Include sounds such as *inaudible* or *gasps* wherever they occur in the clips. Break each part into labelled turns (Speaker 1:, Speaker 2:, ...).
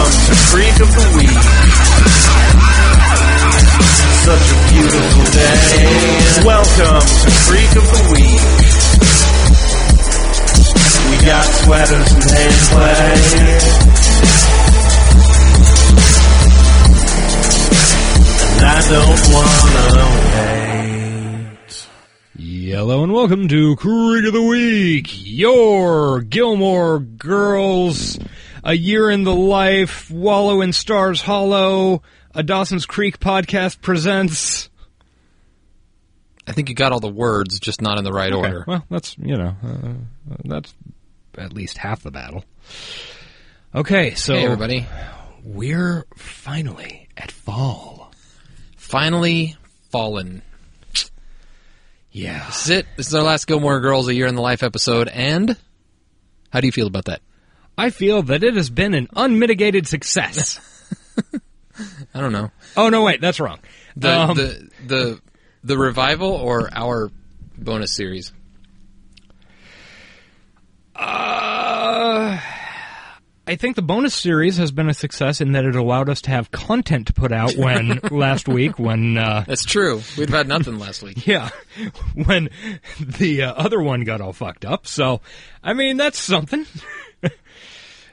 Speaker 1: freak of the week. Such a beautiful day. Welcome to Freak of the Week. We got sweaters and hand play. And I don't wanna wait.
Speaker 2: Hello and welcome to Creek of the Week, your Gilmore Girls, A Year in the Life, Wallow in Stars Hollow, a Dawson's Creek podcast presents.
Speaker 3: I think you got all the words, just not in the right order.
Speaker 2: Well, that's, you know, uh, that's at least half the battle. Okay, so
Speaker 3: Hey, everybody.
Speaker 2: we're finally at fall.
Speaker 3: Finally fallen.
Speaker 2: Yeah.
Speaker 3: This is it. This is our last Gilmore Girls A Year in the Life episode, and how do you feel about that?
Speaker 2: I feel that it has been an unmitigated
Speaker 3: *laughs*
Speaker 2: success.
Speaker 3: I don't know.
Speaker 2: oh, no, wait, that's wrong.
Speaker 3: The
Speaker 2: Um,
Speaker 3: the the the revival or our bonus series?
Speaker 2: I think the bonus series has been a success in that it allowed us to have content to put out when last week when uh
Speaker 3: That's true. We've had nothing last week.
Speaker 2: yeah *laughs* when the uh, other one got all fucked up. So, I mean, that's something.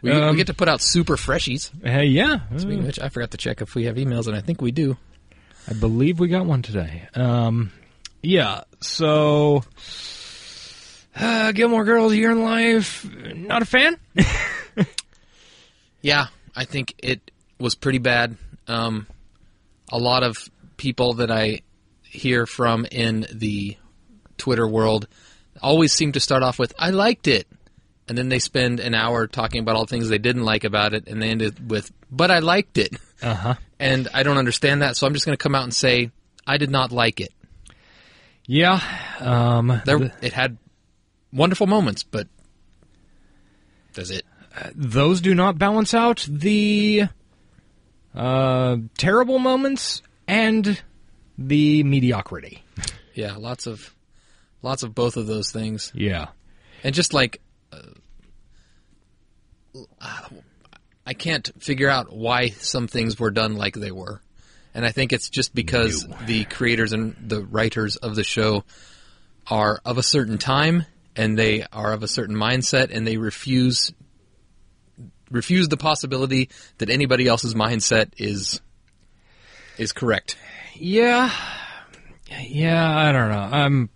Speaker 3: We, we get to put out super freshies.
Speaker 2: Uh, yeah.
Speaker 3: Speaking of which, I forgot to check if we have emails, and I think we do.
Speaker 2: I believe we got one today. Um yeah, so uh, Gilmore Girls Year in Life, not a fan? *laughs*
Speaker 3: Yeah, I think it was pretty bad. Um, a lot of people that I hear from in the Twitter world always seem to start off with "I liked it," and then they spend an hour talking about all the things they didn't like about it, and they ended with "But I liked it,"
Speaker 2: Uh-huh.
Speaker 3: and I don't understand that. So I'm just going to come out and say I did not like it.
Speaker 2: Yeah. Um
Speaker 3: There, it had wonderful moments, but that's it.
Speaker 2: those do not balance out the uh, terrible moments and the mediocrity.
Speaker 3: Yeah, lots of lots of both of those things.
Speaker 2: Yeah.
Speaker 3: and just like uh, I can't figure out why some things were done like they were, and I think it's just because the creators and the writers of the show are of a certain time and they are of a certain mindset and they refuse refuse the possibility that anybody else's mindset is is correct.
Speaker 2: Yeah. Yeah, I don't know. I'm.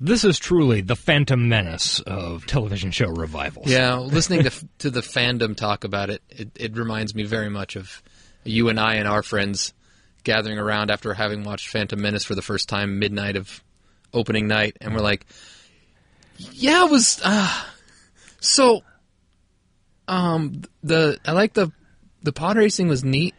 Speaker 2: This is truly the Phantom Menace of television show revivals.
Speaker 3: Yeah, listening to *laughs* to the fandom talk about it, it, it reminds me very much of you and I and our friends gathering around after having watched Phantom Menace for the first time midnight of opening night, and we're like, "Yeah, it was uh, so." Um, the I like the the pod racing was neat.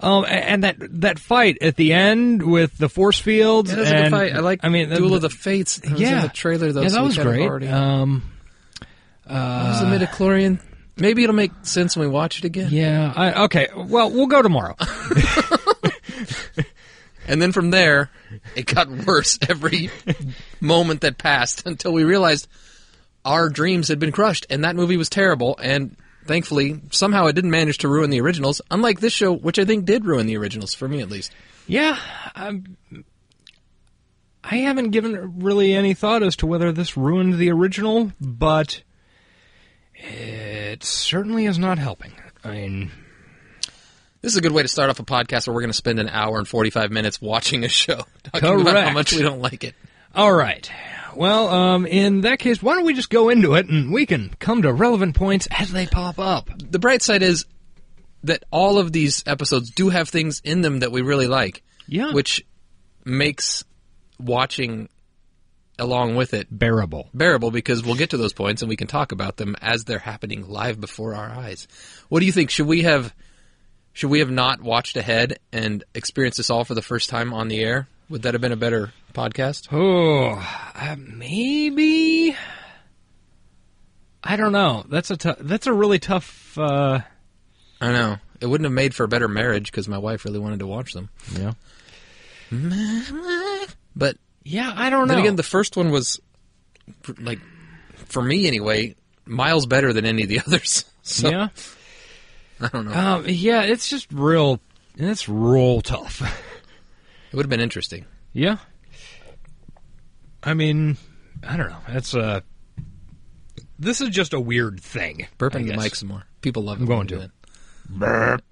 Speaker 2: Um, a- and that that fight at the end with the force fields.
Speaker 3: It was
Speaker 2: and,
Speaker 3: a good fight. I like.
Speaker 2: I mean,
Speaker 3: Duel of the Fates. It was
Speaker 2: yeah.
Speaker 3: in the trailer though.
Speaker 2: Yeah,
Speaker 3: so
Speaker 2: that
Speaker 3: we
Speaker 2: was
Speaker 3: kind of
Speaker 2: great.
Speaker 3: Already,
Speaker 2: Um,
Speaker 3: What was the midichlorian? Maybe it'll make sense when we watch it again.
Speaker 2: yeah. I, okay. Well, we'll go tomorrow.
Speaker 3: And then from there, it got worse every moment that passed until we realized our dreams had been crushed and that movie was terrible. And thankfully, somehow it didn't manage to ruin the originals, unlike this show, which I think did ruin the originals, for me at least.
Speaker 2: Yeah, I'm, I haven't given really any thought as to whether this ruined the original, but it certainly is not helping. I mean,
Speaker 3: This is a good way to start off a podcast where we're going to spend an hour and 45 minutes watching a show, *laughs* talking about
Speaker 2: Correct.
Speaker 3: how much we don't like it.
Speaker 2: all right. Well, um, in that case, why don't we just go into it and we can come to relevant points as they pop up?
Speaker 3: The bright side is that all of these episodes do have things in them that we really like,
Speaker 2: Yeah, which
Speaker 3: which makes watching along with it
Speaker 2: bearable.
Speaker 3: bearable because we'll get to those points and we can talk about them as they're happening live before our eyes. What do you think? Should we have should we have not watched ahead and experienced this all for the first time on the air? Would that have been a better podcast?
Speaker 2: Oh, uh, maybe. I don't know. That's a tou- that's a really tough. Uh,
Speaker 3: I don't know. It wouldn't have made for a better marriage because my wife really wanted to watch them.
Speaker 2: yeah.
Speaker 3: But
Speaker 2: Yeah, I don't know.
Speaker 3: then again, the first one was for- like *laughs* for me anyway, miles better than any of the others. So
Speaker 2: yeah.
Speaker 3: I don't know.
Speaker 2: Um, yeah, it's just real. It's real tough. *laughs*
Speaker 3: It would have been interesting.
Speaker 2: yeah. I mean, I don't know. That's uh This is just a weird thing.
Speaker 3: Burp
Speaker 2: I
Speaker 3: into the
Speaker 2: guess.
Speaker 3: mic some more. People love it.
Speaker 2: I'm going
Speaker 3: when you
Speaker 2: to.
Speaker 3: do it.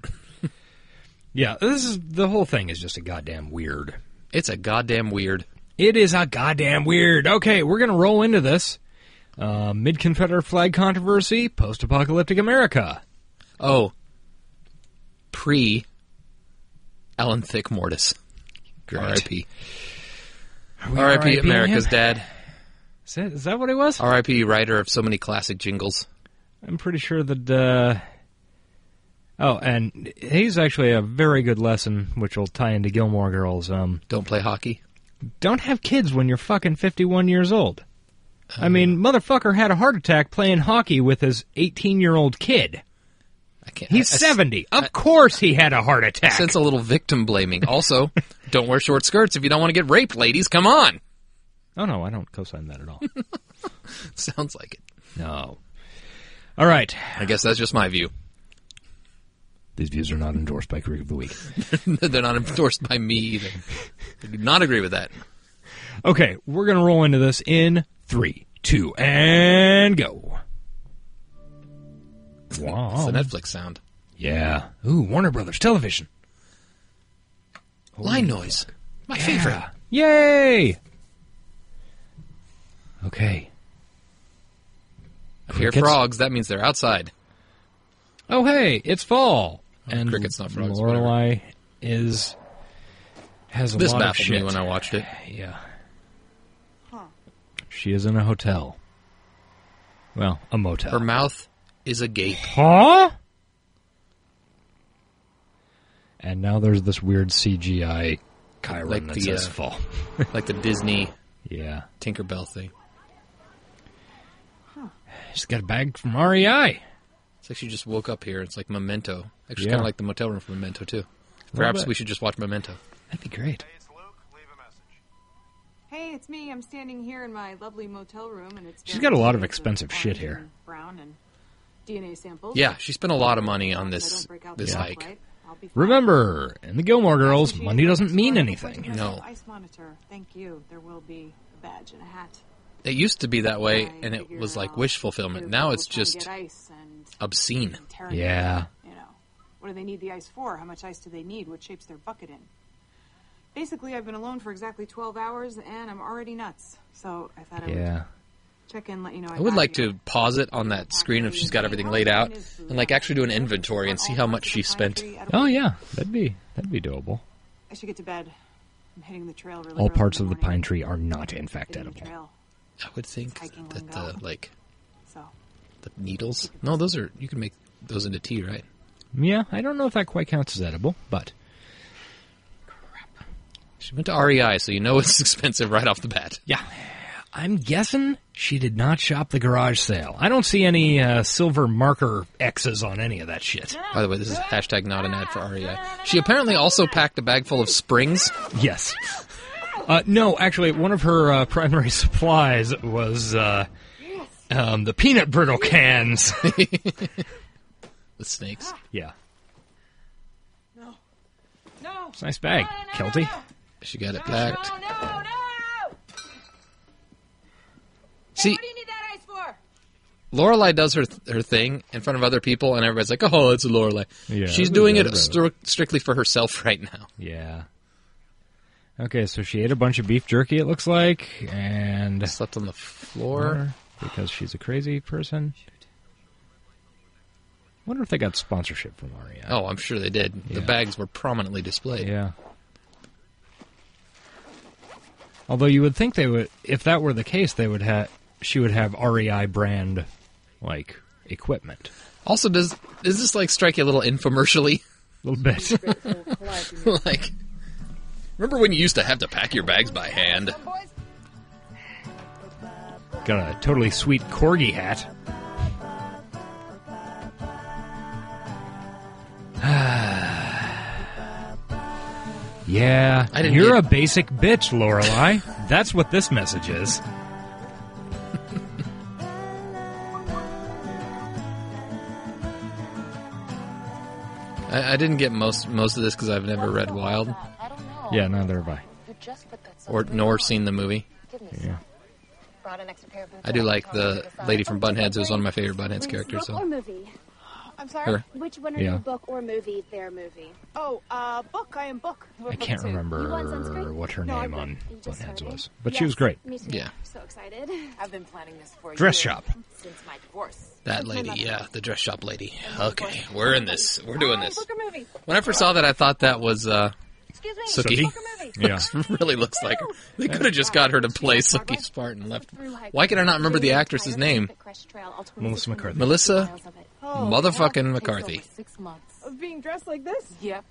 Speaker 2: Yeah, this is the whole thing is just a goddamn weird.
Speaker 3: It's a goddamn weird.
Speaker 2: It is a goddamn weird. Okay, we're gonna roll into this. Uh, Mid Confederate flag controversy, post apocalyptic America.
Speaker 3: Oh, pre Alan Thick Mortis.
Speaker 2: Great.
Speaker 3: R.I.P.
Speaker 2: Are we
Speaker 3: R.I.P.
Speaker 2: RIPing him?
Speaker 3: America's dad.
Speaker 2: Is that, is that what it was?
Speaker 3: R.I.P. writer of so many classic jingles.
Speaker 2: I'm pretty sure that. Uh, oh, and he's actually a very good lesson, which will tie into Gilmore Girls. Um,
Speaker 3: Don't play hockey.
Speaker 2: don't have kids when you're fucking 51 years old. I mean, motherfucker had a heart attack playing hockey with his 18 year old kid.
Speaker 3: I can't.
Speaker 2: He's
Speaker 3: I- I s-
Speaker 2: 70. Of course he had a heart attack.
Speaker 3: sense a little victim blaming.
Speaker 2: *laughs*
Speaker 3: Also, don't wear short skirts if you don't want to get raped, ladies. Come on. *laughs*
Speaker 2: oh, no, I don't co sign that at *laughs* all.
Speaker 3: Sounds like it.
Speaker 2: no. All right.
Speaker 3: I guess that's just my view. *laughs*
Speaker 2: These views are not endorsed by Creek of the Week.
Speaker 3: They're not endorsed by me either. I do not agree with that.
Speaker 2: Okay, we're going to roll into this in three, two, and go.
Speaker 3: It's
Speaker 2: Wow. Oh.
Speaker 3: the Netflix sound.
Speaker 2: yeah. Ooh, Warner Brothers Television.
Speaker 3: Line noise. My favorite.
Speaker 2: *sighs* Yay! Okay.
Speaker 3: I hear
Speaker 2: Crickets.
Speaker 3: frogs. That means they're outside.
Speaker 2: Oh, hey, it's fall. and
Speaker 3: crickets, not frogs,
Speaker 2: Lorelai is has a
Speaker 3: This
Speaker 2: lot of
Speaker 3: baffled
Speaker 2: shit.
Speaker 3: me when I watched it.
Speaker 2: yeah. She is in a hotel. Well, a motel.
Speaker 3: Her mouth is agape.
Speaker 2: Huh? And now there's this weird CGI Chiron
Speaker 3: Like
Speaker 2: that
Speaker 3: the,
Speaker 2: says
Speaker 3: uh,
Speaker 2: fall.
Speaker 3: like the Disney
Speaker 2: yeah.
Speaker 3: Tinkerbell thing.
Speaker 2: She's got a bag from E REI.
Speaker 3: It's like she just woke up here. It's like Memento. Actually,
Speaker 2: Yeah.
Speaker 3: kind of like the motel room from Memento too. Perhaps
Speaker 2: bit.
Speaker 3: we should just watch Memento.
Speaker 2: That'd be great.
Speaker 1: Hey, it's Luke. Leave a message.
Speaker 4: Hey, it's me. I'm standing here in my lovely motel room, and it's
Speaker 2: She's got a lot of expensive shit here.
Speaker 4: and Brown and DNA samples.
Speaker 3: Yeah, she spent a lot of money on
Speaker 4: If I
Speaker 3: this
Speaker 4: don't break out
Speaker 3: this
Speaker 4: the
Speaker 3: hike.
Speaker 4: stuff, right, I'll be fine.
Speaker 2: Remember, in the Gilmore Girls,
Speaker 4: Appreciate
Speaker 2: money
Speaker 4: it.
Speaker 2: doesn't mean
Speaker 4: Sorry,
Speaker 2: anything.
Speaker 4: unfortunately, I
Speaker 3: No.
Speaker 4: have Ice monitor. Thank you. There will be a badge and a hat.
Speaker 3: It used to be that way,
Speaker 4: I
Speaker 3: and it
Speaker 4: figure
Speaker 3: was like
Speaker 4: I'll
Speaker 3: wish
Speaker 4: hear
Speaker 3: fulfillment. Now
Speaker 4: people
Speaker 3: it's
Speaker 4: trying to
Speaker 3: just
Speaker 4: get ice and
Speaker 3: obscene.
Speaker 4: interrogate
Speaker 2: Yeah.
Speaker 4: You know, what do they need the ice for? How much ice do they need? What shape's their bucket in? Basically, I've been alone for exactly 12 hours, and I'm already nuts. So I thought I would
Speaker 2: Yeah.
Speaker 4: check in, let you know.
Speaker 3: I would like to pause it on that screen if she's got everything laid out, and like actually do an inventory and see how much she spent.
Speaker 2: Oh yeah, that'd be that'd be doable.
Speaker 4: I should get to bed. I'm hitting the trail really
Speaker 2: All
Speaker 4: early
Speaker 2: parts
Speaker 4: in
Speaker 2: of the
Speaker 4: morning.
Speaker 2: pine tree are not in fact
Speaker 4: Hitting the
Speaker 2: edible.
Speaker 4: trail,
Speaker 3: I would think
Speaker 4: Hiking
Speaker 3: that
Speaker 4: lingo.
Speaker 3: the like
Speaker 4: so
Speaker 3: the needles. No, those are you can make those into tea, right?
Speaker 2: Yeah, I don't know if that quite counts as edible, but
Speaker 3: She went to REI, so you know it's *laughs* expensive right off the bat.
Speaker 2: yeah, I'm guessing she did not shop the garage sale. I don't see any uh, silver marker X's on any of that shit.
Speaker 3: By the way, this is hashtag not an ad for REI. She apparently also packed a bag full of springs.
Speaker 2: Yes. Uh, no, actually, one of her uh, primary *laughs* supplies was uh, um, the peanut brittle cans. *laughs*
Speaker 3: The snakes.
Speaker 2: yeah,
Speaker 4: no, no,
Speaker 2: it's a nice bag, Kelty.
Speaker 3: She got it packed.
Speaker 4: no, no, no!
Speaker 3: See,
Speaker 4: you need that ice for?
Speaker 3: Lorelai does her her thing in front of other people, and everybody's like, "Oh, it's Lorelai."
Speaker 2: Yeah,
Speaker 3: She's
Speaker 2: it
Speaker 3: doing
Speaker 2: was
Speaker 3: it
Speaker 2: everybody.
Speaker 3: stri- strictly for herself right now.
Speaker 2: Yeah. Okay, so she ate a bunch of beef jerky, it looks like, and
Speaker 3: Slept on the floor.
Speaker 2: because she's a crazy person. Wonder if they got sponsorship from REI.
Speaker 3: Oh, I'm sure they did. The
Speaker 2: Yeah.
Speaker 3: bags were prominently displayed.
Speaker 2: yeah. Although you would think they would, if that were the case, they would have. She would have REI brand, like equipment.
Speaker 3: Also, does does this like strike you a little infomercially? *laughs*
Speaker 2: A little bit.
Speaker 3: like, remember when you used to have to pack your bags by hand?
Speaker 2: got a totally sweet corgi hat. *sighs* yeah,
Speaker 3: I didn't
Speaker 2: you're
Speaker 3: get-
Speaker 2: a basic bitch, Lorelai. That's what this message is.
Speaker 3: I, I didn't get most most of this because I've never read Wild
Speaker 2: Yeah, neither have I.
Speaker 3: or nor seen the movie.
Speaker 5: Yeah.
Speaker 3: I do like the lady from Bunheads, who's one of my favorite Bunheads characters.
Speaker 5: Book or
Speaker 3: So
Speaker 5: movie?
Speaker 4: *laughs* I'm sorry.
Speaker 3: her.
Speaker 5: Which one are
Speaker 2: Yeah.
Speaker 5: you, book or movie? Their movie.
Speaker 4: Oh, uh, book. I am book. We're
Speaker 2: I
Speaker 4: book
Speaker 2: can't
Speaker 4: two.
Speaker 2: remember what her
Speaker 4: No, I
Speaker 2: name
Speaker 4: read-
Speaker 2: on
Speaker 5: You just
Speaker 2: Bunheads
Speaker 5: heard it?
Speaker 2: was, but she
Speaker 5: Yes,
Speaker 2: was great.
Speaker 5: Me too.
Speaker 3: Yeah.
Speaker 5: So excited.
Speaker 6: I've been planning this for
Speaker 2: Dress
Speaker 6: years,
Speaker 2: shop.
Speaker 6: Since my divorce.
Speaker 3: that lady, yeah, the dress shop lady. Okay, we're in this. We're doing this.
Speaker 4: Book or movie?
Speaker 3: When I first saw that, I thought that was uh, *laughs*
Speaker 5: Excuse me.
Speaker 3: Sookie.
Speaker 5: Book or movie?
Speaker 2: Yeah,
Speaker 5: *laughs*
Speaker 3: really looks like her. They could have just got her to play Sookie Spartan and left. Why can I not remember the actress's name?
Speaker 2: Melissa McCarthy.
Speaker 3: Melissa
Speaker 4: Oh,
Speaker 3: motherfucking McCarthy.
Speaker 6: Six months.
Speaker 4: of being dressed like this?
Speaker 6: Yep.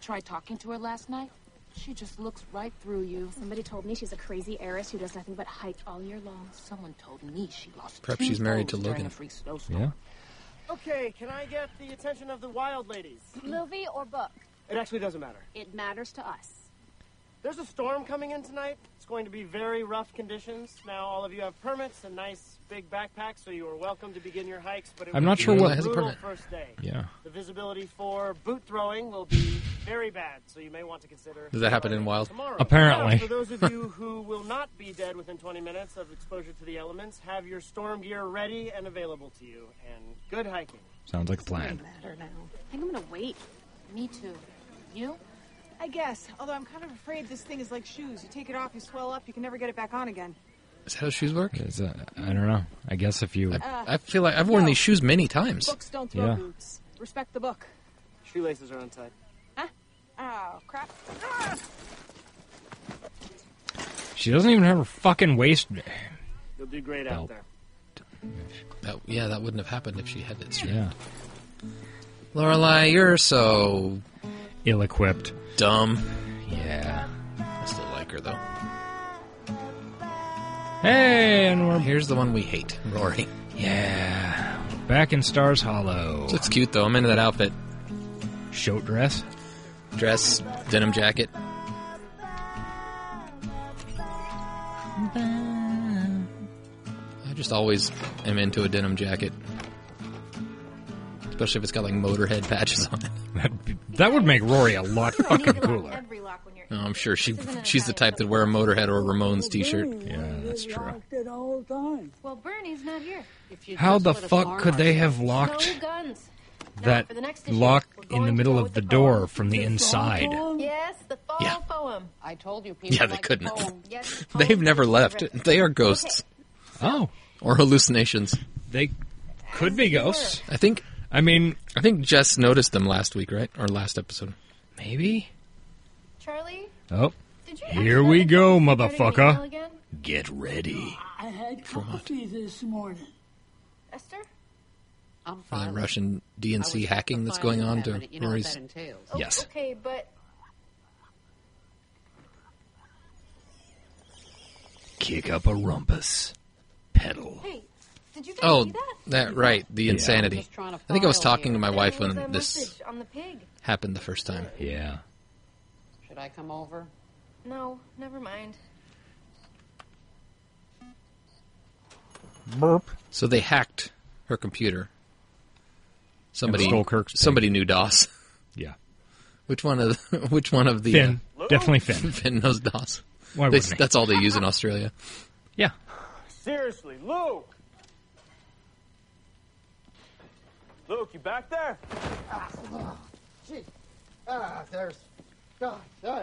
Speaker 6: Tried talking to her last night. She just looks right through you.
Speaker 5: Somebody told me she's a crazy heiress who does nothing but hike all year long.
Speaker 6: Someone told me she lost.
Speaker 3: Perhaps
Speaker 6: two
Speaker 3: she's married
Speaker 6: toes
Speaker 3: to
Speaker 6: during
Speaker 3: Logan.
Speaker 6: a freak snowstorm.
Speaker 2: Yeah,
Speaker 7: Okay, can I get the attention of the wild ladies?
Speaker 5: Movie or book?
Speaker 7: It actually doesn't matter.
Speaker 5: It matters to us.
Speaker 7: There's a storm coming in tonight. It's going to be very rough conditions. Now, all of you have permits and nice big backpacks, so you are welcome to begin your hikes. But it
Speaker 2: I'm
Speaker 7: will
Speaker 2: not
Speaker 7: be
Speaker 2: sure
Speaker 7: a
Speaker 2: what-
Speaker 3: has a
Speaker 7: brutal
Speaker 3: permit.
Speaker 7: first day.
Speaker 2: yeah.
Speaker 7: The visibility for boot throwing will be very bad, so you may want to consider.
Speaker 3: Does that happen in Wild?
Speaker 7: Tomorrow.
Speaker 2: Apparently.
Speaker 7: Now, for those of you who will not be dead within 20 minutes of exposure to the elements, have your storm gear ready and available to you. And good hiking.
Speaker 2: Sounds like a plan.
Speaker 4: Matter now.
Speaker 5: I think I'm gonna wait.
Speaker 6: Me too. You?
Speaker 4: I guess. Although I'm kind of afraid this thing is like shoes. You take it off, you swell up, you can never get it back on again.
Speaker 3: Is that how shoes work?
Speaker 2: Is that- I don't know. I guess if you
Speaker 3: I feel like I've worn these shoes many times.
Speaker 4: Books don't throw
Speaker 2: Yeah.
Speaker 4: boots. Respect the book.
Speaker 7: Shoelaces are untied.
Speaker 4: Oh crap! Ah!
Speaker 2: She doesn't even have her fucking waist.
Speaker 7: You'll do great
Speaker 2: Nope.
Speaker 7: out there.
Speaker 3: That, yeah, that wouldn't have happened if she had it straight.
Speaker 2: Yeah.
Speaker 3: Lorelai, you're so
Speaker 2: Ill equipped.
Speaker 3: dumb.
Speaker 2: Yeah.
Speaker 3: I still like her though.
Speaker 2: Hey, and we're.
Speaker 3: Here's the one we hate, Rory.
Speaker 2: Yeah. Back in Stars Hollow.
Speaker 3: Looks cute though. I'm into that outfit.
Speaker 2: Show dress.
Speaker 3: Dress, denim jacket. I just always am into a denim jacket. Especially if it's got like motorhead patches on it.
Speaker 2: That'd be- That would make Rory a lot
Speaker 3: *laughs*
Speaker 2: fucking cooler.
Speaker 3: No, Oh, I'm sure she she's the type that would wear a motorhead or a Ramones t-shirt.
Speaker 2: Yeah, that's true.
Speaker 5: Well, Bernie's not here.
Speaker 6: If you
Speaker 2: How
Speaker 6: just
Speaker 2: the
Speaker 6: let us
Speaker 2: fuck
Speaker 6: arm
Speaker 2: could they have
Speaker 5: No
Speaker 2: locked
Speaker 5: guns.
Speaker 2: that
Speaker 5: for the next issue,
Speaker 2: lock
Speaker 5: we're
Speaker 2: in
Speaker 5: going
Speaker 2: the
Speaker 5: to
Speaker 2: middle
Speaker 5: go
Speaker 2: of
Speaker 5: with
Speaker 2: the
Speaker 5: the
Speaker 2: door
Speaker 5: poem.
Speaker 2: from the inside?
Speaker 5: Yes, the fall
Speaker 3: Yeah.
Speaker 5: poem.
Speaker 6: I told you people
Speaker 3: Yeah, they
Speaker 6: like
Speaker 3: couldn't.
Speaker 6: poems.
Speaker 5: Yes,
Speaker 3: *laughs*
Speaker 5: the
Speaker 3: They've
Speaker 5: poem
Speaker 3: never
Speaker 5: is
Speaker 3: left.
Speaker 5: terrific.
Speaker 3: They are ghosts
Speaker 2: Oh,
Speaker 3: or hallucinations.
Speaker 2: they could be ghosts.
Speaker 3: I think
Speaker 2: I mean,
Speaker 3: I think Jess noticed them last week, right? Or last episode.
Speaker 2: maybe.
Speaker 5: Charlie,
Speaker 2: Oh,
Speaker 5: did you?
Speaker 2: Here
Speaker 5: actually
Speaker 2: we go,
Speaker 5: get started an
Speaker 2: motherfucker.
Speaker 5: email again?
Speaker 2: get ready.
Speaker 8: I had coffee this morning.
Speaker 5: Esther,
Speaker 6: I'm
Speaker 3: For the
Speaker 6: fine.
Speaker 3: Russian
Speaker 6: I was
Speaker 3: DNC
Speaker 6: just
Speaker 3: hacking that's
Speaker 6: fine
Speaker 3: going
Speaker 6: with
Speaker 3: on
Speaker 6: that,
Speaker 3: to
Speaker 6: but you know what
Speaker 3: Rory's.
Speaker 6: that entails.
Speaker 5: Oh,
Speaker 2: Yes.
Speaker 5: Okay, but
Speaker 2: Kick up a rumpus. Pedal.
Speaker 5: hey, did you guys
Speaker 3: Oh,
Speaker 5: see that?
Speaker 3: that right, the insanity.
Speaker 6: just trying to
Speaker 3: I think I was
Speaker 6: file
Speaker 3: talking to my
Speaker 5: There
Speaker 3: wife
Speaker 5: was a
Speaker 3: when this
Speaker 5: message on the pig.
Speaker 3: happened the first time.
Speaker 2: Yeah.
Speaker 6: Should I come over?
Speaker 5: No, never mind.
Speaker 2: Burp.
Speaker 3: So they hacked her computer. Somebody
Speaker 2: And stole Kirk's pig.
Speaker 3: Somebody knew DOS. *laughs*
Speaker 2: Yeah.
Speaker 3: Which one of which one of the *laughs*
Speaker 2: Finn. Definitely *laughs*
Speaker 3: uh, *laughs*
Speaker 2: Finn.
Speaker 3: Finn knows DOS?
Speaker 2: Why
Speaker 3: They-
Speaker 2: wouldn't he?
Speaker 3: that's all they use in
Speaker 6: *laughs*
Speaker 3: Australia.
Speaker 2: Yeah.
Speaker 7: Seriously, Luke! Luke, you back there?
Speaker 9: Ah, there's, God, ah,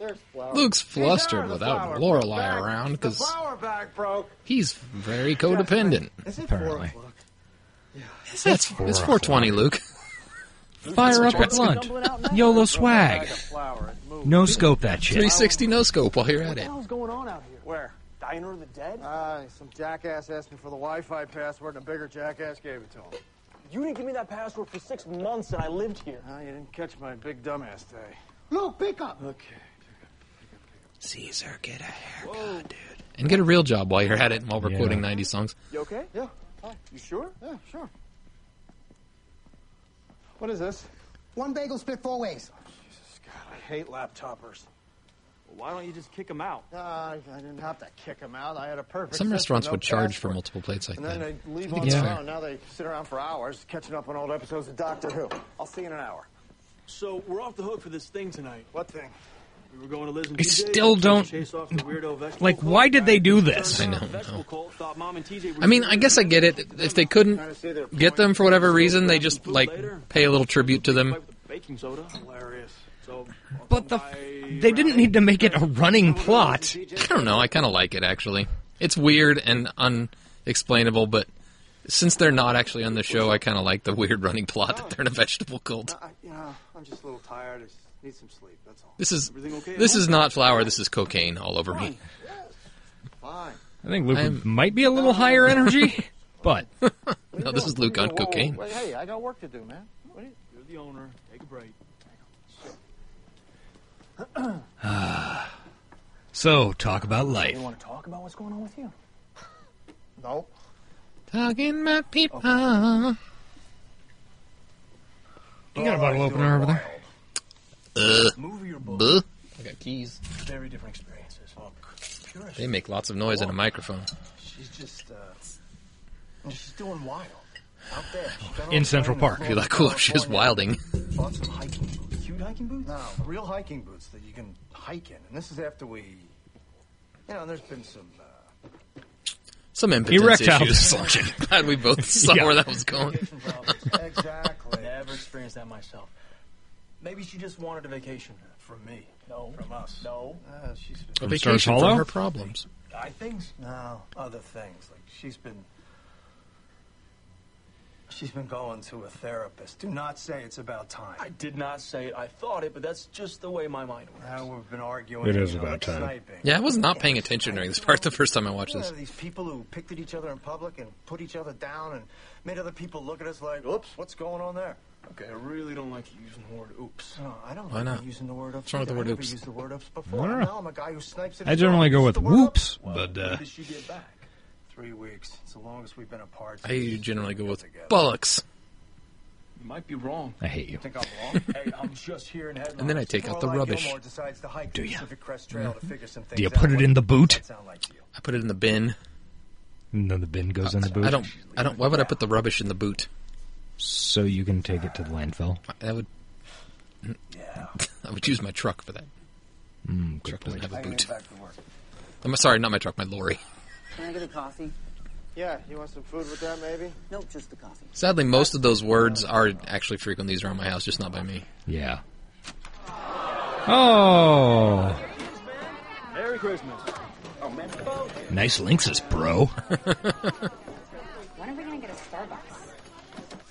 Speaker 9: there's flour.
Speaker 3: Luke's
Speaker 9: There are
Speaker 3: flustered
Speaker 9: the
Speaker 3: without
Speaker 9: flour
Speaker 3: Lorelai
Speaker 9: bag.
Speaker 3: around
Speaker 9: The
Speaker 3: because
Speaker 9: flour bag broke.
Speaker 3: he's very codependent.
Speaker 9: Is it
Speaker 2: Apparently.
Speaker 9: four o'clock?
Speaker 3: That's it's 420, Luke.
Speaker 2: Fire up a
Speaker 3: That's
Speaker 2: blunt. YOLO
Speaker 7: Bag
Speaker 2: swag.
Speaker 7: of flour. It moved.
Speaker 2: No scope that shit.
Speaker 3: 360 no scope while you're at it.
Speaker 7: hell's going on out here? Where? Diner of the Dead?
Speaker 9: Ah, some jackass asked me for the Wi-Fi password, and a bigger jackass gave it to him.
Speaker 7: you didn't give me that password for six months, and I lived here.
Speaker 9: Ah, you didn't catch my big dumbass day.
Speaker 7: Luke, pick up.
Speaker 9: Okay.
Speaker 3: Caesar, get a haircut, dude. And get a real job while you're at it, and while we're
Speaker 2: Yeah.
Speaker 3: quoting 90 songs.
Speaker 7: You okay?
Speaker 9: Yeah,
Speaker 7: You sure?
Speaker 9: yeah, sure. What is this? Oh,
Speaker 10: One bagel split four ways.
Speaker 9: I hate laptoppers.
Speaker 7: why don't you just kick him out?
Speaker 9: Ah, I I didn't have to kick them out. I had a perfect.
Speaker 3: Some
Speaker 9: system,
Speaker 3: restaurants
Speaker 9: no
Speaker 3: would charge for
Speaker 9: password.
Speaker 3: multiple plates like
Speaker 9: And then
Speaker 3: that.
Speaker 9: they leave
Speaker 3: I think
Speaker 9: on
Speaker 3: it's
Speaker 9: their
Speaker 3: fair.
Speaker 9: own. Now they sit around for hours catching up on old episodes of Doctor Who. I'll see you in an hour.
Speaker 11: So we're off the hook for this thing tonight.
Speaker 9: What thing?
Speaker 11: We were going to Liz and
Speaker 2: I
Speaker 11: TJ,
Speaker 2: still don't-
Speaker 11: chase off the weirdo vegetable
Speaker 2: Like,
Speaker 11: cult
Speaker 2: why did they
Speaker 11: guy.
Speaker 2: do
Speaker 11: Turns
Speaker 2: this? I
Speaker 11: out
Speaker 2: don't
Speaker 11: the vegetable cult thought Mom and TJ were
Speaker 3: I mean, I guess I get it. If they couldn't get them for whatever reason, they just like pay a little tribute to them.
Speaker 11: baking soda. Hilarious. So
Speaker 2: But the they didn't
Speaker 9: *laughs*
Speaker 2: need to make it a running plot.
Speaker 3: I don't know. I kind of like it actually. It's weird and unexplainable, but since they're not actually on the show, I kind of like the weird running plot that they're in a vegetable cult.
Speaker 9: I, you know, I'm just a little tired. I just need some sleep. That's all.
Speaker 3: This is
Speaker 9: Everything okay at
Speaker 3: this
Speaker 9: home?
Speaker 3: is not flour. This is cocaine all over me.
Speaker 9: Fine.
Speaker 2: I think Luke might be a little higher energy, *laughs* but
Speaker 3: No, this is Luke on cocaine.
Speaker 9: Wait, hey, I got work to do, man. What are you?
Speaker 11: You're the owner. Take a break.
Speaker 2: so talk about life.
Speaker 9: You want to talk about what's going on with you? No.
Speaker 3: Talking about people. You
Speaker 2: got a bottle opener over there.
Speaker 9: Move your book.
Speaker 3: Buh. I got keys.
Speaker 9: Very different experiences. Oh, purist.
Speaker 3: They make lots of noise in a microphone.
Speaker 9: She's just, uh, she's doing wild out there. She's got all
Speaker 2: In
Speaker 9: the
Speaker 2: Central
Speaker 9: time in
Speaker 2: Park.
Speaker 3: You're like, cool, she's wilding.
Speaker 9: Bought some hiking boots. Cute hiking boots? No, real hiking boots that you can hike in. And this is after we, you know, there's been some. Uh,
Speaker 3: Some impotence
Speaker 2: Erectile
Speaker 3: issues.
Speaker 2: dysfunction.
Speaker 3: *laughs* Glad we both
Speaker 2: *laughs*
Speaker 3: saw
Speaker 2: Yeah.
Speaker 3: where that was going.
Speaker 9: vacation
Speaker 3: *laughs*
Speaker 9: problems. exactly.
Speaker 11: Never experienced that myself. Maybe she just wanted a vacation from me. No. From us. No.
Speaker 9: Uh, she's been.
Speaker 2: From Stars
Speaker 3: Vacation
Speaker 2: Hollow?
Speaker 3: from her problems.
Speaker 11: I things.
Speaker 9: No, other things. Like she's been. She's been going to a therapist. Do not say it's about time.
Speaker 11: I did not say it. I thought it, but that's just the way my mind works.
Speaker 9: Now we've been arguing.
Speaker 2: It is
Speaker 9: you know,
Speaker 2: about time.
Speaker 9: sniping.
Speaker 3: Yeah, I was not paying attention during this part the first time I watched
Speaker 9: You know,
Speaker 3: this.
Speaker 9: these people who picked at each other in public and put each other down and made other people look at us like, "Oops, what's going on there?"
Speaker 11: Okay, I really don't like you using the word oops.
Speaker 9: No, I don't
Speaker 3: Why
Speaker 9: like
Speaker 3: not?
Speaker 9: using the word
Speaker 3: What's
Speaker 9: "oops."
Speaker 3: wrong with the
Speaker 9: either.
Speaker 3: word
Speaker 9: I never
Speaker 3: oops?
Speaker 9: used the word "oops" before.
Speaker 2: don't
Speaker 9: and
Speaker 2: know.
Speaker 9: Now I'm a guy who snipes. At
Speaker 2: I
Speaker 9: his
Speaker 2: generally
Speaker 9: own.
Speaker 2: go
Speaker 9: What's
Speaker 2: with
Speaker 9: the word "oops"?
Speaker 2: whoops, but
Speaker 11: When
Speaker 2: uh,
Speaker 11: did she get back?
Speaker 9: Three weeks. It's the longest we've been apart.
Speaker 3: I generally go with
Speaker 9: Together.
Speaker 3: bollocks.
Speaker 11: You might be wrong.
Speaker 2: I hate you.
Speaker 9: Think I'm wrong?
Speaker 11: hey, I'm just here in headlines.
Speaker 3: And then I take out the
Speaker 9: Lorelai
Speaker 3: rubbish. Mm-hmm.
Speaker 9: Gilmore decides to hike
Speaker 2: Do
Speaker 9: the
Speaker 2: ya?
Speaker 9: Pacific Crest Trail to figure some
Speaker 2: Do you
Speaker 9: things
Speaker 2: put
Speaker 9: out.
Speaker 2: it in the boot?
Speaker 9: That sound like to you?
Speaker 3: I put it in the bin.
Speaker 2: and then the bin goes in the boot.
Speaker 3: I don't. I don't. Why would I put the rubbish in the boot?
Speaker 2: So you can take it to the landfill.
Speaker 3: I would. *laughs* I would use my truck for that.
Speaker 2: Mm, good
Speaker 3: Truck doesn't
Speaker 2: point.
Speaker 3: have a
Speaker 9: I can
Speaker 3: boot.
Speaker 9: get back to work.
Speaker 3: I'm sorry, not my truck, my lorry.
Speaker 12: Can I get a coffee?
Speaker 9: Yeah, you want some food with that, maybe?
Speaker 12: Nope, just the coffee.
Speaker 3: Sadly, most of those words are actually frequently used around my house, just not by me.
Speaker 2: Yeah. Oh,
Speaker 11: Merry Christmas. Oh,
Speaker 2: nice lynxes, bro. *laughs*
Speaker 5: When are we gonna get a Starbucks?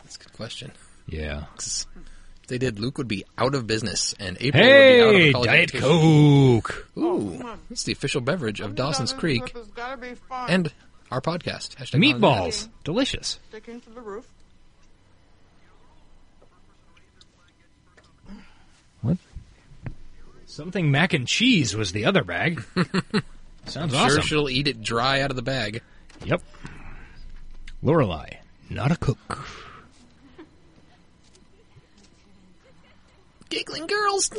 Speaker 3: That's a good question.
Speaker 2: yeah.
Speaker 3: 'Cause If they did, Luke would be out of business, and April would be out
Speaker 2: Hey,
Speaker 3: of college
Speaker 2: Diet
Speaker 3: education.
Speaker 2: Coke.
Speaker 3: Ooh, it's the official beverage of Dawson's Creek
Speaker 7: There's gotta be fun.
Speaker 3: and our podcast. Hashtag Colin
Speaker 2: Meatballs, delicious.
Speaker 7: Sticking to the roof.
Speaker 2: What? Something mac and cheese was the other
Speaker 7: *laughs*
Speaker 2: bag. Sounds
Speaker 3: Matt. Sure,
Speaker 2: awesome.
Speaker 3: she'll eat it dry out of the bag.
Speaker 2: Yep. Lorelei, not a cook.
Speaker 3: Giggling girls.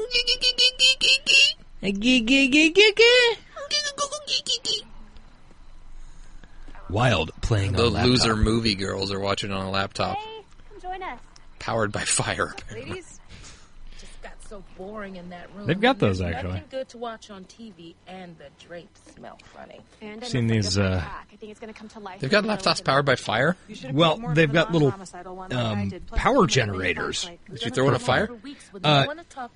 Speaker 2: Wild playing
Speaker 3: The
Speaker 2: on laptop.
Speaker 3: loser movie girls are watching on a laptop,
Speaker 5: Hey, come join us.
Speaker 3: powered by fire.
Speaker 6: Ladies, just got so boring in that room.
Speaker 2: They've got those,
Speaker 6: There's
Speaker 2: actually.
Speaker 6: Nothing good to watch on TV, and the drapes smell funny.
Speaker 5: And
Speaker 2: Seen
Speaker 5: another
Speaker 2: these,
Speaker 5: different
Speaker 2: uh,
Speaker 5: pack. I think it's gonna come to life.
Speaker 3: They've got laptops powered by fire.
Speaker 4: You should've
Speaker 2: Well,
Speaker 4: picked more
Speaker 2: they've
Speaker 4: for the
Speaker 2: got little,
Speaker 4: non-homicidal one like
Speaker 2: um,
Speaker 4: I did. Plus,
Speaker 2: power
Speaker 4: I'm gonna
Speaker 2: generators.
Speaker 4: make it
Speaker 3: Did you throw it a fire?
Speaker 2: Uh,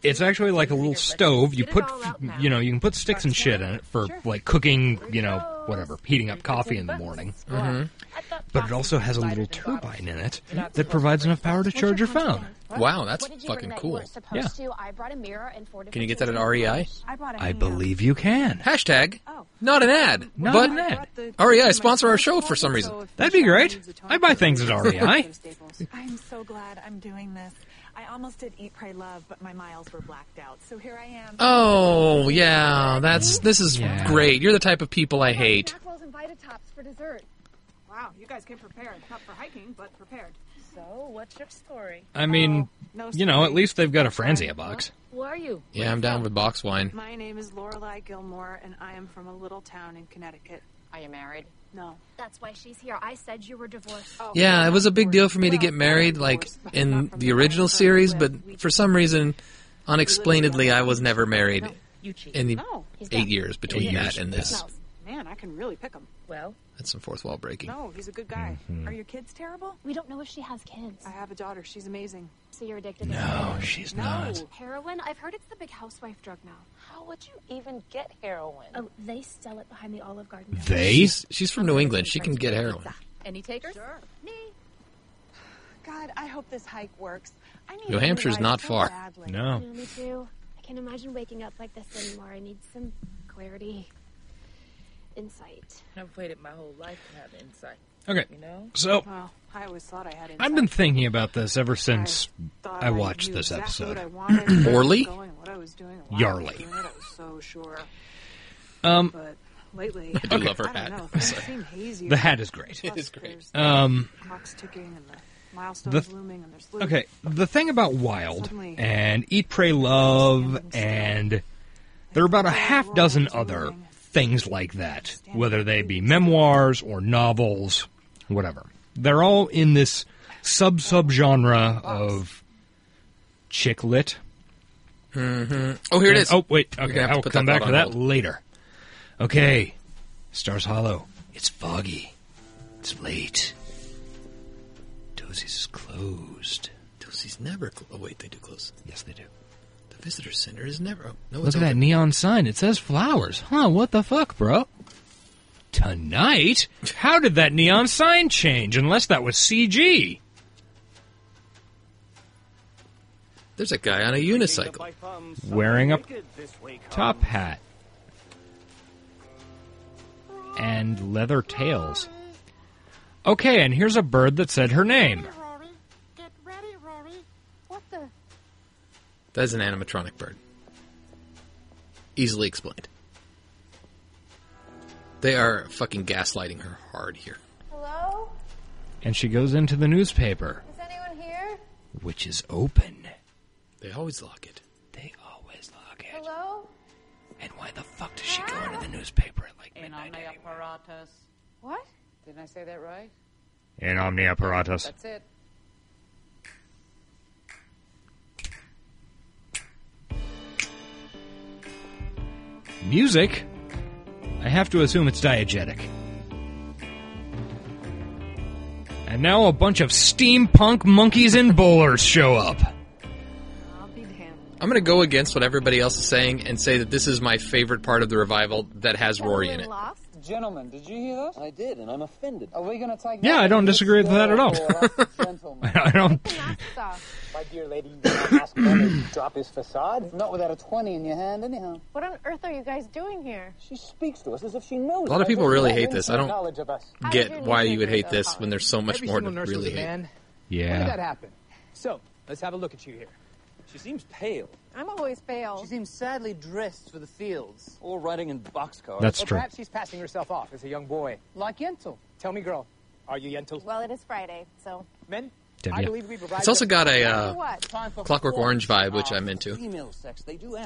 Speaker 2: it's actually like a little stove. You put, you know, you can put sticks and shit in it for like cooking, you know, whatever, heating up coffee in the morning. Uh-huh. Mm-hmm. But it also has a little turbine in it that provides enough power to charge your phone.
Speaker 3: Wow, Oh, that's
Speaker 5: what did you
Speaker 3: fucking
Speaker 5: bring that You
Speaker 3: cool.
Speaker 5: were supposed to? I brought a mirror and four
Speaker 3: Can you get
Speaker 5: different
Speaker 3: that at E
Speaker 5: things.
Speaker 3: REI?
Speaker 4: I brought a
Speaker 2: I
Speaker 4: ham.
Speaker 2: believe you can.
Speaker 3: Hashtag
Speaker 4: Oh.
Speaker 3: not an ad,
Speaker 2: Not
Speaker 3: but
Speaker 2: an
Speaker 4: I
Speaker 2: ad. E
Speaker 4: brought the-
Speaker 3: REI sponsor our show for some reason.
Speaker 4: So if
Speaker 2: That'd be
Speaker 4: Michelle
Speaker 2: great.
Speaker 4: needs a tonic,
Speaker 2: I buy things at
Speaker 4: it's
Speaker 2: REI.
Speaker 4: Staples.
Speaker 13: I'm so glad I'm doing this. I almost did Eat, Pray, Love, but my miles were blacked out, so here I am.
Speaker 3: Oh yeah, that's this is
Speaker 2: Yeah.
Speaker 3: great. You're the type of people I hate.
Speaker 5: Snack rolls and Vita Tops for dessert.
Speaker 4: Wow, you guys came prepared. Not for hiking, but prepared.
Speaker 6: So, what's your story?
Speaker 2: I mean,
Speaker 4: Oh,
Speaker 2: you know, at least they've got a Franzia box.
Speaker 6: Who are you?
Speaker 3: Yeah, I'm down with box wine.
Speaker 4: My name is Lorelei Gilmore, and I am from a little town in Connecticut.
Speaker 6: Are you married?
Speaker 4: No.
Speaker 5: That's why she's here. I said you were divorced.
Speaker 3: Yeah, it was a big deal for me to get married, like in the original series, but for some reason, unexplainedly, I was never married in the eight years between that and this.
Speaker 4: Man, I can really pick him. Well,
Speaker 3: That's some fourth wall breaking.
Speaker 4: no, he's a good guy.
Speaker 2: Mm-hmm.
Speaker 3: Mhm.
Speaker 4: Are your kids terrible?
Speaker 5: We don't know if she has kids.
Speaker 4: I have a daughter. She's amazing.
Speaker 5: So you're addicted
Speaker 3: to No, heroin? she's No. not.
Speaker 5: Heroin? I've heard it's the big housewife drug now. How would you even get heroin? Oh, they sell it behind the Olive Garden.
Speaker 3: She's, she's from New England. She can get heroin.
Speaker 5: Any takers? Sure.
Speaker 13: God, I hope this hike works. I need
Speaker 3: New
Speaker 13: a new
Speaker 3: Hampshire's
Speaker 13: life
Speaker 3: not
Speaker 13: so
Speaker 3: far.
Speaker 13: badly.
Speaker 3: No.
Speaker 5: You know, me too. I can't imagine waking up like this anymore. I need some clarity, insight.
Speaker 14: I've waited my whole life to have insight.
Speaker 2: Okay.
Speaker 14: You know?
Speaker 2: So
Speaker 4: Well, I always thought I had it.
Speaker 2: I've been thinking about this ever since
Speaker 4: thought
Speaker 2: I watched
Speaker 4: knew
Speaker 2: this
Speaker 4: exactly
Speaker 2: episode.
Speaker 4: What I wanted, where I was
Speaker 2: Orly?
Speaker 4: going, what I was doing, and why I was
Speaker 2: Yarly.
Speaker 4: doing it, I was so sure.
Speaker 2: Um,
Speaker 4: but lately,
Speaker 2: I do love her
Speaker 4: I
Speaker 2: hat.
Speaker 4: Don't
Speaker 2: *laughs*
Speaker 4: know,
Speaker 2: I'm
Speaker 4: things
Speaker 2: sorry.
Speaker 4: seem hazier.
Speaker 2: The hat is great.
Speaker 4: Plus
Speaker 2: It is great.
Speaker 4: there's the
Speaker 2: Um,
Speaker 4: clock's ticking and the milestones
Speaker 2: The
Speaker 4: looming and there's Luke.
Speaker 2: okay, the thing about Wild
Speaker 4: Suddenly-
Speaker 2: and Eat, Pray, Love, and there are about a half dozen other things like that, whether they be memoirs or novels, whatever. They're all in this sub sub genre of chick lit.
Speaker 3: Mm-hmm. Oh, here it
Speaker 2: And-
Speaker 3: is.
Speaker 2: Oh, wait.
Speaker 3: You're
Speaker 2: Okay,
Speaker 3: gonna have to
Speaker 2: I'll
Speaker 3: put
Speaker 2: come
Speaker 3: that
Speaker 2: back
Speaker 3: thought
Speaker 2: to
Speaker 3: on
Speaker 2: that
Speaker 3: hold.
Speaker 2: later. Okay. Stars Hollow. It's foggy. It's late. Dosey's is closed.
Speaker 3: Dosey's never. Cl- oh, wait, they do close.
Speaker 2: Yes, they do.
Speaker 3: The visitor center is never. Oh, no,
Speaker 2: Look
Speaker 3: it's
Speaker 2: at that
Speaker 3: open.
Speaker 2: neon sign. It says flowers. Huh, what the fuck, bro? Tonight? How did that neon sign change? Unless that was CG.
Speaker 3: There's a guy on a unicycle.
Speaker 2: Wearing a top hat. And leather tails. Okay, and here's a bird that said her name.
Speaker 5: What the?
Speaker 3: That's an animatronic bird. Easily explained. They are fucking gaslighting her hard here.
Speaker 15: Hello?
Speaker 2: And she goes into the newspaper,
Speaker 15: Is anyone here?
Speaker 2: which is open.
Speaker 3: They always lock it.
Speaker 2: They always lock it.
Speaker 15: Hello?
Speaker 2: And why the fuck does she go into the newspaper at like midnight?
Speaker 15: apparatus. What? Didn't I say that right?
Speaker 2: In omnia paratus.
Speaker 15: That's it.
Speaker 2: Music? I have to assume it's diegetic. And now a bunch of steampunk monkeys and bowlers show up.
Speaker 3: I'm going to go against what everybody else is saying and say that this is my favorite part of the revival that has Rory in it.
Speaker 12: Lost? Gentlemen, did you hear that? I did, and I'm offended. Are we going to take
Speaker 2: Yeah, I don't disagree with that at all. *laughs* I
Speaker 5: *laughs*
Speaker 2: don't.
Speaker 12: My dear lady, you don't ask Leonard to drop his facade. Not without a 20 in your hand, anyhow.
Speaker 15: What on earth are you guys doing here?
Speaker 12: She speaks to us as if she knows.
Speaker 3: A lot of
Speaker 12: us,
Speaker 3: people
Speaker 12: as if
Speaker 3: really
Speaker 12: she
Speaker 3: hate
Speaker 12: has
Speaker 3: this. I
Speaker 12: knowledge of
Speaker 3: don't
Speaker 12: us.
Speaker 3: get why you would hate this when there's so much
Speaker 11: Every
Speaker 3: more to
Speaker 11: single nurse was
Speaker 3: really
Speaker 11: a
Speaker 3: hate.
Speaker 11: man. When did that happen? So, let's have a look at you here. She seems pale.
Speaker 15: I'm always pale.
Speaker 11: She seems sadly dressed for the fields. Or riding in boxcars.
Speaker 2: That's
Speaker 11: or
Speaker 2: true.
Speaker 11: perhaps she's passing herself off as a young boy. Like Yentl. Tell me, girl, are you Yentl?
Speaker 15: Well, it is Friday, so.
Speaker 11: Men?
Speaker 2: Damn
Speaker 11: I
Speaker 2: ya.
Speaker 11: believe we provide
Speaker 3: It's also
Speaker 11: the-
Speaker 3: got a, uh, Clockwork Orange vibe, which I'm into.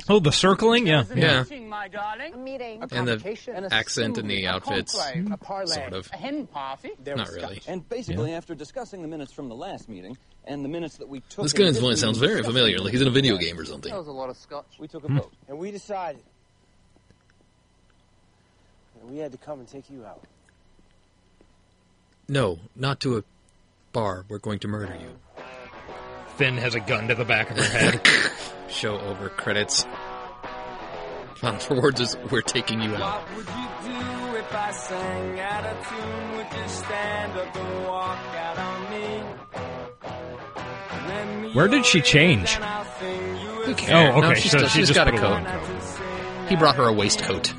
Speaker 2: Oh, the circling? Yeah.
Speaker 3: Yeah.
Speaker 15: my darling. A meeting.
Speaker 3: And the accent and the outfits. Sort of.
Speaker 15: hen party.
Speaker 3: Not really.
Speaker 16: And basically, after discussing the minutes from the last meeting and the minutes that we took,
Speaker 3: This
Speaker 16: in
Speaker 3: guy's
Speaker 16: this
Speaker 3: voice sounds
Speaker 16: meeting
Speaker 3: very
Speaker 16: discussing
Speaker 3: familiar,
Speaker 16: the
Speaker 3: like he's in a video
Speaker 16: minutes,
Speaker 3: game or something.
Speaker 16: that was a lot of scotch. We took a
Speaker 11: Hmm.
Speaker 16: vote.
Speaker 11: And we decided that we had to come and take you out.
Speaker 3: No, not to a bar. We're going to murder you.
Speaker 2: Finn has a gun to the back of her
Speaker 3: *laughs*
Speaker 2: head.
Speaker 3: Show over credits. Final words is *laughs* we're taking you out.
Speaker 1: What would you do if I sang out of tune? Would you stand up and walk out on me? Lend me
Speaker 2: Where did she change?
Speaker 1: Who
Speaker 3: cares?
Speaker 2: Oh, okay.
Speaker 3: No, she's
Speaker 2: so
Speaker 3: still-
Speaker 2: she
Speaker 3: she's
Speaker 2: just
Speaker 3: got a
Speaker 2: put
Speaker 3: coat.
Speaker 2: on
Speaker 3: He brought her a waistcoat.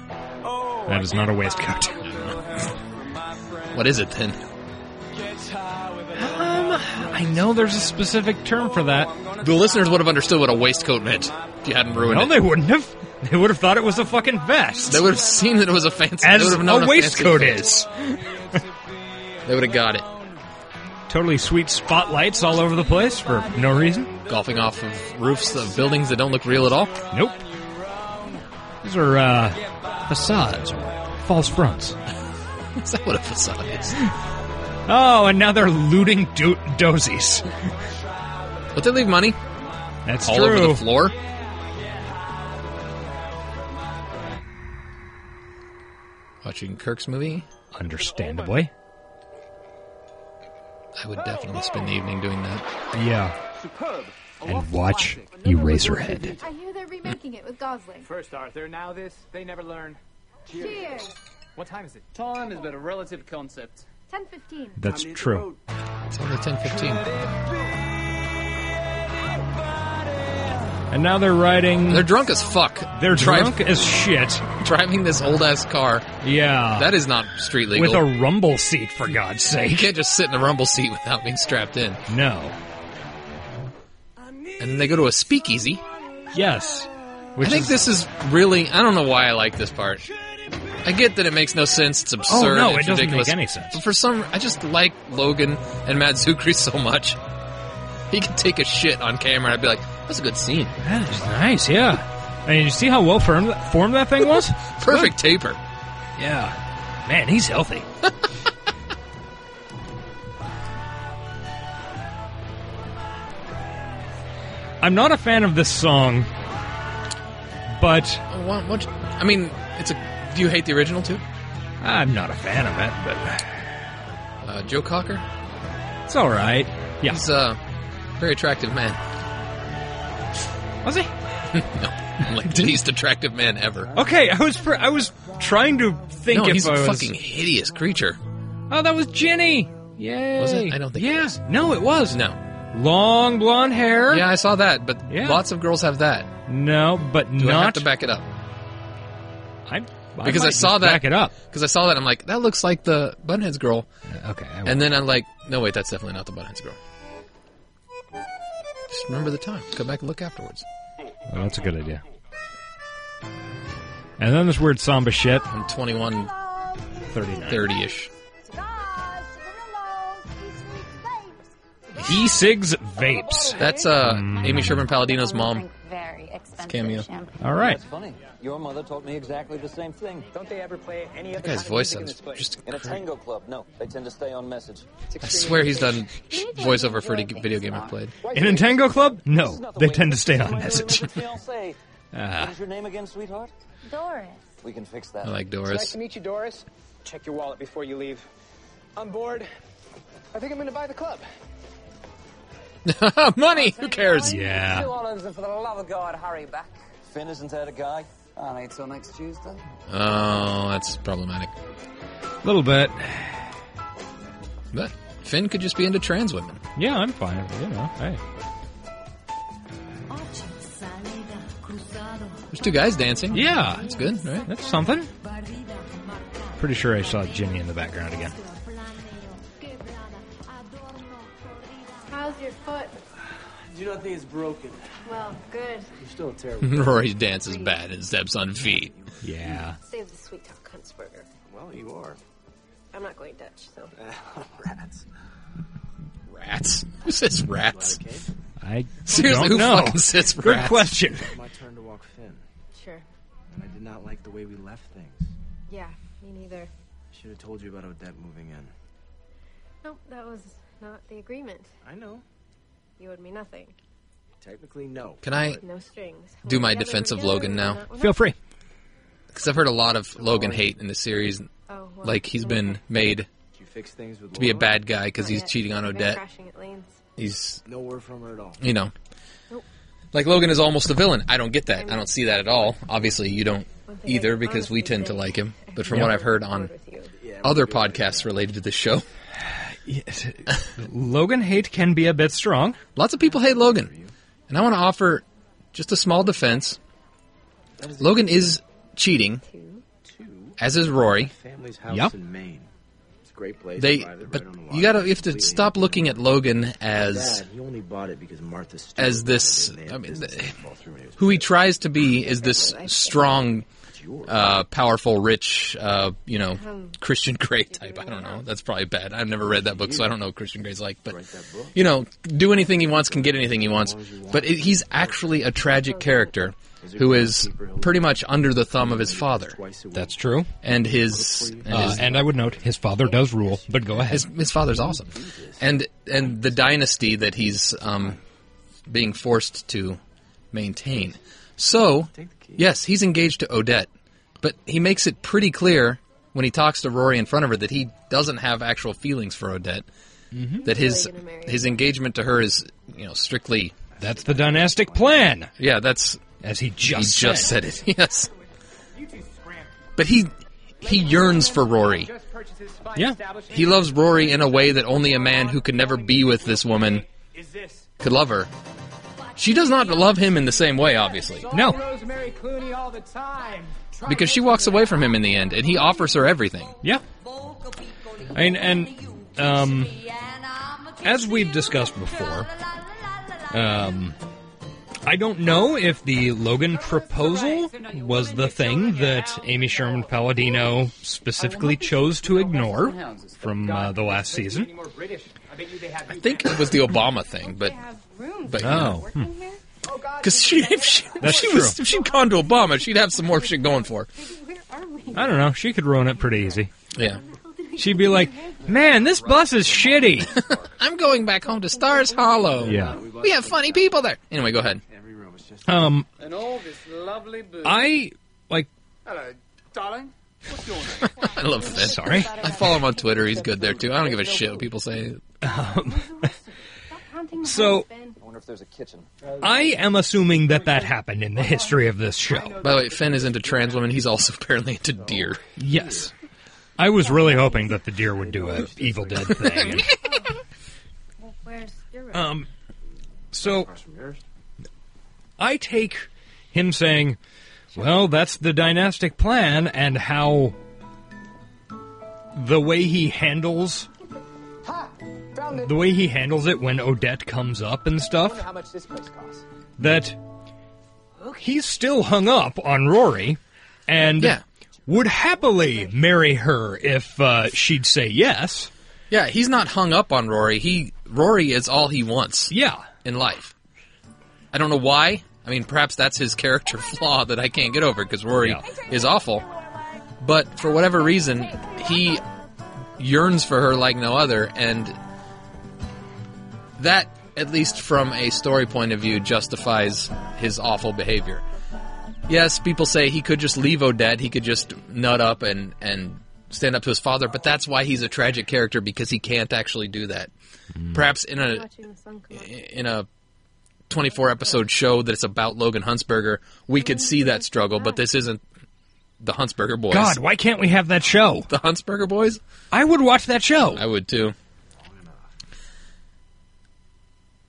Speaker 2: That is not a waistcoat.
Speaker 3: What is it then?
Speaker 2: Um, I know there's a specific term for that.
Speaker 3: The listeners would have understood what a waistcoat meant if you hadn't ruined
Speaker 2: No,
Speaker 3: it.
Speaker 2: they wouldn't have. They would have thought it was a fucking vest.
Speaker 3: They would have seen that it was a fancy. they
Speaker 2: As
Speaker 3: would have known
Speaker 2: a
Speaker 3: fancy
Speaker 2: waistcoat
Speaker 3: coat.
Speaker 2: is.
Speaker 3: They would have got it.
Speaker 2: Totally sweet spotlights all over the place for no reason.
Speaker 3: Golfing off of roofs of buildings that don't look real at all. *laughs*
Speaker 2: Nope. These are uh, facades or false fronts.
Speaker 3: Is that what a facade is?
Speaker 2: Oh, and now they're looting do- dozies.
Speaker 3: But they leave money.
Speaker 2: That's
Speaker 3: all
Speaker 2: true.
Speaker 3: over the floor. Watching Kirk's movie.
Speaker 2: Understandably.
Speaker 3: I would definitely spend the evening doing that.
Speaker 2: Yeah.
Speaker 17: Superb.
Speaker 2: And watch Eraserhead.
Speaker 18: I hear they're remaking it with Gosling.
Speaker 17: First Arthur, now this. They never learn. Cheers.
Speaker 18: Cheers.
Speaker 17: What time is it? Time is but a relative concept.
Speaker 18: 10:15.
Speaker 2: That's true.
Speaker 3: It's over ten fifteen.
Speaker 2: And now they're riding.
Speaker 3: They're drunk as fuck.
Speaker 2: They're
Speaker 3: Drive-
Speaker 2: drunk as shit.
Speaker 3: *laughs* Driving this old ass car.
Speaker 2: Yeah.
Speaker 3: That is not street legal.
Speaker 2: With a rumble seat, for God's
Speaker 3: *laughs* you
Speaker 2: sake.
Speaker 3: can't just sit in a rumble seat without being strapped in.
Speaker 2: No.
Speaker 3: And then they go to a speakeasy.
Speaker 2: Yes.
Speaker 3: I think this is really. I don't know why I like this part. I get that it makes no sense. It's absurd.
Speaker 2: Oh, no,
Speaker 3: it's
Speaker 2: it doesn't make
Speaker 3: ridiculous.
Speaker 2: any sense.
Speaker 3: But for some, I just like Logan and Matt Zucri so much. He could take a shit on camera. I'd be like, "That's a good scene.
Speaker 2: That is nice, yeah. I mean, you see how well formed, formed that thing was?
Speaker 3: *laughs* Perfect taper."
Speaker 2: Yeah. Man, he's
Speaker 3: *laughs*
Speaker 2: healthy. I'm not a fan of this song, but
Speaker 3: Oh, why- why don't you- I mean, it's a. Do you hate the original too?
Speaker 2: I'm not a fan of it.
Speaker 3: Uh, Joe Cocker.
Speaker 2: But it's all right. Yeah.
Speaker 3: He's a very attractive man.
Speaker 2: Was he?
Speaker 3: no, *laughs* I'm like the least attractive man ever.
Speaker 2: Okay, I was pr- I was trying to think
Speaker 3: no,
Speaker 2: if
Speaker 3: he's
Speaker 2: I was.
Speaker 3: a fucking hideous creature.
Speaker 2: Oh, that was Jenny. Yay.
Speaker 3: Was it? I don't think it
Speaker 2: Yeah. No, it was.
Speaker 3: No.
Speaker 2: Long blonde hair.
Speaker 3: Yeah, I saw that, but
Speaker 2: Yeah.
Speaker 3: lots of girls have that.
Speaker 2: No, but
Speaker 3: Do
Speaker 2: not.
Speaker 3: I have to back it up?
Speaker 2: I, I
Speaker 3: because
Speaker 2: might
Speaker 3: I saw
Speaker 2: just
Speaker 3: that.
Speaker 2: Back it up.
Speaker 3: Because I saw that, I'm like, that looks like the Bunheads girl.
Speaker 2: Okay. I will.
Speaker 3: And then I'm like, no, wait, that's definitely not the Bunheads girl. Just remember the time. Go back and look afterwards.
Speaker 2: Oh, that's a good idea. And then this weird samba shit.
Speaker 3: I'm 21,
Speaker 2: 39.
Speaker 3: 30 ish.
Speaker 2: He cigs vapes.
Speaker 3: That's uh,
Speaker 2: Mm.
Speaker 3: Amy Sherman Palladino's mom.
Speaker 5: Very expensive
Speaker 3: cameo.
Speaker 5: champagne.
Speaker 2: All right.
Speaker 6: That's funny. Your mother taught me exactly the same thing. Don't they ever play any other
Speaker 3: guy's kind of voice music in sounds this place? just
Speaker 6: in a tango club? No, they tend to stay on message.
Speaker 3: I swear he's done voiceover for any video game I've played.
Speaker 2: In a tango club? No, they tend to stay on message.
Speaker 6: Fiance.
Speaker 2: Ah.
Speaker 6: What is your name again, sweetheart?
Speaker 5: Doris.
Speaker 6: We can fix that.
Speaker 3: I like Doris.
Speaker 19: meet you, Doris.
Speaker 9: Check your wallet before you leave.
Speaker 19: I'm bored. I think I'm going to buy the club.
Speaker 3: *laughs* Money! Who cares?
Speaker 2: Yeah.
Speaker 20: olives and for the love of God, hurry back.
Speaker 6: Finn, isn't that a guy? All right, till next Tuesday.
Speaker 3: Oh, that's problematic.
Speaker 2: A little bit.
Speaker 3: But Finn could just be into trans women.
Speaker 2: Yeah, I'm fine. You know, hey.
Speaker 3: There's two guys dancing.
Speaker 2: Yeah.
Speaker 3: That's good, right? *laughs*
Speaker 2: That's something. Pretty sure I saw Ginny in the background again.
Speaker 18: How's your foot?
Speaker 9: Do not think it's broken.
Speaker 18: Well, good.
Speaker 9: You're still
Speaker 3: *laughs*
Speaker 9: in terrible.
Speaker 3: Rory dances bad and steps on feet.
Speaker 2: Yeah.
Speaker 5: Save the sweet talk, Huntsberger.
Speaker 9: well, you are.
Speaker 5: I'm not going Dutch, so.
Speaker 9: Rats.
Speaker 3: Rats? Who says rats?
Speaker 2: I
Speaker 3: Seriously,
Speaker 2: don't
Speaker 3: who
Speaker 2: know.
Speaker 3: fucking says
Speaker 2: Good
Speaker 3: rats?
Speaker 2: question.
Speaker 9: My turn to walk Finn,
Speaker 5: Sure.
Speaker 9: and I did not like the way we left things.
Speaker 5: Yeah, me neither.
Speaker 9: I should have told you about Odette moving in.
Speaker 5: Nope, that was not the agreement.
Speaker 9: I know.
Speaker 5: You owed me nothing.
Speaker 9: Technically, no.
Speaker 3: Can I
Speaker 5: No strings.
Speaker 3: do
Speaker 5: We're
Speaker 3: my
Speaker 5: together,
Speaker 3: defense
Speaker 5: we're
Speaker 3: of
Speaker 5: together,
Speaker 3: Logan
Speaker 5: we're
Speaker 3: now?
Speaker 5: not- we're
Speaker 2: Feel
Speaker 3: *laughs*
Speaker 5: not-
Speaker 2: free.
Speaker 3: Because I've heard a lot of Logan hate in the series.
Speaker 5: Oh, well,
Speaker 3: Like, he's
Speaker 5: I'm
Speaker 3: been
Speaker 5: okay.
Speaker 3: made
Speaker 9: Did you fix things with
Speaker 3: to be a
Speaker 9: Laura?
Speaker 3: bad guy because
Speaker 5: Not
Speaker 3: he's
Speaker 5: yet.
Speaker 3: cheating on
Speaker 5: I've been
Speaker 3: Odette.
Speaker 5: crashing at lanes.
Speaker 3: He's,
Speaker 9: No word from her at all.
Speaker 3: you know.
Speaker 5: Nope.
Speaker 3: Like, Logan is almost a villain. I don't get that. I don't see that at all. Obviously, you don't either because we tend to like him. But from what I've heard on other podcasts related to this show,
Speaker 2: Yes. Logan hate can be a bit strong.
Speaker 3: Lots of people hate Logan. And I want to offer just a small defense. Logan is cheating,
Speaker 9: Two
Speaker 3: as is Rory.
Speaker 9: family's house
Speaker 2: Yep.
Speaker 9: in Maine. It's a great place.
Speaker 3: They,
Speaker 9: private,
Speaker 3: but
Speaker 9: right on the
Speaker 3: you
Speaker 9: water.
Speaker 3: gotta, you have to
Speaker 9: Completely
Speaker 3: stop looking at Logan as,
Speaker 9: Dad, he only bought it because Martha Stewart
Speaker 3: as this,
Speaker 9: and they had
Speaker 3: I mean,
Speaker 9: businesses *laughs*
Speaker 3: th-
Speaker 9: fall through and it was
Speaker 3: who he tries to be is this strong uh, powerful, rich, uh, you know,
Speaker 21: Um,
Speaker 3: Christian Grey type. I don't know. That's probably bad. I've never read that book, so I don't know what Christian Grey's like. But you know, do anything he wants, can get anything he wants. But it, he's actually a tragic character who is pretty much under the thumb of his father.
Speaker 2: That's true.
Speaker 3: And his,
Speaker 2: Uh,
Speaker 3: his-
Speaker 2: and I would note his father does rule, but go ahead.
Speaker 3: his, his father's awesome, and and the dynasty that he's um, being forced to maintain. So yes, he's engaged to Odette, but he makes it pretty clear when he talks to Rory in front of her that he doesn't have actual feelings for Odette.
Speaker 2: Mhm.
Speaker 3: That his his engagement to her is you know strictly
Speaker 2: That's the dynastic plan.
Speaker 3: yeah that's
Speaker 2: as he just
Speaker 3: he just
Speaker 2: said.
Speaker 3: said it *laughs* yes, but he he yearns for Rory.
Speaker 2: Yeah.
Speaker 3: He loves Rory in a way that only a man who could never be with this woman could love her. She does not love him in the same way, obviously. No,
Speaker 22: Rosemary Clooney all the time.
Speaker 3: because she walks away from him in the end, and he offers her everything.
Speaker 2: Yeah. I mean, and um, as we've discussed before, um, I don't know if the Logan proposal was the thing that Amy Sherman Palladino specifically chose to ignore from uh, the last season.
Speaker 3: I think it was the Obama thing, but but
Speaker 2: Oh.
Speaker 3: Hmm.
Speaker 5: *laughs*
Speaker 3: because she if she, if
Speaker 2: That's
Speaker 3: she was
Speaker 2: true.
Speaker 3: if she'd gone to Obama, she'd have some more shit going for.
Speaker 2: I don't know. She could ruin it pretty easy.
Speaker 3: her. Yeah,
Speaker 2: She'd be like, "Man, this bus is *laughs* shitty."
Speaker 3: I'm going back home to Stars Hollow.
Speaker 2: Yeah.
Speaker 3: we have funny people there. Anyway, go ahead.
Speaker 2: Um,
Speaker 23: And all this lovely booze.
Speaker 2: I like.
Speaker 23: Hello, darling. What's your name?
Speaker 3: I love Finn.
Speaker 2: Sorry.
Speaker 3: I follow him on Twitter. He's good there too. I don't give a shit what people say.
Speaker 2: So
Speaker 16: I wonder if there's a kitchen.
Speaker 2: I am assuming that that happened in the history of this show.
Speaker 3: By the way, Finn is into trans women. He's also *laughs* apparently into deer.
Speaker 2: Yes. I was really hoping that the deer would do a Evil Dead *laughs* thing.
Speaker 22: Where's your
Speaker 2: um, so I take him saying, "Well, that's the dynastic plan," and how the way he handles the way he handles it when Odette comes up and stuff
Speaker 12: How much this place costs?
Speaker 2: that he's still hung up on Rory and would happily marry her if uh, she'd say yes.
Speaker 3: Yeah, he's not hung up on Rory. He Rory is all he wants.
Speaker 2: Yeah,
Speaker 3: in life. I don't know why. I mean, perhaps that's his character *laughs* flaw that I can't get over because Rory is awful. But for whatever reason, he yearns for her like no other, and that, at least from a story point of view, justifies his awful behavior. Yes, people say he could just leave Odette, he could just nut up and, and stand up to his father, but that's why he's a tragic character because he can't actually do that. Perhaps in a
Speaker 21: Watching the sun come up.
Speaker 3: in a 24 episode show that's about Logan Huntsberger, we could see that struggle, but this isn't the Huntsberger boys.
Speaker 2: God, why can't we have that show?
Speaker 3: The Huntsberger boys?
Speaker 2: I would watch that show.
Speaker 3: I would too.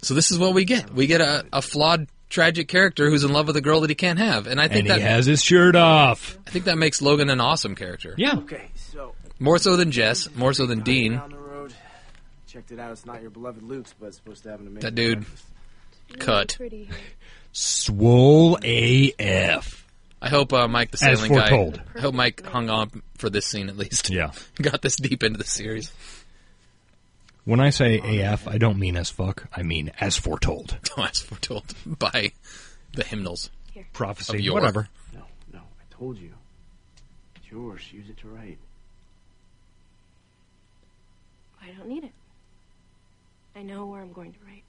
Speaker 3: So this is what we get. We get a, a flawed, tragic character who's in love with a girl that he can't have, and I think
Speaker 2: And he
Speaker 3: that
Speaker 2: has his shirt off.
Speaker 3: I think that makes Logan an awesome character.
Speaker 2: Yeah.
Speaker 11: Okay, so
Speaker 3: More so than Jess, more so than Dean.
Speaker 11: down the road, checked it out. It's not your beloved Luke's, but it's supposed to have an amazing.
Speaker 3: That dude. Cut.
Speaker 2: Swole AF.
Speaker 3: I hope uh, Mike the
Speaker 2: As
Speaker 3: sailing
Speaker 2: foretold.
Speaker 3: guy. I hope Mike hung on for this scene at least.
Speaker 2: Yeah.
Speaker 3: *laughs* Got this deep into the series. *laughs*
Speaker 2: When I say AF, I don't mean as fuck. I mean as foretold.
Speaker 3: as foretold by the hymnals. Of
Speaker 2: Prophecy,
Speaker 3: yore.
Speaker 2: whatever.
Speaker 11: No, no, I told you. It's yours. Use it to write.
Speaker 5: I don't need it. I know where I'm going to write.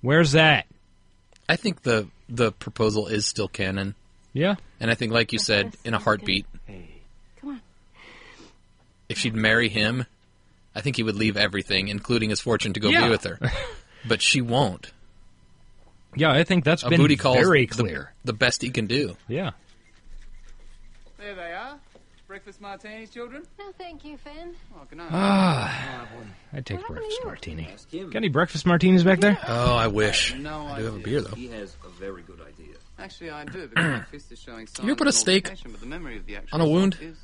Speaker 2: Where's that?
Speaker 3: I think the the proposal is still canon.
Speaker 2: Yeah.
Speaker 3: And I think like you said, in a heartbeat.
Speaker 5: Come on.
Speaker 3: If she'd marry him, I think he would leave everything, including his fortune, to go
Speaker 2: Yeah. *laughs*
Speaker 3: be with her. But she won't.
Speaker 2: Yeah, I think that's
Speaker 3: a
Speaker 2: been
Speaker 3: booty call is
Speaker 2: very
Speaker 3: the-
Speaker 2: clear.
Speaker 3: The, best he can do.
Speaker 2: Yeah.
Speaker 23: There they are. Breakfast martinis, children.
Speaker 5: No, thank you, Finn.
Speaker 23: Oh, good night.
Speaker 2: Ah, I take breakfast martini. Got any breakfast martinis back there?
Speaker 3: Oh, I wish.
Speaker 23: No
Speaker 3: I do have a
Speaker 23: idea.
Speaker 3: beer though.
Speaker 24: He has a very good idea.
Speaker 23: Actually, I do, but breakfast is showing signs
Speaker 3: ever put
Speaker 23: of
Speaker 3: a steak
Speaker 23: altercation, but the memory of the actual
Speaker 3: on a wound?
Speaker 23: steak Is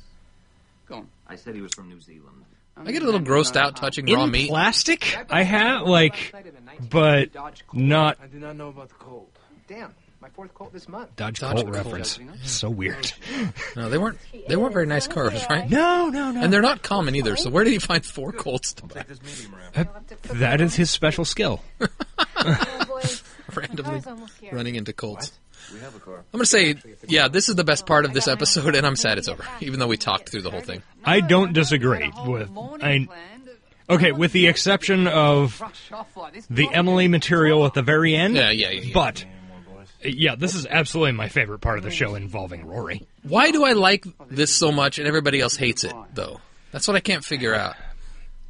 Speaker 23: gone.
Speaker 24: I said he was from New Zealand.
Speaker 3: I get a little grossed out touching
Speaker 2: In
Speaker 3: raw meat.
Speaker 2: plastic? I have like, but not.
Speaker 11: I do not know about the cold.
Speaker 9: Damn,
Speaker 12: My fourth Colt this month.
Speaker 2: Dodge,
Speaker 3: Dodge
Speaker 2: Colt,
Speaker 3: Colt.
Speaker 2: reference. So weird.
Speaker 3: No, they weren't. They weren't very nice cars, right?
Speaker 2: No, no, no.
Speaker 3: And they're not common either. So where did he
Speaker 2: *laughs*
Speaker 3: find four Colts to buy? *laughs*
Speaker 2: Uh, that is his special skill.
Speaker 3: Randomly running into Colts.
Speaker 24: We have a car.
Speaker 3: I'm gonna say, yeah, this is the best part of this episode, and I'm sad it's over, even though we talked through the whole thing.
Speaker 2: I don't disagree with. I, okay, with the exception of the Emily material at the very end.
Speaker 3: Yeah, yeah, yeah, yeah.
Speaker 2: But yeah, this is absolutely my favorite part of the show involving Rory.
Speaker 3: Why do I like this so much and everybody else hates it though? That's what I can't figure out.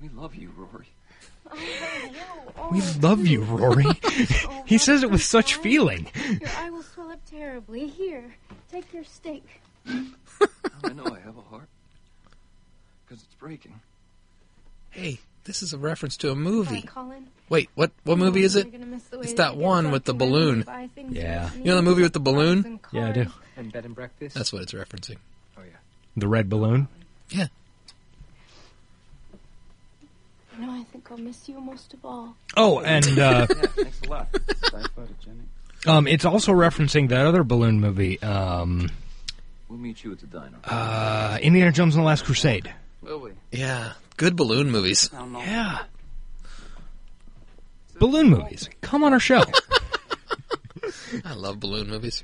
Speaker 24: We love you,
Speaker 3: *laughs*
Speaker 24: Rory.
Speaker 5: Oh,
Speaker 2: We love you, Rory. *laughs* he says it with such feeling.
Speaker 5: Your eye will swell up terribly. Here, take your steak.
Speaker 24: I know I have a heart. Because it's breaking.
Speaker 3: Hey, this is a reference to a movie.
Speaker 5: Colin.
Speaker 3: Wait, what? What movie is it? It's that one with the balloon.
Speaker 2: Yeah.
Speaker 3: You know the movie with the balloon?
Speaker 2: Yeah, I do.
Speaker 12: And bed and breakfast.
Speaker 3: That's what it's referencing.
Speaker 2: The red balloon.
Speaker 5: You know, I think I'll miss you most of all.
Speaker 2: Oh, and
Speaker 24: *laughs*
Speaker 2: uh,
Speaker 12: thanks a lot.
Speaker 2: um, it's also referencing that other balloon movie, um,
Speaker 24: We'll meet you at the diner.
Speaker 2: uh, Indiana Jones and the Last Crusade.
Speaker 24: Will we?
Speaker 3: Yeah, good balloon movies.
Speaker 2: Yeah. Balloon movies. Come on our show.
Speaker 3: I love balloon movies.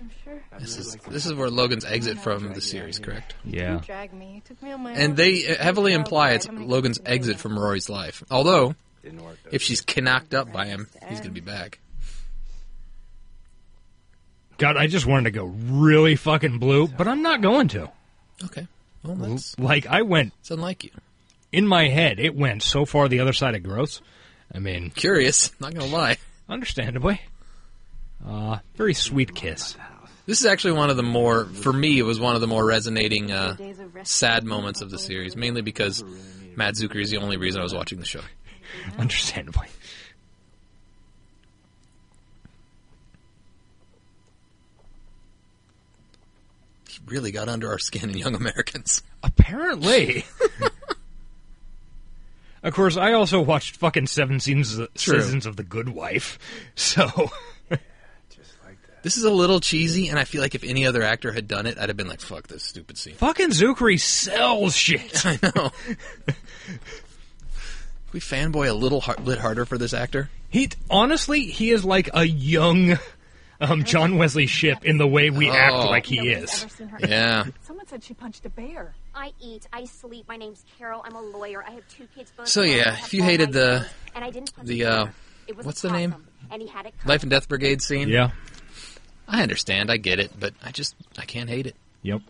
Speaker 21: I'm sure.
Speaker 3: This is this is where Logan's exit from the series, correct?
Speaker 2: Yeah.
Speaker 21: You dragged me. You took me on my
Speaker 3: And
Speaker 21: own.
Speaker 3: they uh, heavily imply it's
Speaker 21: I'm gonna
Speaker 3: Logan's exit from Rory's life. Although, if she's knocked up by him, he's going to be back.
Speaker 2: God, I just wanted to go really fucking blue, but I'm not going to.
Speaker 3: Okay. Well, that's
Speaker 2: Like I went
Speaker 3: it's unlike you.
Speaker 2: in my head, it went so far the other side of gross. I mean,
Speaker 3: Curious, not going to lie.
Speaker 2: understandably. Uh, very sweet kiss.
Speaker 3: This is actually one of the more, for me, it was one of the more resonating uh, sad moments of the series, mainly because Matt Zucker is the only reason I was watching the show.
Speaker 2: Understandably.
Speaker 3: He really got under our skin in Young Americans.
Speaker 2: Apparently. *laughs* of course, I also watched fucking seven seasons of,
Speaker 3: True.
Speaker 2: seasons of The Good Wife, so
Speaker 3: This is a little cheesy, and I feel like if any other actor had done it, I'd have been like, fuck this stupid scene. *laughs*
Speaker 2: fucking Zuckery sells shit.
Speaker 3: I know. we fanboy a little har- lit harder for this actor.
Speaker 2: He honestly, he is like a young um, John Wesley Ship in the way we act
Speaker 3: Oh.
Speaker 2: like he
Speaker 13: Nobody's
Speaker 2: is.
Speaker 13: ever seen her-
Speaker 3: Yeah.
Speaker 13: Someone said she punched a bear.
Speaker 5: I eat, I sleep. My name's Carol. I'm a lawyer. I have two kids. Both
Speaker 3: So,
Speaker 5: grown.
Speaker 3: yeah,
Speaker 5: I have
Speaker 3: if you
Speaker 5: all
Speaker 3: hated
Speaker 5: my
Speaker 3: the-
Speaker 5: clothes, and I didn't punch
Speaker 3: the,
Speaker 5: him
Speaker 3: uh,
Speaker 5: either. It was
Speaker 3: what's the name?
Speaker 5: awesome, And he had it.
Speaker 3: Life and Death Brigade scene.
Speaker 2: Yeah.
Speaker 3: I understand. I get it, but I just I can't hate it.
Speaker 2: Yep.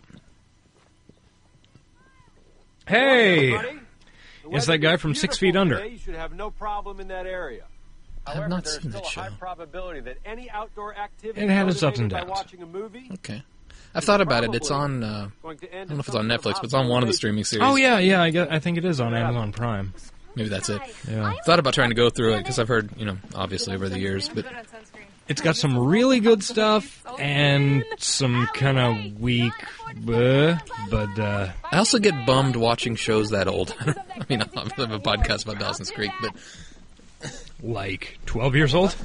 Speaker 2: Hey,
Speaker 7: Everybody, the
Speaker 2: It's that
Speaker 7: weather
Speaker 2: guy
Speaker 7: is
Speaker 2: from Six
Speaker 7: beautiful
Speaker 2: Feet Under.
Speaker 7: today. You should have no problem in that area.
Speaker 3: I have
Speaker 7: However,
Speaker 3: not
Speaker 7: there is
Speaker 3: seen
Speaker 7: still
Speaker 3: that
Speaker 7: a
Speaker 3: show.
Speaker 7: high probability that any outdoor activity
Speaker 2: It had its ups and
Speaker 7: motivated by
Speaker 2: downs.
Speaker 7: watching a movie
Speaker 3: Okay. I've thought about it. It's on. Uh,
Speaker 7: going to
Speaker 3: I don't
Speaker 7: end
Speaker 3: know
Speaker 7: in
Speaker 3: if it's on
Speaker 7: some
Speaker 3: Netflix,
Speaker 7: sort
Speaker 3: but it's on one of the streaming series.
Speaker 2: Oh yeah, yeah. I, guess, I think it is on Amazon Prime.
Speaker 3: Maybe that's it.
Speaker 2: Yeah,
Speaker 3: Thought about trying to go through it because I've heard, you know, obviously over the years, but
Speaker 2: it's got some really good stuff and some kind of weak, uh, but uh,
Speaker 3: I also get bummed watching shows that old. *laughs* I mean, I have a podcast about Dawson's Creek, but
Speaker 2: like twelve years old.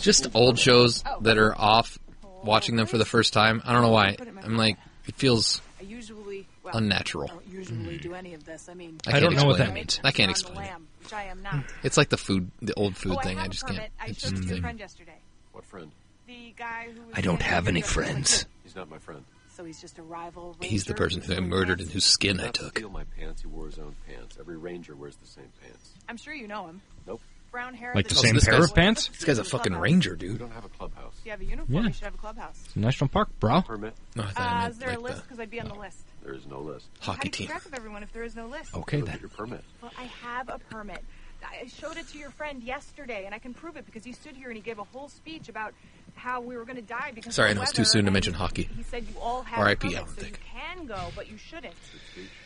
Speaker 3: just old shows that are off. Watching them for the first time, I don't know why. I'm like, it feels
Speaker 4: I usually well,
Speaker 3: unnatural. Mm.
Speaker 4: I don't usually do any of this. I mean,
Speaker 3: I,
Speaker 2: I
Speaker 3: can't
Speaker 2: don't know what
Speaker 3: explain
Speaker 2: that
Speaker 3: it.
Speaker 2: means.
Speaker 3: I can't
Speaker 4: on the
Speaker 3: explain it.
Speaker 4: lamb, which I am not.
Speaker 3: It's like the food, the old food
Speaker 4: oh,
Speaker 3: thing.
Speaker 4: I,
Speaker 3: I,
Speaker 4: have a
Speaker 3: just
Speaker 4: permit.
Speaker 3: can't.
Speaker 4: I
Speaker 3: It's
Speaker 4: showed
Speaker 3: just a
Speaker 4: it to your
Speaker 3: thing.
Speaker 4: friend yesterday.
Speaker 23: What friend?
Speaker 4: The guy who was
Speaker 2: I don't
Speaker 4: saying
Speaker 2: have
Speaker 4: that
Speaker 2: any
Speaker 4: he doesn't like
Speaker 2: friends.
Speaker 4: him.
Speaker 23: He's not my friend.
Speaker 4: *laughs* So he's just a rival.
Speaker 3: He's the
Speaker 4: ranger
Speaker 3: person who I
Speaker 4: who
Speaker 3: murdered
Speaker 4: has-
Speaker 3: and whose skin I
Speaker 23: Not to
Speaker 3: took.
Speaker 23: steal my pants. He wore his own pants. Every ranger wears the same pants.
Speaker 4: I'm sure you know him.
Speaker 23: Nope.
Speaker 4: Brown hair.
Speaker 2: Like the
Speaker 4: that-
Speaker 2: same
Speaker 3: this
Speaker 2: pair
Speaker 3: guy's-
Speaker 2: of pants.
Speaker 3: This guy's a fucking ranger, dude.
Speaker 23: We don't have a clubhouse.
Speaker 4: If you have a uniform,
Speaker 2: Yeah.
Speaker 4: you should have a clubhouse.
Speaker 2: National Park, bro.
Speaker 23: Permit.
Speaker 3: No, I thought I
Speaker 4: Uh,
Speaker 3: meant,
Speaker 4: is there a
Speaker 3: like,
Speaker 4: list? Because I'd be on the list.
Speaker 23: There is no list.
Speaker 3: the
Speaker 4: How do
Speaker 3: hockey
Speaker 4: you keep
Speaker 3: team.
Speaker 4: track of everyone if there is no list?
Speaker 2: Okay
Speaker 23: Look
Speaker 2: then.
Speaker 23: at your permit.
Speaker 4: Well, I have a permit. I showed it to your friend yesterday, and I can prove it because he stood here and he gave a whole speech about how we were going to die because.
Speaker 3: Sorry, I
Speaker 4: of
Speaker 3: know
Speaker 4: the
Speaker 3: it's too
Speaker 4: weather,
Speaker 3: soon to
Speaker 4: and
Speaker 3: mention hockey.
Speaker 4: He said you all have
Speaker 3: RIP,
Speaker 4: permits,
Speaker 3: Alan
Speaker 4: so
Speaker 3: Thicke.
Speaker 4: you can go, but you shouldn't.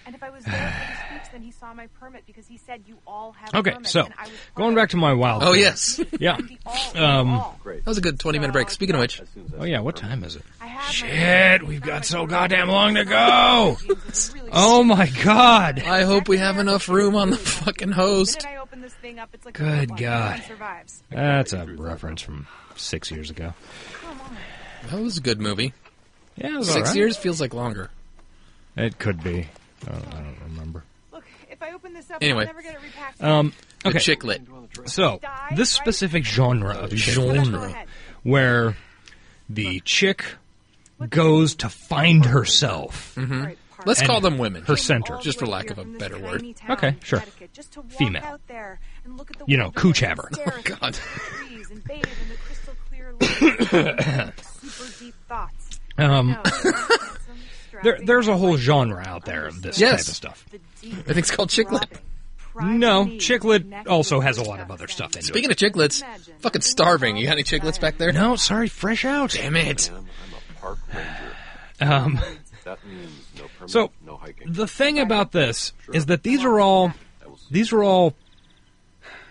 Speaker 4: And if I was there for the speech, then he saw my permit because he said you all have.
Speaker 2: Okay,
Speaker 4: permits,
Speaker 2: so
Speaker 4: and I was part
Speaker 2: going
Speaker 4: of
Speaker 2: back
Speaker 4: it.
Speaker 2: to my wild.
Speaker 3: Oh
Speaker 2: theory.
Speaker 3: yes,
Speaker 2: Yeah.
Speaker 4: You all- you
Speaker 2: Um,
Speaker 4: all.
Speaker 23: Great.
Speaker 3: that was a good twenty minute break. Speaking of which,
Speaker 23: As soon as I
Speaker 2: Oh
Speaker 23: see
Speaker 2: yeah.
Speaker 23: the
Speaker 2: What
Speaker 23: permit.
Speaker 2: time is it?
Speaker 4: I have my-
Speaker 2: Shit, we've got so goddamn long to go.
Speaker 4: It's really
Speaker 2: *laughs* Oh my god.
Speaker 3: I hope we have enough room on the fucking host.
Speaker 4: minute I open this this thing up. It's like a
Speaker 2: Good
Speaker 4: robot.
Speaker 2: God.
Speaker 4: Everyone survives.
Speaker 2: That's a reference from six years ago.
Speaker 3: That was a good movie.
Speaker 2: Yeah, it was
Speaker 3: six
Speaker 2: alright.
Speaker 3: years feels like longer.
Speaker 2: It could be. I don't, I don't remember.
Speaker 4: Look, if I open this up,
Speaker 3: Anyway.
Speaker 4: I'll never get it repacked.
Speaker 2: Um,
Speaker 3: The
Speaker 2: okay.
Speaker 3: chicklet.
Speaker 2: So this specific genre of chicklet,
Speaker 4: Genre.
Speaker 2: where the chick goes to find herself.
Speaker 4: Mm-hmm.
Speaker 3: Mm-hmm. Let's
Speaker 2: and
Speaker 3: call them women.
Speaker 2: Her center,
Speaker 3: just for lack of a better word.
Speaker 2: Okay, sure. Female.
Speaker 4: Out there and look at the
Speaker 2: You know,
Speaker 4: wilderness
Speaker 2: coochaver.
Speaker 4: and stare
Speaker 2: Oh,
Speaker 4: at the
Speaker 2: God.
Speaker 4: trees and bathe in the crystal clear
Speaker 2: *coughs*
Speaker 4: light. Super deep thoughts.
Speaker 2: Um, *laughs*
Speaker 4: No, you're handsome,
Speaker 2: There,
Speaker 4: strapping,
Speaker 2: there's a whole genre out there of this
Speaker 3: Yes.
Speaker 2: type of stuff.
Speaker 3: I think it's called chicklet.
Speaker 2: No, chicklet also has a lot of other stuff in
Speaker 3: Speaking of chicklets, fucking starving. You got any chicklets back there?
Speaker 2: No, sorry, fresh out.
Speaker 3: Damn it.
Speaker 25: Park ranger.
Speaker 2: it. Um,
Speaker 25: That means no permit,
Speaker 2: so
Speaker 25: no hiking.
Speaker 2: the thing about this is that these are all these are all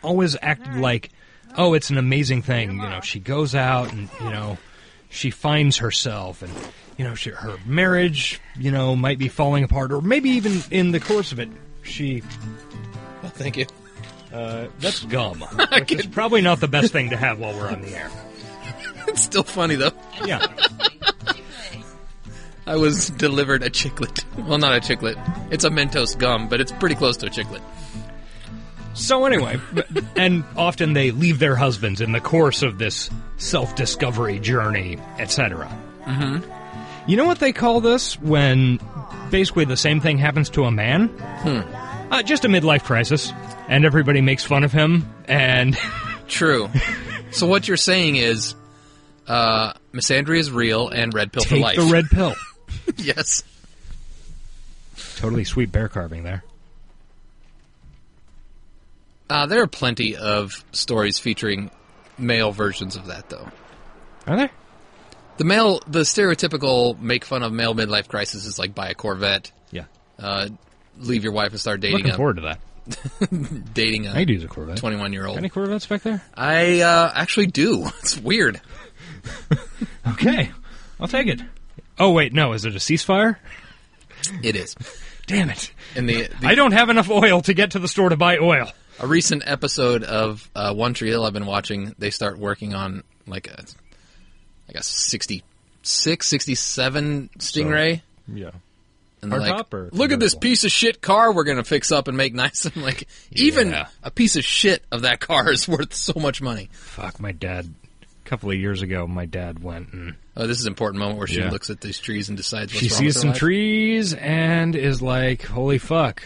Speaker 2: always acted like, oh, it's an amazing thing. You know, she goes out and you know she finds herself and you know she, her marriage you know might be falling apart or maybe even in the course of it she
Speaker 3: Thank you. *laughs*
Speaker 2: Uh, that's gum. Which is probably not the best thing to have while we're on the air.
Speaker 3: It's still funny though.
Speaker 2: Yeah.
Speaker 3: I was delivered a chiclet. Well, not a chiclet. It's a Mentos gum, but it's pretty close to a chiclet.
Speaker 2: So anyway, but- *laughs* and often they leave their husbands in the course of this self-discovery journey, etc.
Speaker 3: Mm-hmm.
Speaker 2: You know what they call this when basically the same thing happens to a man? Uh, just a midlife crisis, and everybody makes fun of him. *laughs* And
Speaker 3: true. So what you're saying is, uh, Miss Andrea is real and red pill for
Speaker 2: Take
Speaker 3: life.
Speaker 2: the red *laughs* pill.
Speaker 3: *laughs* yes.
Speaker 2: totally sweet bear carving there.
Speaker 3: Uh, there are plenty of stories featuring male versions of that, though.
Speaker 2: Are there?
Speaker 3: The male, the stereotypical make fun of male midlife crisis is like buy a Corvette.
Speaker 2: Yeah.
Speaker 3: Uh, leave your wife and start dating.
Speaker 2: Looking
Speaker 3: a-
Speaker 2: forward to that.
Speaker 3: dating a
Speaker 2: I could use a Corvette.
Speaker 3: Twenty-one year old.
Speaker 2: Any Corvettes back there?
Speaker 3: I uh, actually do. *laughs* It's weird.
Speaker 2: Okay, I'll take it. Oh wait, no, is it a ceasefire?
Speaker 3: It is.
Speaker 2: Damn it!
Speaker 3: And the, the
Speaker 2: I don't have enough oil to get to the store to buy oil.
Speaker 3: a recent episode of uh, One Tree Hill I've been watching, they start working on like a like a 66, 67 Stingray.
Speaker 2: yeah.
Speaker 3: And
Speaker 2: Hard
Speaker 3: like,
Speaker 2: top or
Speaker 3: look at this piece of shit car we're gonna fix up and make *laughs* nice. I'm like, even a piece of shit of that car *laughs* is worth so much money.
Speaker 2: Fuck my dad. A couple of years ago, my dad went and
Speaker 3: Oh, this is an important moment where she
Speaker 2: Yeah.
Speaker 3: looks at these trees and decides. What's
Speaker 2: she
Speaker 3: wrong
Speaker 2: sees
Speaker 3: with her
Speaker 2: some
Speaker 3: life.
Speaker 2: trees and is like, "Holy fuck!"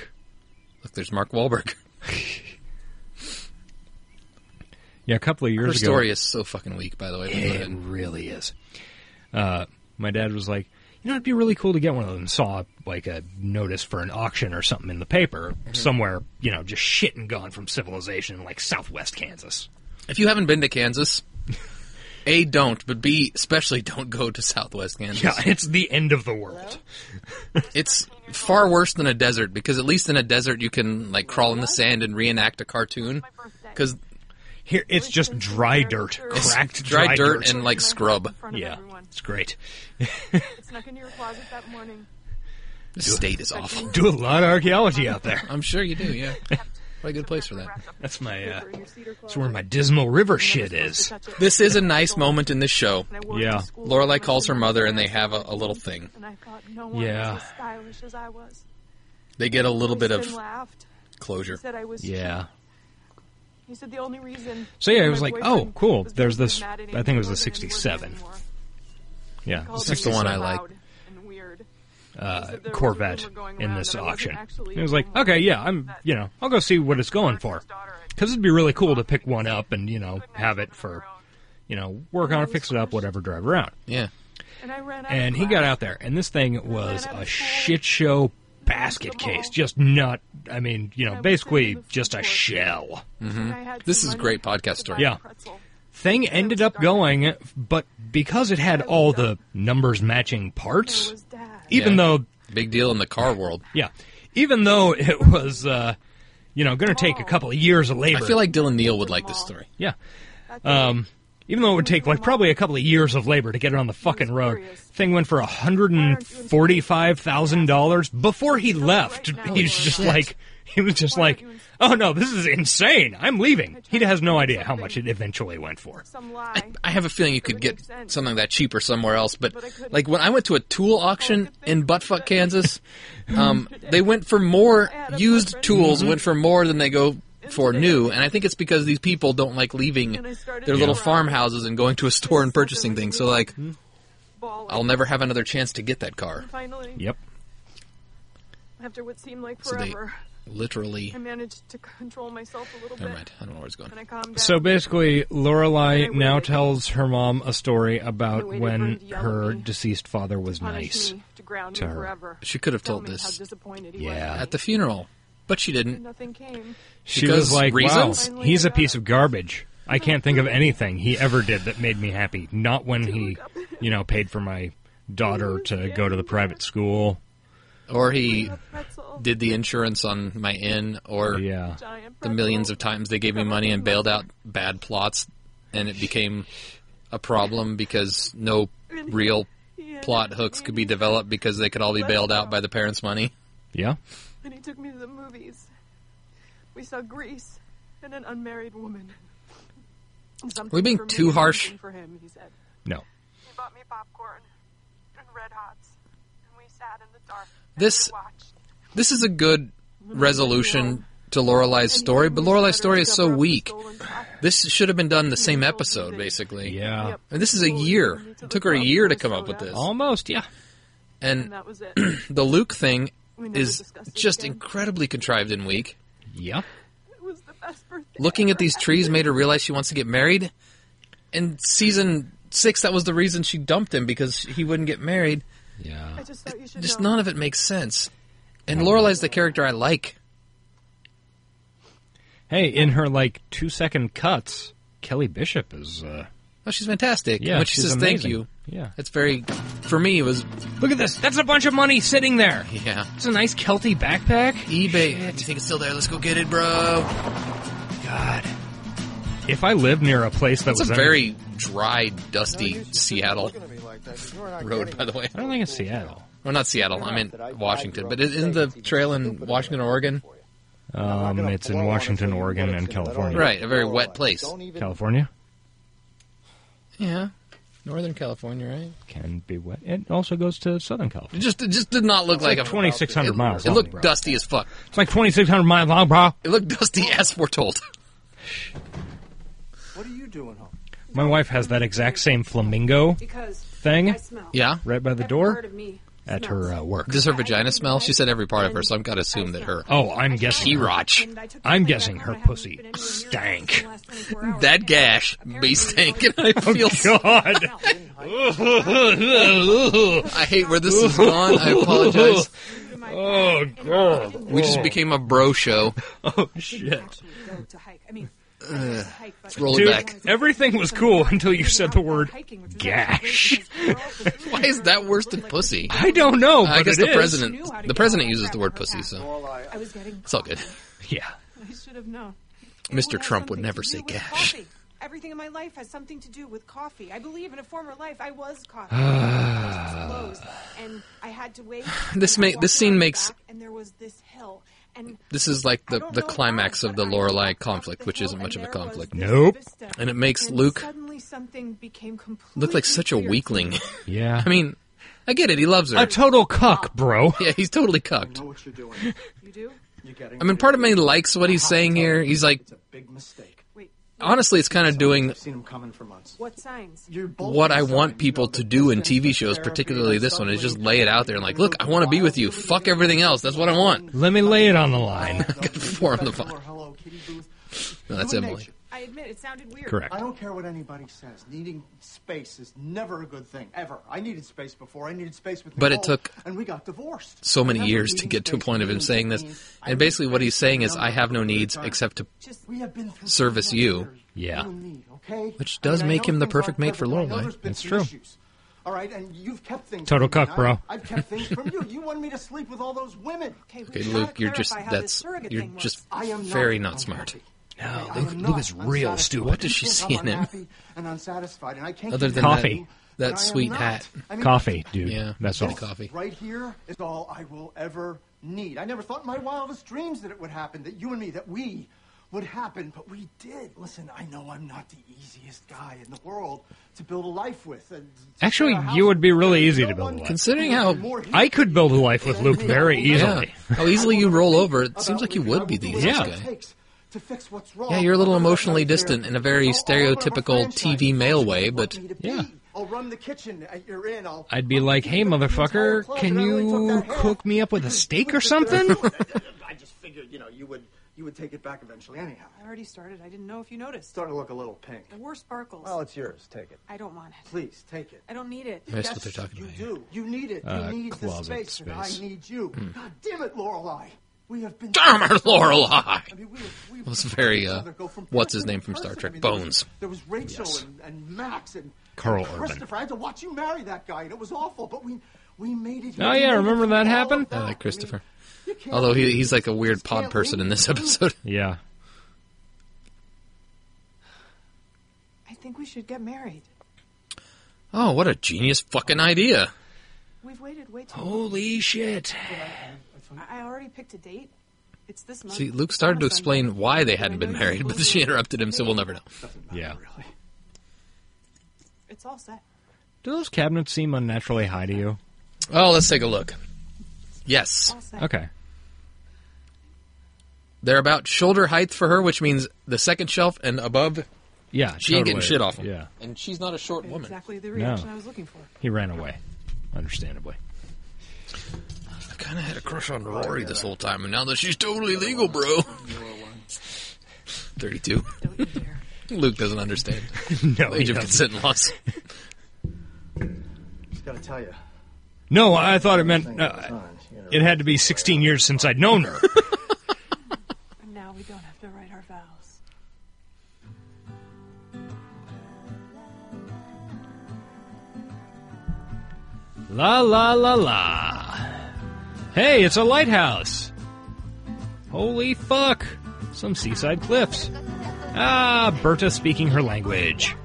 Speaker 3: Look, there's Mark Wahlberg.
Speaker 2: Yeah, a couple of years
Speaker 3: Her
Speaker 2: ago,
Speaker 3: story is so fucking weak, by the way. but go
Speaker 2: it
Speaker 3: ahead.
Speaker 2: really is. Uh, my dad was like, "You know, it'd be really cool to get one of them." Saw like a notice for an auction or something in the paper
Speaker 3: Mm-hmm.
Speaker 2: somewhere. You know, just shit and gone from civilization, like Southwest Kansas.
Speaker 3: If you haven't been to Kansas, A, don't, but B, especially don't go to southwest Kansas.
Speaker 2: Yeah, *laughs* it's the end of the world.
Speaker 3: It's far worse than a desert because at least in a desert you can like crawl in the sand and reenact a cartoon cuz
Speaker 2: here it's just dry dirt, cracked
Speaker 3: dry,
Speaker 2: dry
Speaker 3: dirt,
Speaker 2: dirt.
Speaker 3: and like scrub.
Speaker 2: Yeah, it's great.
Speaker 4: Snuck into your closet that morning.
Speaker 3: The state is awful.
Speaker 2: Do a lot of archaeology out there. *laughs*
Speaker 3: I'm sure you do, yeah. What a good place for that.
Speaker 2: That's my uh, that's where my Dismal River shit is.
Speaker 3: This is a nice moment in this show.
Speaker 2: Yeah.
Speaker 3: Lorelai calls her mother and they have a, a little thing.
Speaker 4: And I thought no one
Speaker 3: Yeah.
Speaker 4: was as stylish as I was.
Speaker 3: They get a little bit of
Speaker 4: Kristen laughed.
Speaker 3: closure.
Speaker 4: He said I was
Speaker 2: Yeah.
Speaker 4: He said the only reason.
Speaker 2: So yeah,
Speaker 4: my
Speaker 2: it was like,
Speaker 4: boyfriend
Speaker 2: oh, cool.
Speaker 4: was
Speaker 2: There's this.
Speaker 4: because he was mad at
Speaker 2: I think it was the '67. Yeah,
Speaker 4: Called
Speaker 3: That's the
Speaker 4: me
Speaker 3: one
Speaker 4: so
Speaker 3: I like.
Speaker 4: loud and weird.
Speaker 2: uh, Corvette in this auction. It was like, okay, yeah, I'm, you know, I'll go see what it's going for, because it'd be really cool to pick one up and you know have it for, you know, work on it, fix it up, whatever, drive around.
Speaker 3: Yeah.
Speaker 4: And I ran out.
Speaker 2: And he got out there, and this thing was a shit show basket case, just not. I mean, you know, basically just a shell.
Speaker 3: Mhm. This is a great podcast story.
Speaker 2: Yeah. Thing ended up going, but because it had all the numbers matching parts, even
Speaker 3: Yeah.
Speaker 2: though
Speaker 3: Big deal in the car world.
Speaker 2: Yeah. Even though it was, uh, you know, going to take a couple of years of labor.
Speaker 3: I feel like Dylan Neal would like this story.
Speaker 2: Yeah. Um, Even though it would take like probably a couple of years of labor to get it on the fucking road, thing went for hundred and forty-five thousand dollars before he left. He was just like, he was just like, oh no, this is insane. I'm leaving. He has no idea how much it eventually went for.
Speaker 3: I have a feeling you could get something that cheaper somewhere else, but like when I went to a tool auction in Buttfuck, Kansas, um, they went for more used tools went for more than they go for new, and I think it's because these people don't like leaving their little farmhouses and going to a store and purchasing things. So like, I'll never have another chance to get that car.
Speaker 4: Finally,
Speaker 2: Yep.
Speaker 4: after what seemed like
Speaker 3: So they-
Speaker 4: forever,
Speaker 3: Literally,
Speaker 4: I managed to control myself a little bit.
Speaker 3: never mind. I don't know where it's going.
Speaker 4: And I calmed down.
Speaker 2: So basically, Lorelai now tells her mom a story about when her deceased father was nice to her.
Speaker 3: She could have told this. Yeah, at the funeral, but she didn't.
Speaker 4: Nothing came.
Speaker 2: She was
Speaker 3: Because
Speaker 2: like,
Speaker 3: reasons?
Speaker 2: "Wow, he's a piece of garbage. I can't *laughs* think of anything he ever did that made me happy. Not when he, you know, paid for my daughter to go to the private school."
Speaker 3: Or he did the insurance on my inn,
Speaker 2: Oh,
Speaker 3: or the millions of times they gave me money and bailed out bad plots, and it became a problem because no real plot hooks could be developed because they could all be bailed out by the parents' money.
Speaker 2: Yeah.
Speaker 4: And he took me to the movies. We saw Grease and an unmarried woman. Something
Speaker 3: we being
Speaker 4: for me,
Speaker 3: too harsh?
Speaker 4: something For him, he said.
Speaker 2: No.
Speaker 4: He bought me popcorn and red hots, and we sat in the dark.
Speaker 3: This this is a good resolution to Lorelai's story, but Lorelai's story is so weak. This should have been done the same episode, basically.
Speaker 2: Yeah.
Speaker 3: And this is a year. It took her a year to come up with this.
Speaker 2: Almost, yeah.
Speaker 3: And the Luke thing is just incredibly contrived and weak.
Speaker 2: Yeah.
Speaker 3: Looking at these trees made her realize she wants to get married. And season six, that was the reason she dumped him because he wouldn't get married.
Speaker 2: Yeah.
Speaker 4: I just thought you should
Speaker 3: Just
Speaker 4: know.
Speaker 3: none of it makes sense. And Lorelai's the character I like.
Speaker 2: Hey, in her like two second cuts, Kelly Bishop is. uh
Speaker 3: Oh, she's fantastic.
Speaker 2: Yeah,
Speaker 3: when she
Speaker 2: she's
Speaker 3: says thank
Speaker 2: amazing.
Speaker 3: you,
Speaker 2: Yeah.
Speaker 3: it's very. For me, it was
Speaker 2: Look at this. That's a bunch of money sitting there.
Speaker 3: *laughs* yeah.
Speaker 2: It's a nice Kelty backpack.
Speaker 3: eBay. I think it's still there. Let's go get it, bro.
Speaker 2: God. If I lived near a place that
Speaker 3: That's
Speaker 2: was
Speaker 3: a
Speaker 2: under-
Speaker 3: very dry, dusty Seattle road, by the way.
Speaker 2: I don't think it's Seattle.
Speaker 3: Well, not Seattle. I meant Washington. But isn't the trail in Washington, Oregon?
Speaker 2: Um, it's in Washington, Oregon, and California.
Speaker 3: Right, a very wet place.
Speaker 2: California
Speaker 3: Yeah, Northern California, right?
Speaker 2: can be wet. It also goes to Southern California.
Speaker 3: It just it just did not look
Speaker 2: It's
Speaker 3: like,
Speaker 2: like
Speaker 3: a
Speaker 2: 2,600
Speaker 3: it-
Speaker 2: miles
Speaker 3: It
Speaker 2: long,
Speaker 3: looked
Speaker 2: bro.
Speaker 3: dusty as fuck.
Speaker 2: It's like 2,600 miles long, bro.
Speaker 3: It looked dusty *laughs* as foretold.
Speaker 9: What are you doing home?
Speaker 2: My wife has that exact same flamingo
Speaker 4: Because
Speaker 2: thing.
Speaker 4: I smell.
Speaker 3: Yeah.
Speaker 2: Right by the door at her uh, work.
Speaker 3: Does her vagina smell? She said every part of her, so I've got to assume that her.
Speaker 2: Oh, I'm guessing.
Speaker 3: Kirach.
Speaker 2: I'm guessing her pussy stank.
Speaker 3: That gash be stinking. I feel so.
Speaker 2: Oh, *laughs*
Speaker 4: *laughs*
Speaker 2: God.
Speaker 3: I hate where
Speaker 2: *laughs*
Speaker 3: this is gone. I apologize.
Speaker 2: Oh, God.
Speaker 3: We just became a bro show.
Speaker 2: *laughs* Oh, shit.
Speaker 4: Go to hike. I mean,
Speaker 3: Ugh. Let's roll it
Speaker 2: Dude,
Speaker 3: back.
Speaker 2: everything was cool until you said the word gash.
Speaker 3: *laughs* Why is that worse than pussy?
Speaker 2: I don't know,
Speaker 3: I
Speaker 2: but
Speaker 3: guess
Speaker 2: it
Speaker 3: the
Speaker 2: is.
Speaker 3: president the president uses the word pussy, so
Speaker 4: I was getting.
Speaker 3: it's all good.
Speaker 2: Yeah.
Speaker 4: I should have known.
Speaker 3: Mr.
Speaker 4: It has
Speaker 3: Trump would
Speaker 4: something
Speaker 3: never
Speaker 4: to
Speaker 3: say
Speaker 4: do with
Speaker 3: gash.
Speaker 4: coffee. Everything in my life has something to do with coffee. I believe in a former life I was coffee. I was closed, and I had
Speaker 3: *sighs*
Speaker 4: to wait.
Speaker 3: Ah. This
Speaker 4: and I
Speaker 3: ma- this
Speaker 4: walked
Speaker 3: scene
Speaker 4: around the
Speaker 3: makes-
Speaker 4: back, and there was this hill, and
Speaker 3: This is like the, the climax of the Lorelei conflict, which isn't much of a conflict.
Speaker 2: Nope.
Speaker 3: And it makes
Speaker 4: and
Speaker 3: Luke
Speaker 4: Suddenly, something became completely
Speaker 3: look like such a
Speaker 4: clear.
Speaker 3: *laughs* weakling.
Speaker 2: Yeah.
Speaker 3: I mean, I get it. He loves her.
Speaker 2: A total cuck, bro.
Speaker 3: yeah, he's totally cucked.
Speaker 9: Know what you're doing.
Speaker 4: You do?
Speaker 9: *laughs* You're getting.
Speaker 3: I mean, part of me likes what he's saying here. He's like,
Speaker 9: big mistake.
Speaker 3: honestly, it's kind of doing
Speaker 9: I've seen him coming for months.
Speaker 4: What signs?
Speaker 9: You're both
Speaker 3: what I want people to do in TV shows, particularly this one, is just lay it out there and like, look, I want to be with you. Fuck everything else. That's what I want.
Speaker 9: *laughs*
Speaker 2: Let me lay it on the line.
Speaker 3: *laughs* Good form the fuck.
Speaker 9: Hello, Kitty Booth.
Speaker 3: No, that's
Speaker 9: Human
Speaker 3: Emily.
Speaker 9: nature.
Speaker 4: I admit it sounded weird.
Speaker 2: Correct.
Speaker 9: I don't care what anybody says. Needing space is never a good thing, ever. I needed space before. I needed space with
Speaker 3: But it
Speaker 9: Nicole,
Speaker 3: took
Speaker 9: and we got divorced.
Speaker 3: So many
Speaker 9: Remember,
Speaker 3: years to
Speaker 9: needing
Speaker 3: get to a
Speaker 9: space
Speaker 3: point of him
Speaker 9: really
Speaker 3: saying this.
Speaker 9: means I
Speaker 3: And
Speaker 9: need
Speaker 3: basically, what he's
Speaker 9: space
Speaker 3: saying
Speaker 9: for
Speaker 3: is,
Speaker 9: a
Speaker 3: I have no
Speaker 9: number of
Speaker 3: needs
Speaker 9: times.
Speaker 3: except to
Speaker 9: We have been through
Speaker 3: service
Speaker 9: so much
Speaker 3: you.
Speaker 9: here.
Speaker 2: Yeah.
Speaker 9: You and me, okay?
Speaker 3: Which does
Speaker 9: I
Speaker 3: make
Speaker 9: know
Speaker 3: him the
Speaker 9: things aren't
Speaker 3: perfect mate for
Speaker 9: perfect. I know
Speaker 3: Lorelai.
Speaker 9: there's been
Speaker 2: That's
Speaker 9: some
Speaker 2: true.
Speaker 9: issues. All right, and you've kept things.
Speaker 2: Total
Speaker 9: from me.
Speaker 2: cuck, bro.
Speaker 9: I've- I've kept things from you. You wanted me to sleep with all those women.
Speaker 3: *laughs*
Speaker 4: Okay, we
Speaker 3: Okay,
Speaker 4: gotta
Speaker 3: Luke, you're just
Speaker 4: clarify how this
Speaker 3: that's
Speaker 4: surrogate
Speaker 3: you're
Speaker 4: thing works.
Speaker 3: just
Speaker 9: I am not
Speaker 3: very not smart.
Speaker 2: No,
Speaker 9: I
Speaker 2: Luke-
Speaker 9: am
Speaker 2: Luke
Speaker 9: not
Speaker 2: is real
Speaker 9: unsatisfied.
Speaker 2: stupid. What does she
Speaker 9: I'm
Speaker 2: see in him?
Speaker 9: unhappy And unsatisfied, and I can't
Speaker 3: Other
Speaker 9: keep
Speaker 3: than
Speaker 9: it
Speaker 2: Coffee.
Speaker 3: that,
Speaker 9: I
Speaker 3: that
Speaker 9: am
Speaker 3: sweet
Speaker 9: not.
Speaker 3: hat.
Speaker 9: I mean-
Speaker 2: Coffee, dude.
Speaker 3: Yeah,
Speaker 2: That's
Speaker 3: get a
Speaker 2: all.
Speaker 3: coffee.
Speaker 9: Right here is all I will ever need. I never thought in my wildest dreams that it would happen, that you and me, that we would happen, but we did. Listen, I know I'm not the easiest guy in the world to build a life with. and to
Speaker 2: Actually,
Speaker 9: share a
Speaker 2: you
Speaker 9: house
Speaker 2: would be really easy to build a life.
Speaker 3: Considering how
Speaker 2: I could build a life with Luke very easily.
Speaker 3: Yeah. How easily you roll over. It seems like you would be the
Speaker 9: with.
Speaker 3: easiest
Speaker 9: Whatever it
Speaker 3: guy.
Speaker 9: takes to fix what's wrong.
Speaker 3: Yeah, you're a little
Speaker 9: Whatever that
Speaker 3: emotionally
Speaker 9: means there.
Speaker 3: distant in a very stereotypical TV male way, but
Speaker 9: yeah. I'll run the kitchen at your inn. I'll
Speaker 2: I'd be like, hey, motherfucker, can you cook me up with a steak or something?
Speaker 9: *laughs* I just figured, you know, you would you would take it back eventually anyhow.
Speaker 4: I already started. I didn't know if you noticed.
Speaker 9: Starting to look a little pink.
Speaker 4: There were sparkles.
Speaker 9: Well, it's yours. Take it.
Speaker 4: I don't want it.
Speaker 9: Please take it.
Speaker 4: I don't need it.
Speaker 3: That's what they're talking
Speaker 9: you
Speaker 3: about.
Speaker 9: do. You need it.
Speaker 3: Uh,
Speaker 9: you need the
Speaker 3: closet
Speaker 9: space, and I
Speaker 3: space.
Speaker 9: need you.
Speaker 3: Hmm.
Speaker 9: God damn it, Lorelai. We have been.
Speaker 3: Damn her, Lorelei!
Speaker 9: I mean, we have, we
Speaker 3: It was very, uh, what's his name from Star Trek? Bones.
Speaker 9: There was Rachel
Speaker 3: Yes.
Speaker 9: and, and Max and
Speaker 2: Carl
Speaker 9: and
Speaker 2: Urban.
Speaker 9: Christopher. I had to watch you marry that guy, and it was awful. But we we made it.
Speaker 2: Oh,
Speaker 9: here.
Speaker 2: yeah,
Speaker 9: We
Speaker 2: remember
Speaker 9: made
Speaker 2: that
Speaker 9: it through all
Speaker 2: happened?
Speaker 9: of
Speaker 3: I
Speaker 9: that.
Speaker 3: like Uh, Christopher.
Speaker 9: You can't
Speaker 3: Although he,
Speaker 9: leave.
Speaker 3: he's like a
Speaker 9: You
Speaker 3: weird
Speaker 9: just
Speaker 3: pod
Speaker 9: can't Mm.
Speaker 3: person in
Speaker 9: leave.
Speaker 3: this episode.
Speaker 2: Yeah.
Speaker 4: I think we should get married.
Speaker 3: Oh, what a genius fucking idea.
Speaker 4: We've waited way
Speaker 3: Oh.
Speaker 4: too long.
Speaker 2: Holy shit.
Speaker 4: I I already picked a date. It's this month.
Speaker 3: See, Luke started to
Speaker 4: It's on a Sunday.
Speaker 3: explain why they hadn't been married, but she interrupted him, so we'll never know.
Speaker 2: Yeah.
Speaker 4: It's all set.
Speaker 2: Do those cabinets seem unnaturally high to you?
Speaker 3: Oh, let's take a look. Yes.
Speaker 2: Okay.
Speaker 3: They're about shoulder height for her, which means the second shelf and above.
Speaker 2: Yeah,
Speaker 3: She ain't getting
Speaker 2: totally.
Speaker 3: shit off 'em.
Speaker 2: Yeah.
Speaker 3: And she's not a short woman.
Speaker 4: Exactly the
Speaker 2: No.
Speaker 4: reaction I was looking for.
Speaker 2: He ran away, understandably. *laughs*
Speaker 3: I kind of had a crush on Rory this whole time, and now that she's totally legal, bro. *laughs* 32. Luke doesn't understand.
Speaker 26: *laughs*
Speaker 2: No, he
Speaker 3: Age of
Speaker 2: doesn't.
Speaker 3: consent laws.
Speaker 27: Just gotta tell you.
Speaker 2: No, I thought it meant uh, it had to be 16 years since I'd known her.
Speaker 4: And now we don't have to write our vows.
Speaker 2: la la la la. Hey, it's a lighthouse. Holy fuck! Some seaside cliffs. Ah, Berta speaking her language.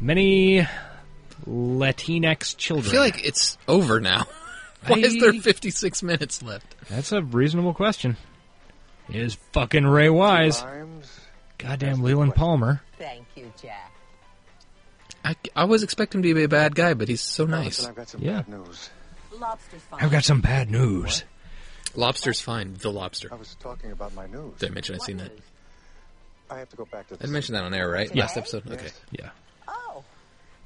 Speaker 2: Many Latinx
Speaker 3: I
Speaker 2: children.
Speaker 3: feel like it's over
Speaker 26: *laughs*
Speaker 3: now. Why is there 56 minutes left?
Speaker 2: That's a reasonable question. Is fucking Ray Wise? Goddamn Leland Palmer.
Speaker 26: Thank you, Jack.
Speaker 3: I, I always expect him to be a bad guy, but he's so nice.
Speaker 26: Listen, I've got some
Speaker 2: Yeah.
Speaker 26: bad news.
Speaker 14: Lobster's fine.
Speaker 2: I've got some bad news.
Speaker 3: Lobster's fine. The lobster.
Speaker 26: I was talking about my news.
Speaker 3: Did I mention I'd seen that?
Speaker 26: I have to go back to the
Speaker 3: I'd mentioned that on air, right?
Speaker 26: Yeah.
Speaker 3: Last episode? Okay.
Speaker 2: Yeah.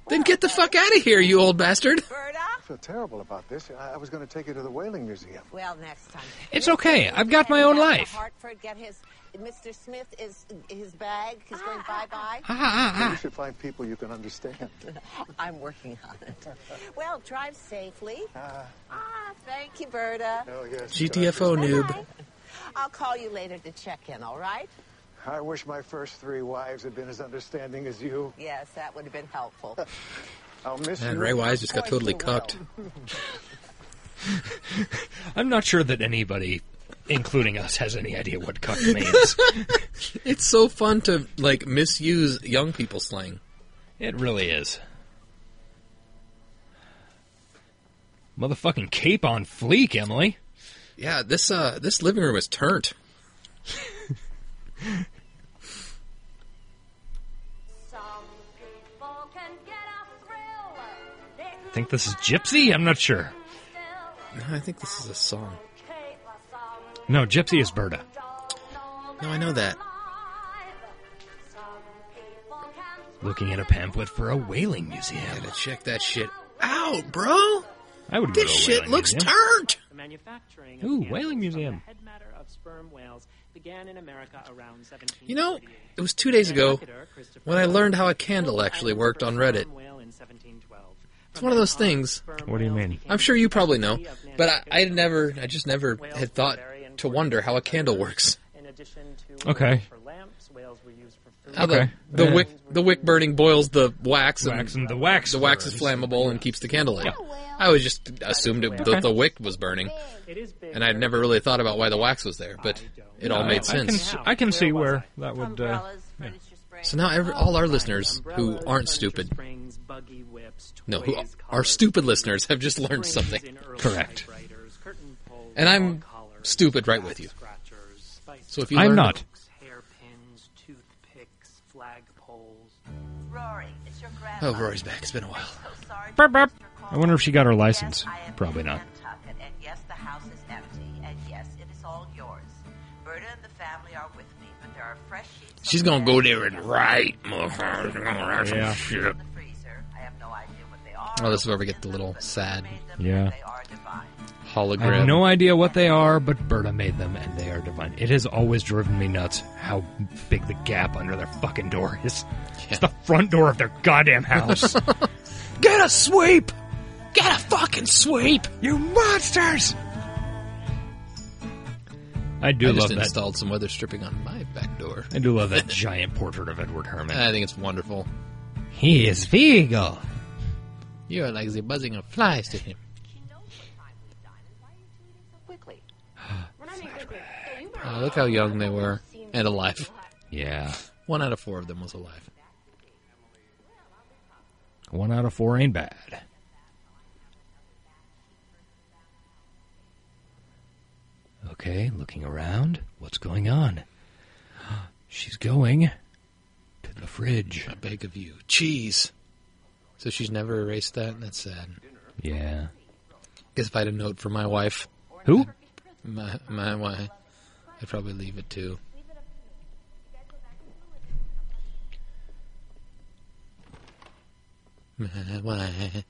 Speaker 3: Then get the fuck out of here, you old bastard!
Speaker 26: I feel terrible about this. I, I was going to take you to the Whaling Museum.
Speaker 14: Well, next time.
Speaker 2: It's okay. I've got my own
Speaker 14: Down to
Speaker 2: life.
Speaker 14: Hartford, get his. Mr. Smith is his bag. He's going
Speaker 2: Ah.
Speaker 14: bye bye.
Speaker 26: You should find people you can understand.
Speaker 14: I'm working on it. Well, drive safely. ah, thank you, Berta.
Speaker 26: Oh, yes.
Speaker 3: GTFO noob.
Speaker 14: I'll call you later to check in. All right?
Speaker 26: I wish my first three wives had been as understanding as you.
Speaker 14: Yes, that would have been helpful.
Speaker 26: I'll miss
Speaker 3: Man,
Speaker 26: you. Oh,
Speaker 3: Ray Wise just got
Speaker 26: Quite
Speaker 3: totally
Speaker 26: so
Speaker 3: cucked.
Speaker 2: I'm not sure that anybody, including us, has any idea what cuck means.
Speaker 3: It's so fun to, like, misuse young people slang.
Speaker 2: it really is. Motherfucking cape on fleek, Emily.
Speaker 3: Yeah, this, uh, this living room is turned.
Speaker 2: Think this is Gypsy? I'm not sure.
Speaker 3: No, I think this is a song.
Speaker 2: No, Gypsy is Berta.
Speaker 3: No, I know that.
Speaker 2: Looking at a pamphlet for a whaling museum.
Speaker 3: Gotta check that shit out, bro!
Speaker 2: I would go
Speaker 3: This
Speaker 2: to a
Speaker 3: shit
Speaker 2: whaling
Speaker 3: looks
Speaker 2: museum.
Speaker 3: turned!
Speaker 6: The manufacturing
Speaker 2: Ooh,
Speaker 6: of the
Speaker 2: whaling
Speaker 6: animals from
Speaker 2: museum.
Speaker 6: The head matter of sperm whales began in America around 17.
Speaker 3: You know, it was two days ago when I learned how a candle actually worked on Reddit. It's one of those things.
Speaker 2: What do you mean?
Speaker 3: I'm sure you probably know, but I, I never, I just never had thought to wonder how a candle works.
Speaker 6: In addition to
Speaker 2: Okay.
Speaker 6: whales for lamps, whales were used for food.
Speaker 3: How the, the
Speaker 2: Yeah.
Speaker 3: wick, the wick burning boils the wax,
Speaker 2: Wax and the wax
Speaker 3: the wax is
Speaker 2: burns.
Speaker 3: flammable and keeps the candle lit. I always just assumed it,
Speaker 2: Okay.
Speaker 3: the, the wick was burning,
Speaker 6: It is big.
Speaker 3: and I'd never really thought about why the wax was there. But It all
Speaker 2: No,
Speaker 3: made
Speaker 2: I can
Speaker 3: sense.
Speaker 2: s- I can see where that would. Uh, yeah.
Speaker 3: So now every, all our listeners who aren't stupid, no, who are stupid listeners, have just learned something.
Speaker 2: Correct.
Speaker 3: And I'm stupid right with you. So if you
Speaker 2: I'm
Speaker 3: learn-
Speaker 2: not.
Speaker 28: Hairpins, toothpicks, flagpoles.
Speaker 14: Rory, it's your grandma.
Speaker 3: Oh, Rory's back. It's been a while.
Speaker 14: So sorry.
Speaker 2: Burp, burp. I wonder if she got her license. Probably not.
Speaker 14: Nantucket, and yes, the house is empty, and yes, it is all yours. Berta and the family are with me, but there are fresh sheets.
Speaker 3: She's gonna go there and write, motherfucker. She's gonna write some
Speaker 2: Yeah.
Speaker 3: shit. Oh, this is where we get the little sad
Speaker 2: Yeah. I
Speaker 3: hologram.
Speaker 2: have no idea what they are, but Berta made them, and they are divine. It has always driven me nuts how big the gap under their fucking door is. It's the front door of their goddamn *laughs* house.
Speaker 3: Get a sweep! Get a fucking sweep!
Speaker 2: You monsters! I do
Speaker 3: I
Speaker 2: love
Speaker 3: just
Speaker 2: that.
Speaker 3: installed some weather stripping on my back door.
Speaker 2: I do love that giant portrait of Edward Herman.
Speaker 3: I think it's wonderful.
Speaker 2: he is vegan.
Speaker 3: You are like the buzzing of flies to him.
Speaker 14: Quickly.
Speaker 3: Oh, *sighs* look how young they were and alive.
Speaker 2: Yeah.
Speaker 3: One out of four of them was alive.
Speaker 2: One out of four ain't bad. Okay, looking around. What's going on? *gasps* She's going to the fridge.
Speaker 3: I beg of you. Cheese! So she's never erased that? That's sad.
Speaker 2: Yeah.
Speaker 3: Guess if I had a note for my wife.
Speaker 2: Who?
Speaker 3: My, my wife. I'd probably leave it too. My wife.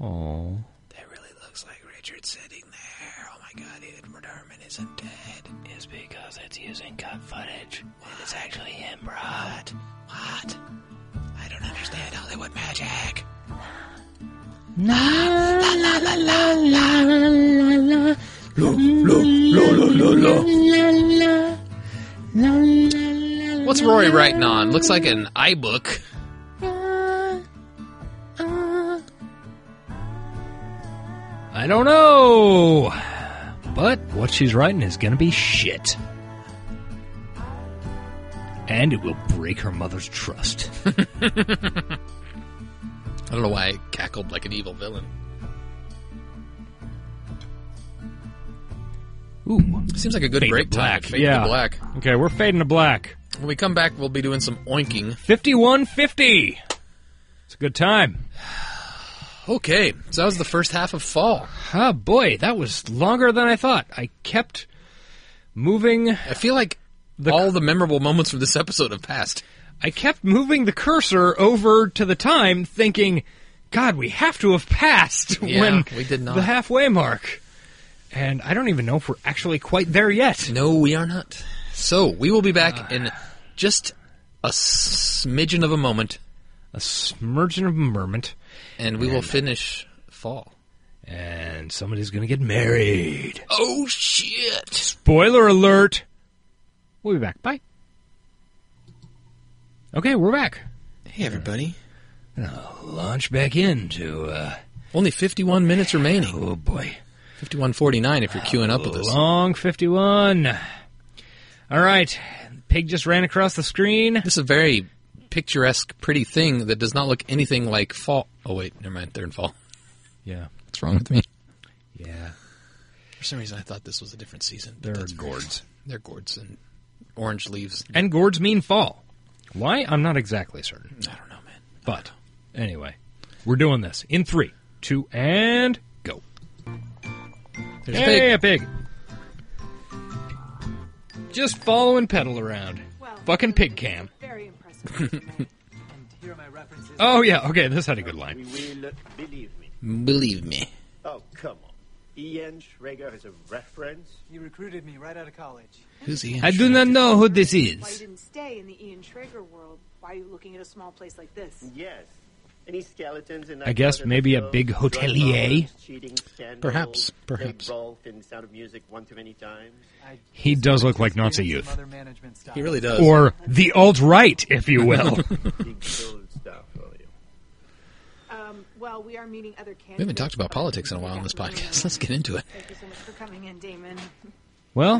Speaker 2: Oh.
Speaker 3: That really looks like Richard sitting there. Oh my god, Edward Herman isn't dead. Is because it's using cut footage. And it's actually him, bro. What? What? I don't understand Hollywood magic.
Speaker 1: La la la la la la la. La la la la la la la. La la la.
Speaker 3: What's Rory writing on? Looks like an iBook.
Speaker 2: I don't know. But what she's writing is going to be shit. And it will break her mother's trust.
Speaker 3: I don't know why I cackled like an evil villain.
Speaker 2: Ooh.
Speaker 3: Seems like a good
Speaker 2: Fade to
Speaker 3: break time.
Speaker 2: black.
Speaker 3: Fade to
Speaker 2: yeah.
Speaker 3: black.
Speaker 2: *laughs* Okay, we're fading to black.
Speaker 3: When we come back, we'll be doing some oinking.
Speaker 2: 5150. It's a good time.
Speaker 3: Okay, so that was the first half of fall.
Speaker 2: Ah, boy, that was longer than I thought. I kept moving.
Speaker 3: I feel like all the memorable moments from this episode have passed.
Speaker 2: I kept moving the cursor over to the time, thinking, God, we have to have passed
Speaker 3: Yeah,
Speaker 2: when
Speaker 3: we did not.
Speaker 2: the halfway mark. And I don't even know if we're actually quite there yet.
Speaker 3: No, we are not. So we will be back in just a smidgen of a moment,
Speaker 2: A smirgin of a merment,
Speaker 3: and we will finish fall.
Speaker 2: and somebody's going to get married.
Speaker 3: Oh shit!
Speaker 2: Spoiler alert! We'll be back. Bye. Okay, we're back.
Speaker 3: Hey everybody!
Speaker 2: Launch back into uh,
Speaker 3: Only fifty-one minutes remaining.
Speaker 2: Oh boy,
Speaker 3: fifty-one forty-nine. If you're queuing up with us,
Speaker 2: long fifty-one. All right, pig just ran across the screen.
Speaker 3: this is a very picturesque, pretty thing that does not look anything like fall. Oh wait, never mind. They're in fall. *laughs*
Speaker 2: Yeah,
Speaker 3: What's wrong with me?
Speaker 2: yeah.
Speaker 3: For some reason, I thought this was a different season.
Speaker 2: They're
Speaker 3: But that's
Speaker 2: gourds.
Speaker 3: They're gourds and orange leaves.
Speaker 2: And gourds mean fall. Why? I'm not exactly certain.
Speaker 3: I don't know, man.
Speaker 2: But anyway, we're doing this in three, two, and go.
Speaker 3: There's
Speaker 2: hey,
Speaker 3: a pig.
Speaker 2: a pig. Just following pedal around. Fucking pig cam. *laughs*
Speaker 4: Very impressive.
Speaker 6: Here are my references.
Speaker 2: Oh yeah, okay, this had a good line.
Speaker 6: We will believe me.
Speaker 3: Believe me.
Speaker 6: Oh, come on. Ian Schrager has a reference.
Speaker 11: You recruited me right out of college.
Speaker 3: Who's he?
Speaker 2: I do not know who this
Speaker 4: Why you
Speaker 2: is.
Speaker 4: didn't stay in the Ian Schrager world? Why are you looking at a small place like this?
Speaker 6: Yes. Any skeletons in
Speaker 2: I guess maybe a big hotelier.
Speaker 6: Perhaps,
Speaker 2: perhaps.
Speaker 6: Involved in Sound of Music one too many times.
Speaker 2: He does look like Nazi youth.
Speaker 3: He really does.
Speaker 2: Or the alt right, if you will.
Speaker 6: Big gold stuff for you.
Speaker 4: Um, well, we are meeting other
Speaker 3: *laughs*
Speaker 4: candidates.
Speaker 3: we haven't talked about politics in a while on this podcast. Let's get into it.
Speaker 4: Thank you so much for coming in, Damon.
Speaker 2: *laughs* Well,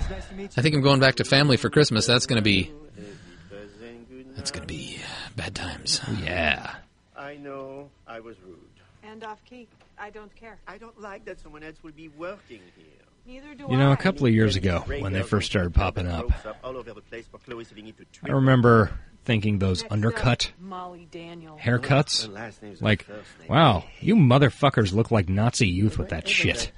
Speaker 3: I think I'm going back to family for Christmas. That's going to be. That's going to be bad times. Yeah.
Speaker 6: I know I was rude.
Speaker 4: And off key. I don't care.
Speaker 6: I don't like that someone else would be working here.
Speaker 4: Neither do
Speaker 2: You know,
Speaker 4: I.
Speaker 2: a couple of years ago when they first started popping up,
Speaker 6: Ropes up all over the place for Chloe, so we need to
Speaker 2: I remember thinking those undercut
Speaker 4: Molly Daniel.
Speaker 2: haircuts. Like, wow, you motherfuckers look like Nazi youth with that shit.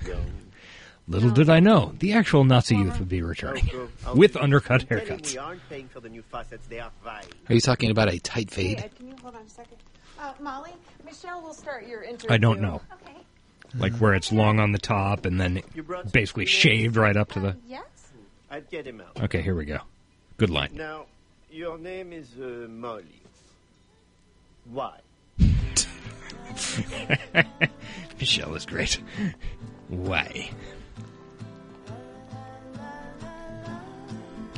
Speaker 2: Little did I know, the actual Nazi youth would be returning *laughs* with undercut haircuts.
Speaker 6: We aren't paying for the new faucets. They are fine.
Speaker 3: Are you talking about a tight
Speaker 4: Hey,
Speaker 3: fade?
Speaker 4: Ed, can you hold on a second? Uh, Molly, Michelle will start your interview.
Speaker 2: I don't know. Like where it's long on the top and then basically shaved right up to the.
Speaker 6: Yes. I'd get him out.
Speaker 2: Okay, here we go. Good line.
Speaker 6: Now, your name is uh, Molly. Why?
Speaker 2: Michelle is great. *laughs* Why?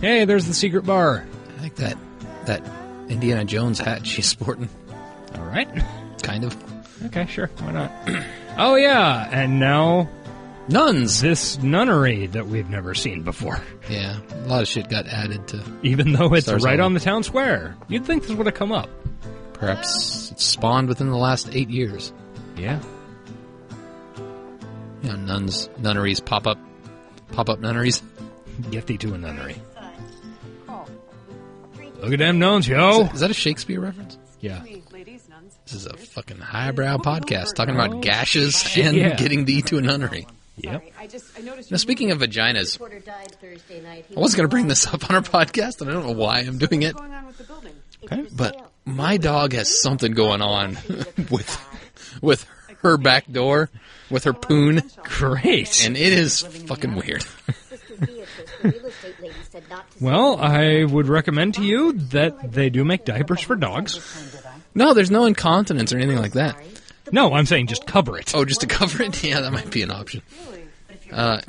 Speaker 2: Hey, there's the secret bar.
Speaker 3: I like that that Indiana Jones hat she's sporting.
Speaker 2: All right.
Speaker 3: Kind of.
Speaker 2: Okay, sure. Why not? *clears throat* oh yeah, and now
Speaker 3: nuns.
Speaker 2: This nunnery that we've never seen before. *laughs*
Speaker 3: Yeah. A lot of shit got added to.
Speaker 2: Even though it's
Speaker 3: Stars
Speaker 2: right
Speaker 3: Hollow.
Speaker 2: on the town square. You'd think this would have come up.
Speaker 3: Perhaps it's spawned within the last eight years.
Speaker 2: Yeah.
Speaker 3: You know, nuns, nunneries pop up, pop up nunneries.
Speaker 2: Get thee to a nunnery. Look at them nuns, yo.
Speaker 3: Is that- is that a Shakespeare reference?
Speaker 2: Yeah.
Speaker 4: Me, ladies, nuns.
Speaker 3: This is a fucking highbrow podcast talking about gashes
Speaker 2: shit,
Speaker 3: and
Speaker 2: yeah.
Speaker 3: getting thee to a nunnery.
Speaker 2: Yep.
Speaker 4: I just I noticed.
Speaker 3: Now,
Speaker 4: you
Speaker 3: speaking of
Speaker 4: moved.
Speaker 3: vaginas, I was going to bring this up on our podcast, and I don't know why I'm doing it,
Speaker 4: What's going on with the building?
Speaker 3: but my dog has something going on *laughs* with with her back door, with her poon.
Speaker 2: Great.
Speaker 3: And it is fucking weird.
Speaker 2: *laughs* Well, I would recommend to you that they do make diapers for dogs.
Speaker 3: No, there's no incontinence or anything like that.
Speaker 2: No, I'm saying just cover it.
Speaker 3: Oh, just to cover it? *laughs* Yeah, that might be an option. Uh,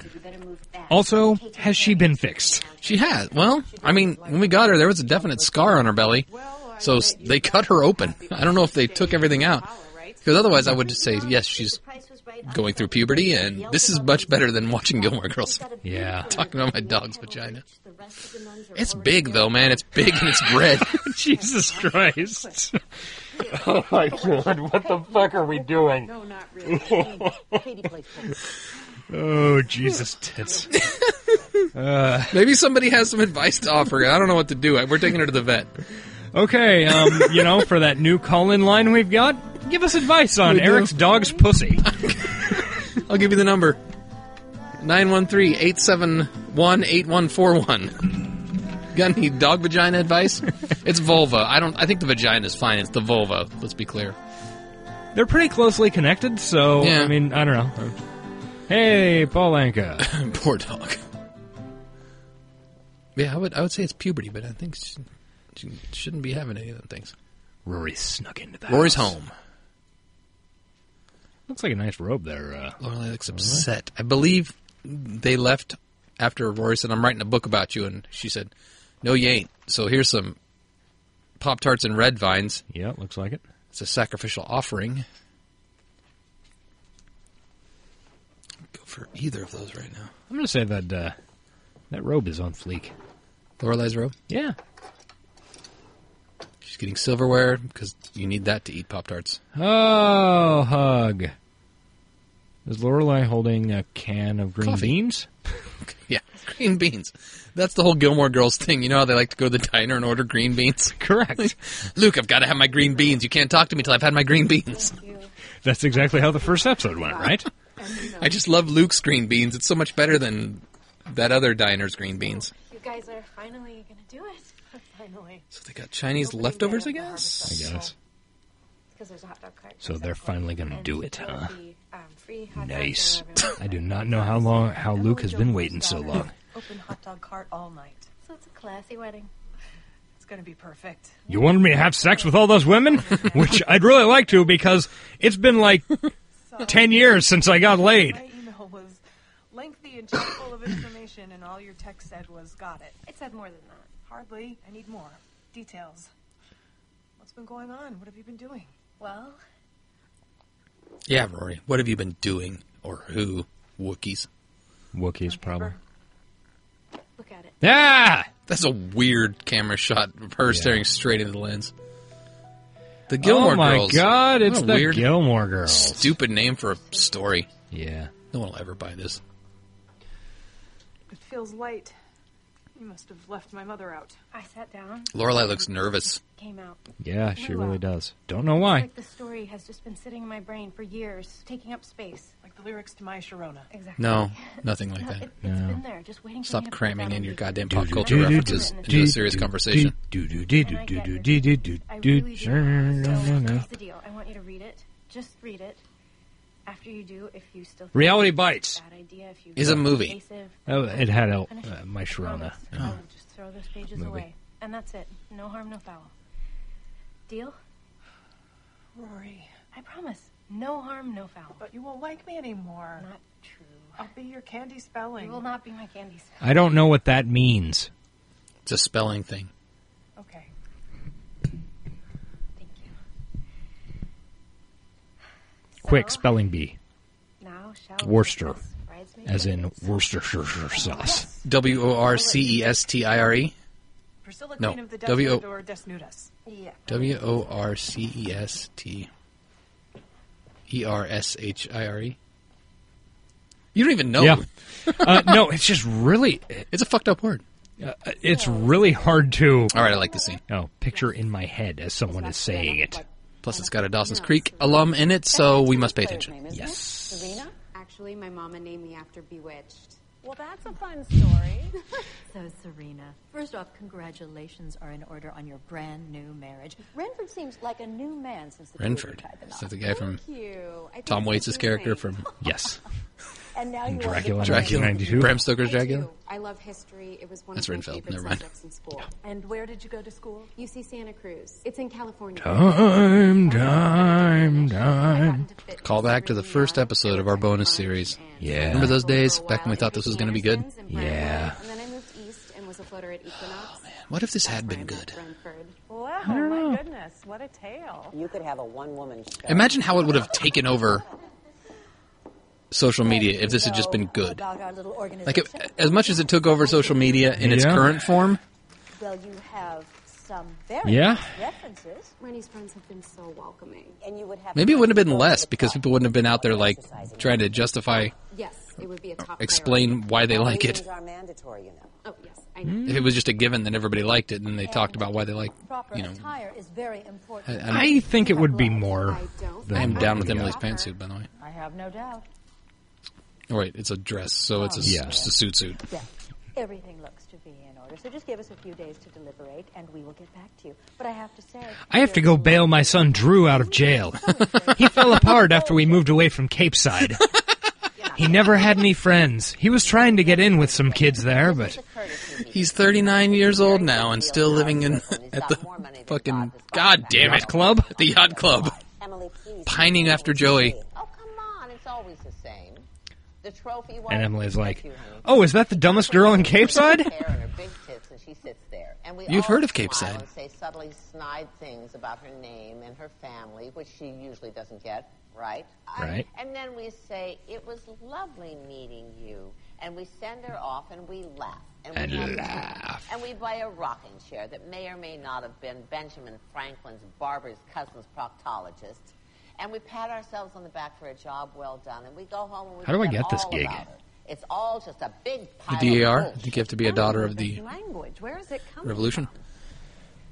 Speaker 2: Also, has she been fixed?
Speaker 3: She has. Well, I mean, when we got her, there was a definite scar on her belly, so s- they cut her open. I don't know if they took everything out, because otherwise, I would just say yes, she's going through puberty, and this is much better than watching Gilmore Girls. *laughs*
Speaker 2: Yeah. *laughs*
Speaker 3: Talking about my dog's vagina. It's big though, man. It's big and it's red. *laughs*
Speaker 2: Jesus Christ. *laughs* Oh my god, what the fuck are we doing?
Speaker 4: No, not
Speaker 2: *laughs*
Speaker 4: really. Katie plays poker.
Speaker 2: Oh, Jesus tits. Uh,
Speaker 3: Maybe somebody has some advice to offer. I don't know what to do. We're taking her to the vet.
Speaker 2: okay, um, you know, for that new call in line we've got, give us advice on
Speaker 3: We do.
Speaker 2: Eric's dog's pussy.
Speaker 3: I'll give you the number 913-871-8141. Got any dog vagina *laughs* advice? It's vulva. I don't I think the vagina is fine. It's the vulva. Let's be clear.
Speaker 2: They're pretty closely connected, so,
Speaker 3: Yeah.
Speaker 2: I mean, I don't know. Hey, Paul Anka.
Speaker 3: *laughs* *laughs* Poor dog. Yeah, I would I would say it's puberty, but I think she, she shouldn't be having any of them things.
Speaker 2: Rory snuck into that.
Speaker 3: Rory's home.
Speaker 2: Looks like a nice robe there. Uh,
Speaker 3: Lorelai looks upset. I believe they left after Rory said, "I'm writing a book about you," and she said, "No, you ain't." So here's some pop tarts and red vines.
Speaker 2: yeah, looks like it.
Speaker 3: It's a sacrificial offering. Go for either of those right now.
Speaker 2: I'm going to say that uh, that robe is on fleek.
Speaker 3: Lorelai's robe.
Speaker 2: Yeah.
Speaker 3: She's getting silverware because you need that to eat pop tarts.
Speaker 2: Oh, hug. Is Lorelai holding a can of green
Speaker 3: Coffee.
Speaker 2: beans?
Speaker 3: *laughs* Yeah, green beans. That's the whole Gilmore Girls thing. You know how they like to go to the diner and order green beans. *laughs*
Speaker 2: Correct.
Speaker 3: Luke, I've got to have my green beans. You can't talk to me till I've had my green beans. *laughs*
Speaker 2: That's exactly how the first episode went, right?
Speaker 3: I just love Luke's green beans. It's so much better than that other diner's green beans.
Speaker 5: You guys are finally gonna do it. *laughs*
Speaker 21: Finally.
Speaker 3: So they got Chinese leftovers, I guess.
Speaker 2: I
Speaker 3: *laughs*
Speaker 2: guess.
Speaker 21: Because there's a hot dog cart.
Speaker 2: So they're finally going to do it, huh?
Speaker 21: Um, free hot dogs
Speaker 2: Nice.
Speaker 3: *laughs*
Speaker 21: for everyone.
Speaker 2: I do not know how long how Luke has been waiting so
Speaker 4: *laughs*
Speaker 2: long.
Speaker 21: Open hot dog cart all night.
Speaker 5: So it's a classy wedding.
Speaker 21: It's going to be perfect.
Speaker 2: You wanted me to have sex with all those women, which I'd really like to because it's been like 10 years since I got laid.
Speaker 13: My email was lengthy and chock full of information, and all your text said was, "Got it."
Speaker 5: It said more than that.
Speaker 13: Hardly. I need more details. What's been going on? What have you been doing?
Speaker 5: Well,
Speaker 3: Yeah, Rory. What have you been doing? Or who? Wookiees.
Speaker 2: Wookiees, probably. Ah!
Speaker 3: That's a weird camera shot of her staring straight into the lens. The Gilmore
Speaker 2: oh my
Speaker 3: Girls.
Speaker 2: god,
Speaker 3: What
Speaker 2: it's
Speaker 3: a
Speaker 2: the
Speaker 3: weird,
Speaker 2: Gilmore Girls.
Speaker 3: Stupid name for a story.
Speaker 2: Yeah.
Speaker 3: No one will ever buy this.
Speaker 4: It feels light. You must have left my mother out.
Speaker 5: I sat down.
Speaker 3: Lorelai looks nervous.
Speaker 5: Came out.
Speaker 2: Yeah, she
Speaker 5: Willow.
Speaker 2: really does. Don't know why.
Speaker 5: Like the story has just been sitting in my brain for years, taking up space.
Speaker 29: Like the lyrics to My Sharona.
Speaker 5: Exactly.
Speaker 3: No, nothing like that.
Speaker 5: It, has been there, just waiting for me
Speaker 3: Stop
Speaker 5: to put
Speaker 3: cramming in
Speaker 5: it down
Speaker 3: your
Speaker 5: and
Speaker 3: goddamn
Speaker 5: read it.
Speaker 3: pop culture references into a serious conversation.
Speaker 5: I really do. So here's the deal. I want you to read it. Just read it. After you do, if you still think
Speaker 2: Reality
Speaker 5: it's a
Speaker 2: Bites
Speaker 5: bad idea, if you
Speaker 2: is a
Speaker 5: feel
Speaker 2: movie.
Speaker 5: invasive,
Speaker 2: Oh, it had El-
Speaker 5: finish
Speaker 2: uh,
Speaker 5: it.
Speaker 2: My Sharona.
Speaker 5: Promise.
Speaker 2: Oh.
Speaker 5: I will Just throw those pages
Speaker 2: Movie.
Speaker 5: away, and that's it. No harm, no foul. Deal?
Speaker 29: Rory,
Speaker 5: I promise. No harm, no foul.
Speaker 29: but you won't like me anymore.
Speaker 5: Not true.
Speaker 29: I'll be your candy spelling.
Speaker 5: You will not be my candy spell.
Speaker 2: I don't know what that means.
Speaker 3: It's a spelling thing.
Speaker 29: Okay.
Speaker 2: Quick spelling bee.
Speaker 5: Now shall
Speaker 2: Worcester,
Speaker 5: us bridesmaids
Speaker 2: as in Worcestershire sauce.
Speaker 3: W O R C E S T I R E.
Speaker 29: Priscilla,
Speaker 3: No.
Speaker 29: queen of the
Speaker 3: W O-
Speaker 29: desert or Desnudas.
Speaker 5: Yeah.
Speaker 3: W O R C E S T E R S H I R E. You don't even know.
Speaker 2: Yeah. uh, no, it's just really.
Speaker 3: It's a fucked up word.
Speaker 2: Uh, it's really hard to.
Speaker 3: All right, I like the scene.
Speaker 2: Oh, picture in my head as someone is saying it.
Speaker 3: Plus, it's got a Dawson's Creek alum in it, so we must pay attention.
Speaker 2: Yes.
Speaker 6: Serena? Actually, my mama named me after Bewitched.
Speaker 14: Well, that's a fun story.
Speaker 6: *laughs* So, Serena, first off, congratulations are in order on your brand new marriage. Renford seems like a new man since the day we
Speaker 3: Renford.
Speaker 6: tied the
Speaker 3: Is
Speaker 6: knot.
Speaker 3: that the guy from
Speaker 6: Thank you. I think
Speaker 3: Tom
Speaker 6: it's
Speaker 3: Waits'
Speaker 6: his
Speaker 3: character
Speaker 6: name.
Speaker 3: from
Speaker 2: Yes.
Speaker 6: And now you are
Speaker 2: Dracula,
Speaker 6: the-
Speaker 2: Dracula 92.
Speaker 3: Bram Stoker's
Speaker 6: I do.
Speaker 3: Dracula?
Speaker 6: I love history. It was one
Speaker 3: That's
Speaker 6: of my
Speaker 3: Renfeld.
Speaker 6: favorite
Speaker 3: Never mind.
Speaker 6: subjects in school. And where did you go to school? UC Santa Cruz. It's in California.
Speaker 2: Time, time, time.
Speaker 3: Call back to the first episode of our bonus series.
Speaker 2: Yeah.
Speaker 3: Remember those days back when we thought this was going to be good? Oh,
Speaker 2: Yeah.
Speaker 6: And then I moved east and was a floater at Equinox.
Speaker 3: What if this had been good?
Speaker 6: Renford.
Speaker 29: Wow,
Speaker 6: I don't
Speaker 29: my
Speaker 6: know.
Speaker 29: goodness, what a tale.
Speaker 14: You could have a one-woman show.
Speaker 3: Imagine how it would have taken over social media if this had just been good.
Speaker 14: About our little organization.
Speaker 3: Like, if, as much as it took over social media in its
Speaker 2: Yeah.
Speaker 3: current form,
Speaker 14: Well, you have some very
Speaker 2: Yeah.
Speaker 14: nice references.
Speaker 6: Rennie's friends have been so welcoming.
Speaker 14: And you would have
Speaker 3: maybe it wouldn't have been less because people wouldn't have been out there, like, trying to justify,
Speaker 6: Yes, it would be a top
Speaker 3: explain why they like it.
Speaker 14: Ratings are mandatory, you know.
Speaker 6: priority. Oh, yes, I know.
Speaker 3: If it was just a given, then everybody liked it and they talked about why they like,
Speaker 14: Proper
Speaker 3: you know.
Speaker 14: attire is very important.
Speaker 3: I-
Speaker 2: I think it would be more. than
Speaker 3: I am down with
Speaker 2: we got.
Speaker 3: Emily's pantsuit, by the way.
Speaker 14: I have no doubt.
Speaker 3: Oh, wait, it's a dress, so it's a,
Speaker 2: Yeah.
Speaker 3: just a suit suit.
Speaker 14: Yeah. Everything looks to be in order. So just give us a few days to deliberate, and we will get back to you. But I have to say,
Speaker 2: I have to go bail my son Drew out of
Speaker 14: *laughs*
Speaker 2: jail. *laughs* he fell apart after we moved away from Capeside. He never had any friends. He was trying to get in with some kids there, but
Speaker 3: He's 39 years old now and still living in *laughs* at the fucking god damn it club, the yacht club,
Speaker 14: Emily, please.
Speaker 3: pining after Joey.
Speaker 14: Oh come on! It's always the same. The trophy wife.
Speaker 2: and Emily's like,
Speaker 14: Thank you, honey.
Speaker 2: "Oh, is that the dumbest girl in
Speaker 14: *laughs*
Speaker 2: Capeside?"
Speaker 14: Hair and her big tits, and she sits there. And we
Speaker 2: You've
Speaker 14: all
Speaker 2: heard of
Speaker 14: smile
Speaker 2: Cape Side.
Speaker 14: and say subtly snide things about her name and her family, which she usually doesn't get, right? I-
Speaker 2: Right.
Speaker 14: and then we say, "It was lovely meeting you," and we send her off, and we laugh. And, we
Speaker 2: And
Speaker 14: have-
Speaker 2: laugh.
Speaker 14: And we buy a rocking chair that may or may not have been Benjamin Franklin's barber's cousin's proctologist. And we pat ourselves on the back for a job well done, and we go home and we
Speaker 3: How do I
Speaker 14: forget
Speaker 3: get this
Speaker 14: all
Speaker 3: gig?
Speaker 14: about her. It's all just a big
Speaker 3: The
Speaker 14: pile
Speaker 3: DAR.
Speaker 14: of
Speaker 3: I
Speaker 14: bullshit.
Speaker 3: think you have to be a daughter of the
Speaker 14: language. Where is it coming?
Speaker 3: revolution.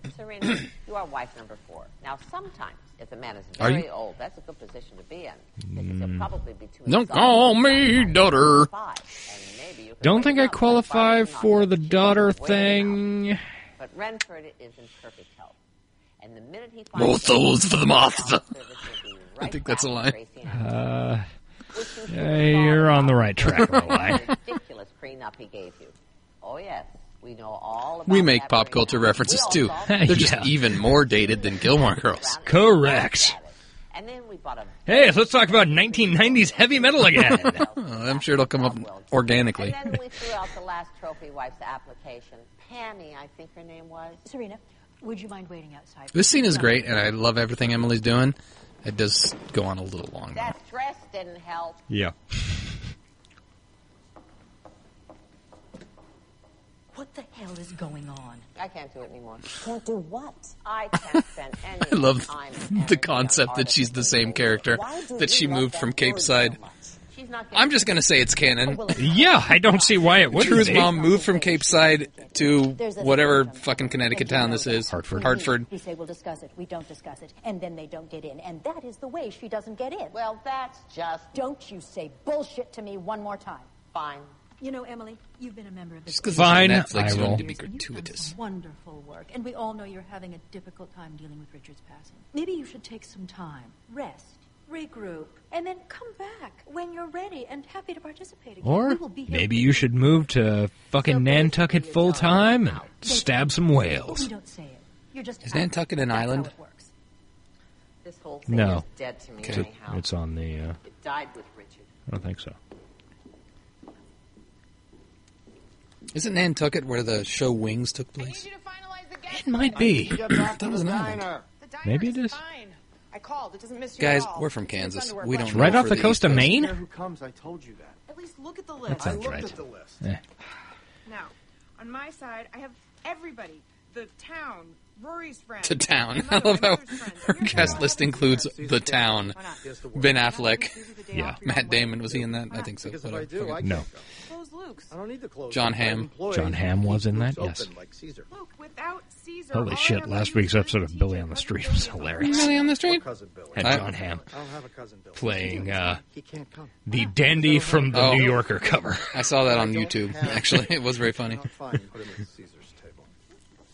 Speaker 14: from? Serena, you are wife number four. Now, sometimes if a man is
Speaker 3: Are
Speaker 14: very
Speaker 3: you?
Speaker 14: old, that's a good position to be in because he'll probably be too.
Speaker 3: Don't
Speaker 14: exhausted
Speaker 3: call
Speaker 14: by
Speaker 3: me
Speaker 14: the time
Speaker 3: daughter.
Speaker 14: you're five, and maybe you can
Speaker 2: Don't
Speaker 14: wake
Speaker 2: think I
Speaker 14: up by
Speaker 2: qualify
Speaker 14: barking on
Speaker 2: for
Speaker 14: her.
Speaker 2: the
Speaker 14: She's
Speaker 2: daughter
Speaker 14: waiting
Speaker 2: thing.
Speaker 14: out. But Renford is in perfect health, and the minute he finds
Speaker 3: More souls for the moths.
Speaker 14: I
Speaker 3: think that's a line.
Speaker 2: Uh, yeah, you're on the right track, Lorelai.
Speaker 14: ridiculous prenup he gave you. Oh yes, we know all. About
Speaker 3: We make
Speaker 14: that
Speaker 3: pop culture
Speaker 14: prenup.
Speaker 3: references
Speaker 14: We
Speaker 3: too.
Speaker 14: all saw
Speaker 3: They're just
Speaker 2: Yeah.
Speaker 3: even more dated than Gilmore Girls.
Speaker 2: Correct.
Speaker 14: And then we bought a
Speaker 2: Hey, let's talk about 1990s heavy metal again.
Speaker 3: Uh, I'm sure it'll come up organically.
Speaker 14: And then we threw out the last trophy wife's application. Pammy, I think her name was.
Speaker 6: Serena, would you mind waiting outside?
Speaker 3: This scene is great, and I love everything Emily's doing. It does go on a little long.
Speaker 14: That dress didn't help.
Speaker 2: Yeah.
Speaker 14: What
Speaker 6: the hell is going on?
Speaker 14: I can't do it anymore.
Speaker 6: Can't do what?
Speaker 14: I can't spend any
Speaker 3: *laughs* I love
Speaker 14: time.
Speaker 3: *laughs* the concept that she's the same character that she moved from Cape Side. I'm just going to say it's canon.
Speaker 2: Yeah, I don't see why it wouldn't eh?
Speaker 3: True's
Speaker 2: be.
Speaker 3: mom moved from Cape Side to whatever fucking Connecticut town this is. Hartford. Hartford.
Speaker 6: We say we'll discuss it. We don't discuss it, and then they don't get in, and that is the way she doesn't get in.
Speaker 14: Well, that's just.
Speaker 6: Don't you say bullshit to me one more time.
Speaker 14: Fine.
Speaker 6: You know, Emily, you've been a member of this.
Speaker 3: 'cause it's on
Speaker 2: Fine,
Speaker 3: Netflix,
Speaker 2: I
Speaker 3: you don't
Speaker 2: will.
Speaker 3: need to be gratuitous.
Speaker 6: Wonderful work, and we all know you're having a difficult time dealing with Richard's passing. Maybe you should take some time, rest, regroup, and then come back when you're ready and happy to participate again. we
Speaker 2: Or
Speaker 6: will be here
Speaker 2: maybe you should move to fucking Nantucket full time and stab some
Speaker 6: We
Speaker 2: whales.
Speaker 6: don't say it. You're just.
Speaker 3: Is
Speaker 6: out.
Speaker 3: Nantucket an island?
Speaker 14: This whole thing
Speaker 2: No,
Speaker 14: is dead to me
Speaker 2: It's-
Speaker 14: anyhow.
Speaker 2: it's on the. Uh,
Speaker 14: It died with Richard.
Speaker 2: I don't think so.
Speaker 3: Isn't Nantucket where the show Wings took place?
Speaker 2: It might be.
Speaker 3: *clears throat* that was an island.
Speaker 2: Maybe it is.
Speaker 4: I called. It doesn't miss you
Speaker 3: Guys,
Speaker 4: at all.
Speaker 3: we're from Kansas. We don't.
Speaker 2: It's right
Speaker 3: root
Speaker 2: off
Speaker 3: for
Speaker 2: the coast of
Speaker 3: East
Speaker 2: Maine.
Speaker 30: Who comes? I told you that.
Speaker 4: At least look at the list.
Speaker 2: That sounds right. Eh.
Speaker 4: Now, on my side, I have everybody. The town, Rory's friend.
Speaker 3: To town. *laughs*
Speaker 4: my
Speaker 3: I
Speaker 4: mother,
Speaker 3: love
Speaker 4: my
Speaker 3: how
Speaker 4: mother's friend.
Speaker 3: her cast list includes the town. Ben Affleck.
Speaker 2: Yeah.
Speaker 3: Matt Damon was he in that? I think so. Whatever. Fucking-
Speaker 2: No,
Speaker 4: Close Luke's.
Speaker 9: I don't need the clothes.
Speaker 3: John Hamm.
Speaker 2: John Hamm was in that.
Speaker 9: Open
Speaker 2: Yes.
Speaker 9: like Caesar.
Speaker 4: Luke, without Caesar.
Speaker 2: Holy
Speaker 4: all I
Speaker 2: shit!
Speaker 4: have
Speaker 2: Last
Speaker 4: left
Speaker 2: week's episode of Billy on the Street was hilarious.
Speaker 3: Really on the street?
Speaker 2: Had
Speaker 3: I-
Speaker 2: John Hamm
Speaker 9: I don't have a cousin Bill.
Speaker 2: playing uh,
Speaker 9: He can't come.
Speaker 2: the dandy from the
Speaker 3: Oh.
Speaker 2: New Yorker cover.
Speaker 3: I saw that on YouTube. Actually, *laughs* it was very funny.
Speaker 9: Put him at Caesar's table.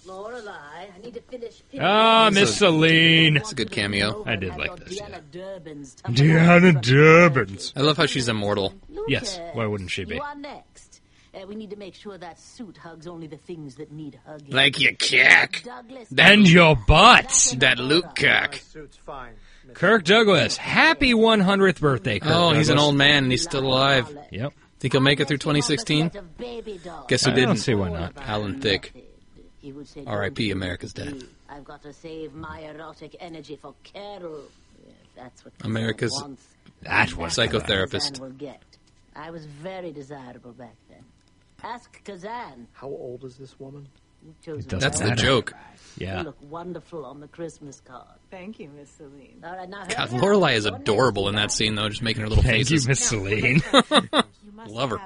Speaker 31: Lorelei, I need to finish.
Speaker 2: Ah, Miss Celine.
Speaker 3: It's a good cameo.
Speaker 2: I did like this.
Speaker 31: Deanna Durbin's
Speaker 2: Deanna Durbins.
Speaker 3: I love how she's immortal.
Speaker 2: Yes. Why wouldn't she
Speaker 31: You
Speaker 2: be?
Speaker 31: are next. Uh, we need to make sure that suit hugs only the things that need hugging.
Speaker 2: Like your cock.
Speaker 31: Douglas
Speaker 2: And your butts. That Luke
Speaker 9: My
Speaker 2: cock.
Speaker 9: suit's fine.
Speaker 2: Kirk Douglas. Happy 100th birthday, Kirk
Speaker 3: Oh, he's an
Speaker 2: Douglas.
Speaker 3: old man and he's still alive.
Speaker 2: Yep.
Speaker 3: Think he'll make it through 2016? Guess who
Speaker 2: I don't
Speaker 3: didn't?
Speaker 2: see why not.
Speaker 3: Alan Thicke.
Speaker 31: He would say,
Speaker 3: R.I.P. America's dad.
Speaker 31: I've got to save my erotic energy for Carol. If that's what the
Speaker 3: America's
Speaker 31: man wants,
Speaker 3: psychotherapist.
Speaker 31: Kazan will get. I was very desirable back then. Ask Kazan.
Speaker 9: How old is this woman?
Speaker 31: You chose
Speaker 2: It
Speaker 31: me
Speaker 2: doesn't
Speaker 3: That's the
Speaker 2: matter.
Speaker 3: joke.
Speaker 31: You
Speaker 2: Yeah.
Speaker 31: look wonderful on the Christmas card.
Speaker 4: Thank you, Miss Celine.
Speaker 31: All right, now hurry
Speaker 3: God,
Speaker 31: up.
Speaker 3: Lorelai is adorable in that scene, though, just making her
Speaker 2: *laughs*
Speaker 3: little
Speaker 2: Thank you,
Speaker 3: faces.
Speaker 2: Miss
Speaker 3: *laughs*
Speaker 2: Celine.
Speaker 3: love her.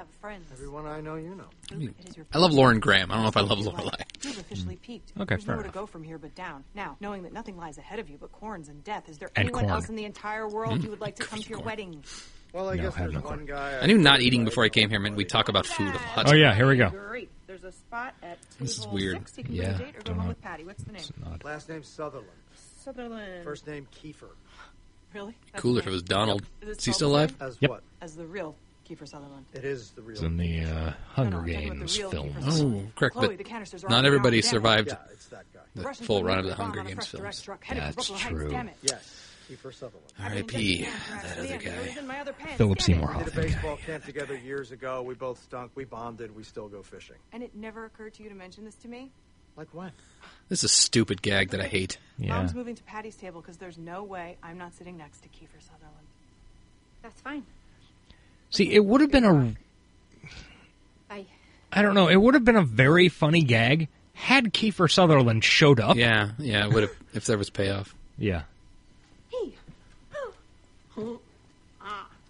Speaker 9: Everyone I know, you know.
Speaker 3: I love Lauren Graham. I don't know if I love Lorelai.
Speaker 4: You've officially peaked.
Speaker 3: Okay,
Speaker 4: There's
Speaker 3: fair
Speaker 4: nowhere
Speaker 3: enough.
Speaker 4: to go from here but down. Now, knowing that nothing lies ahead of you but corns and death, is there
Speaker 3: And
Speaker 4: anyone
Speaker 3: corn.
Speaker 4: else in the entire world
Speaker 3: Mm.
Speaker 4: you would like to come to your wedding?
Speaker 9: Well, I
Speaker 2: No,
Speaker 9: guess
Speaker 2: I have
Speaker 9: there's
Speaker 2: no
Speaker 9: one guy.
Speaker 3: I knew not eating before I came here meant we talk about food a lot.
Speaker 2: Oh, yeah, here we go.
Speaker 4: Great. There's a spot at
Speaker 3: This is
Speaker 4: table
Speaker 3: weird.
Speaker 4: six. You can go
Speaker 2: Yeah,
Speaker 4: to date or go
Speaker 2: don't
Speaker 4: home
Speaker 2: know.
Speaker 4: with Patty. What's the name?
Speaker 9: Last name Sutherland.
Speaker 4: Sutherland.
Speaker 9: First name Kiefer.
Speaker 4: Really? That's
Speaker 3: Cool
Speaker 4: the
Speaker 3: if it
Speaker 4: name.
Speaker 3: was Donald.
Speaker 4: Is it
Speaker 3: Is he
Speaker 4: spelled
Speaker 3: still
Speaker 4: the
Speaker 3: alive?
Speaker 4: same?
Speaker 9: As
Speaker 2: Yep.
Speaker 9: what?
Speaker 4: As the real Kiefer Sutherland.
Speaker 9: It is the real.
Speaker 2: It's in the uh, Hunger Games
Speaker 4: real
Speaker 2: film.
Speaker 4: Kiefer
Speaker 3: Oh,
Speaker 4: Sutherland.
Speaker 3: correct.
Speaker 4: Chloe,
Speaker 3: But
Speaker 4: the canisters are
Speaker 3: not
Speaker 4: already
Speaker 3: everybody
Speaker 4: out. Damn it.
Speaker 3: survived
Speaker 9: Yeah, it's that guy.
Speaker 3: the
Speaker 4: Russians
Speaker 3: full
Speaker 4: put
Speaker 3: run
Speaker 4: a
Speaker 3: of the
Speaker 4: bomb
Speaker 3: Hunger
Speaker 4: on a
Speaker 3: Games
Speaker 4: fresh direct
Speaker 3: films.
Speaker 4: truck headed for
Speaker 2: That's
Speaker 4: Brooklyn Heights.
Speaker 2: true.
Speaker 4: Damn it.
Speaker 9: Yes, Kiefer Sutherland.
Speaker 3: R.I.P. That other guy. Philip Seymour
Speaker 2: Oh,
Speaker 9: We did a
Speaker 3: Hoffman guy.
Speaker 9: baseball camp together years ago. We both stunk. We bonded. We still go fishing.
Speaker 4: And it never occurred to you to mention this to me?
Speaker 9: Like what?
Speaker 3: This is a stupid gag that I hate.
Speaker 4: Mom's moving to Patty's table because there's no way I'm not sitting next to Kiefer Sutherland.
Speaker 5: That's fine.
Speaker 2: See, it would have been a.
Speaker 5: I
Speaker 2: I don't know. It would have been a very funny gag had Kiefer Sutherland showed up.
Speaker 3: Yeah, yeah, it would have if there was payoff.
Speaker 2: Yeah.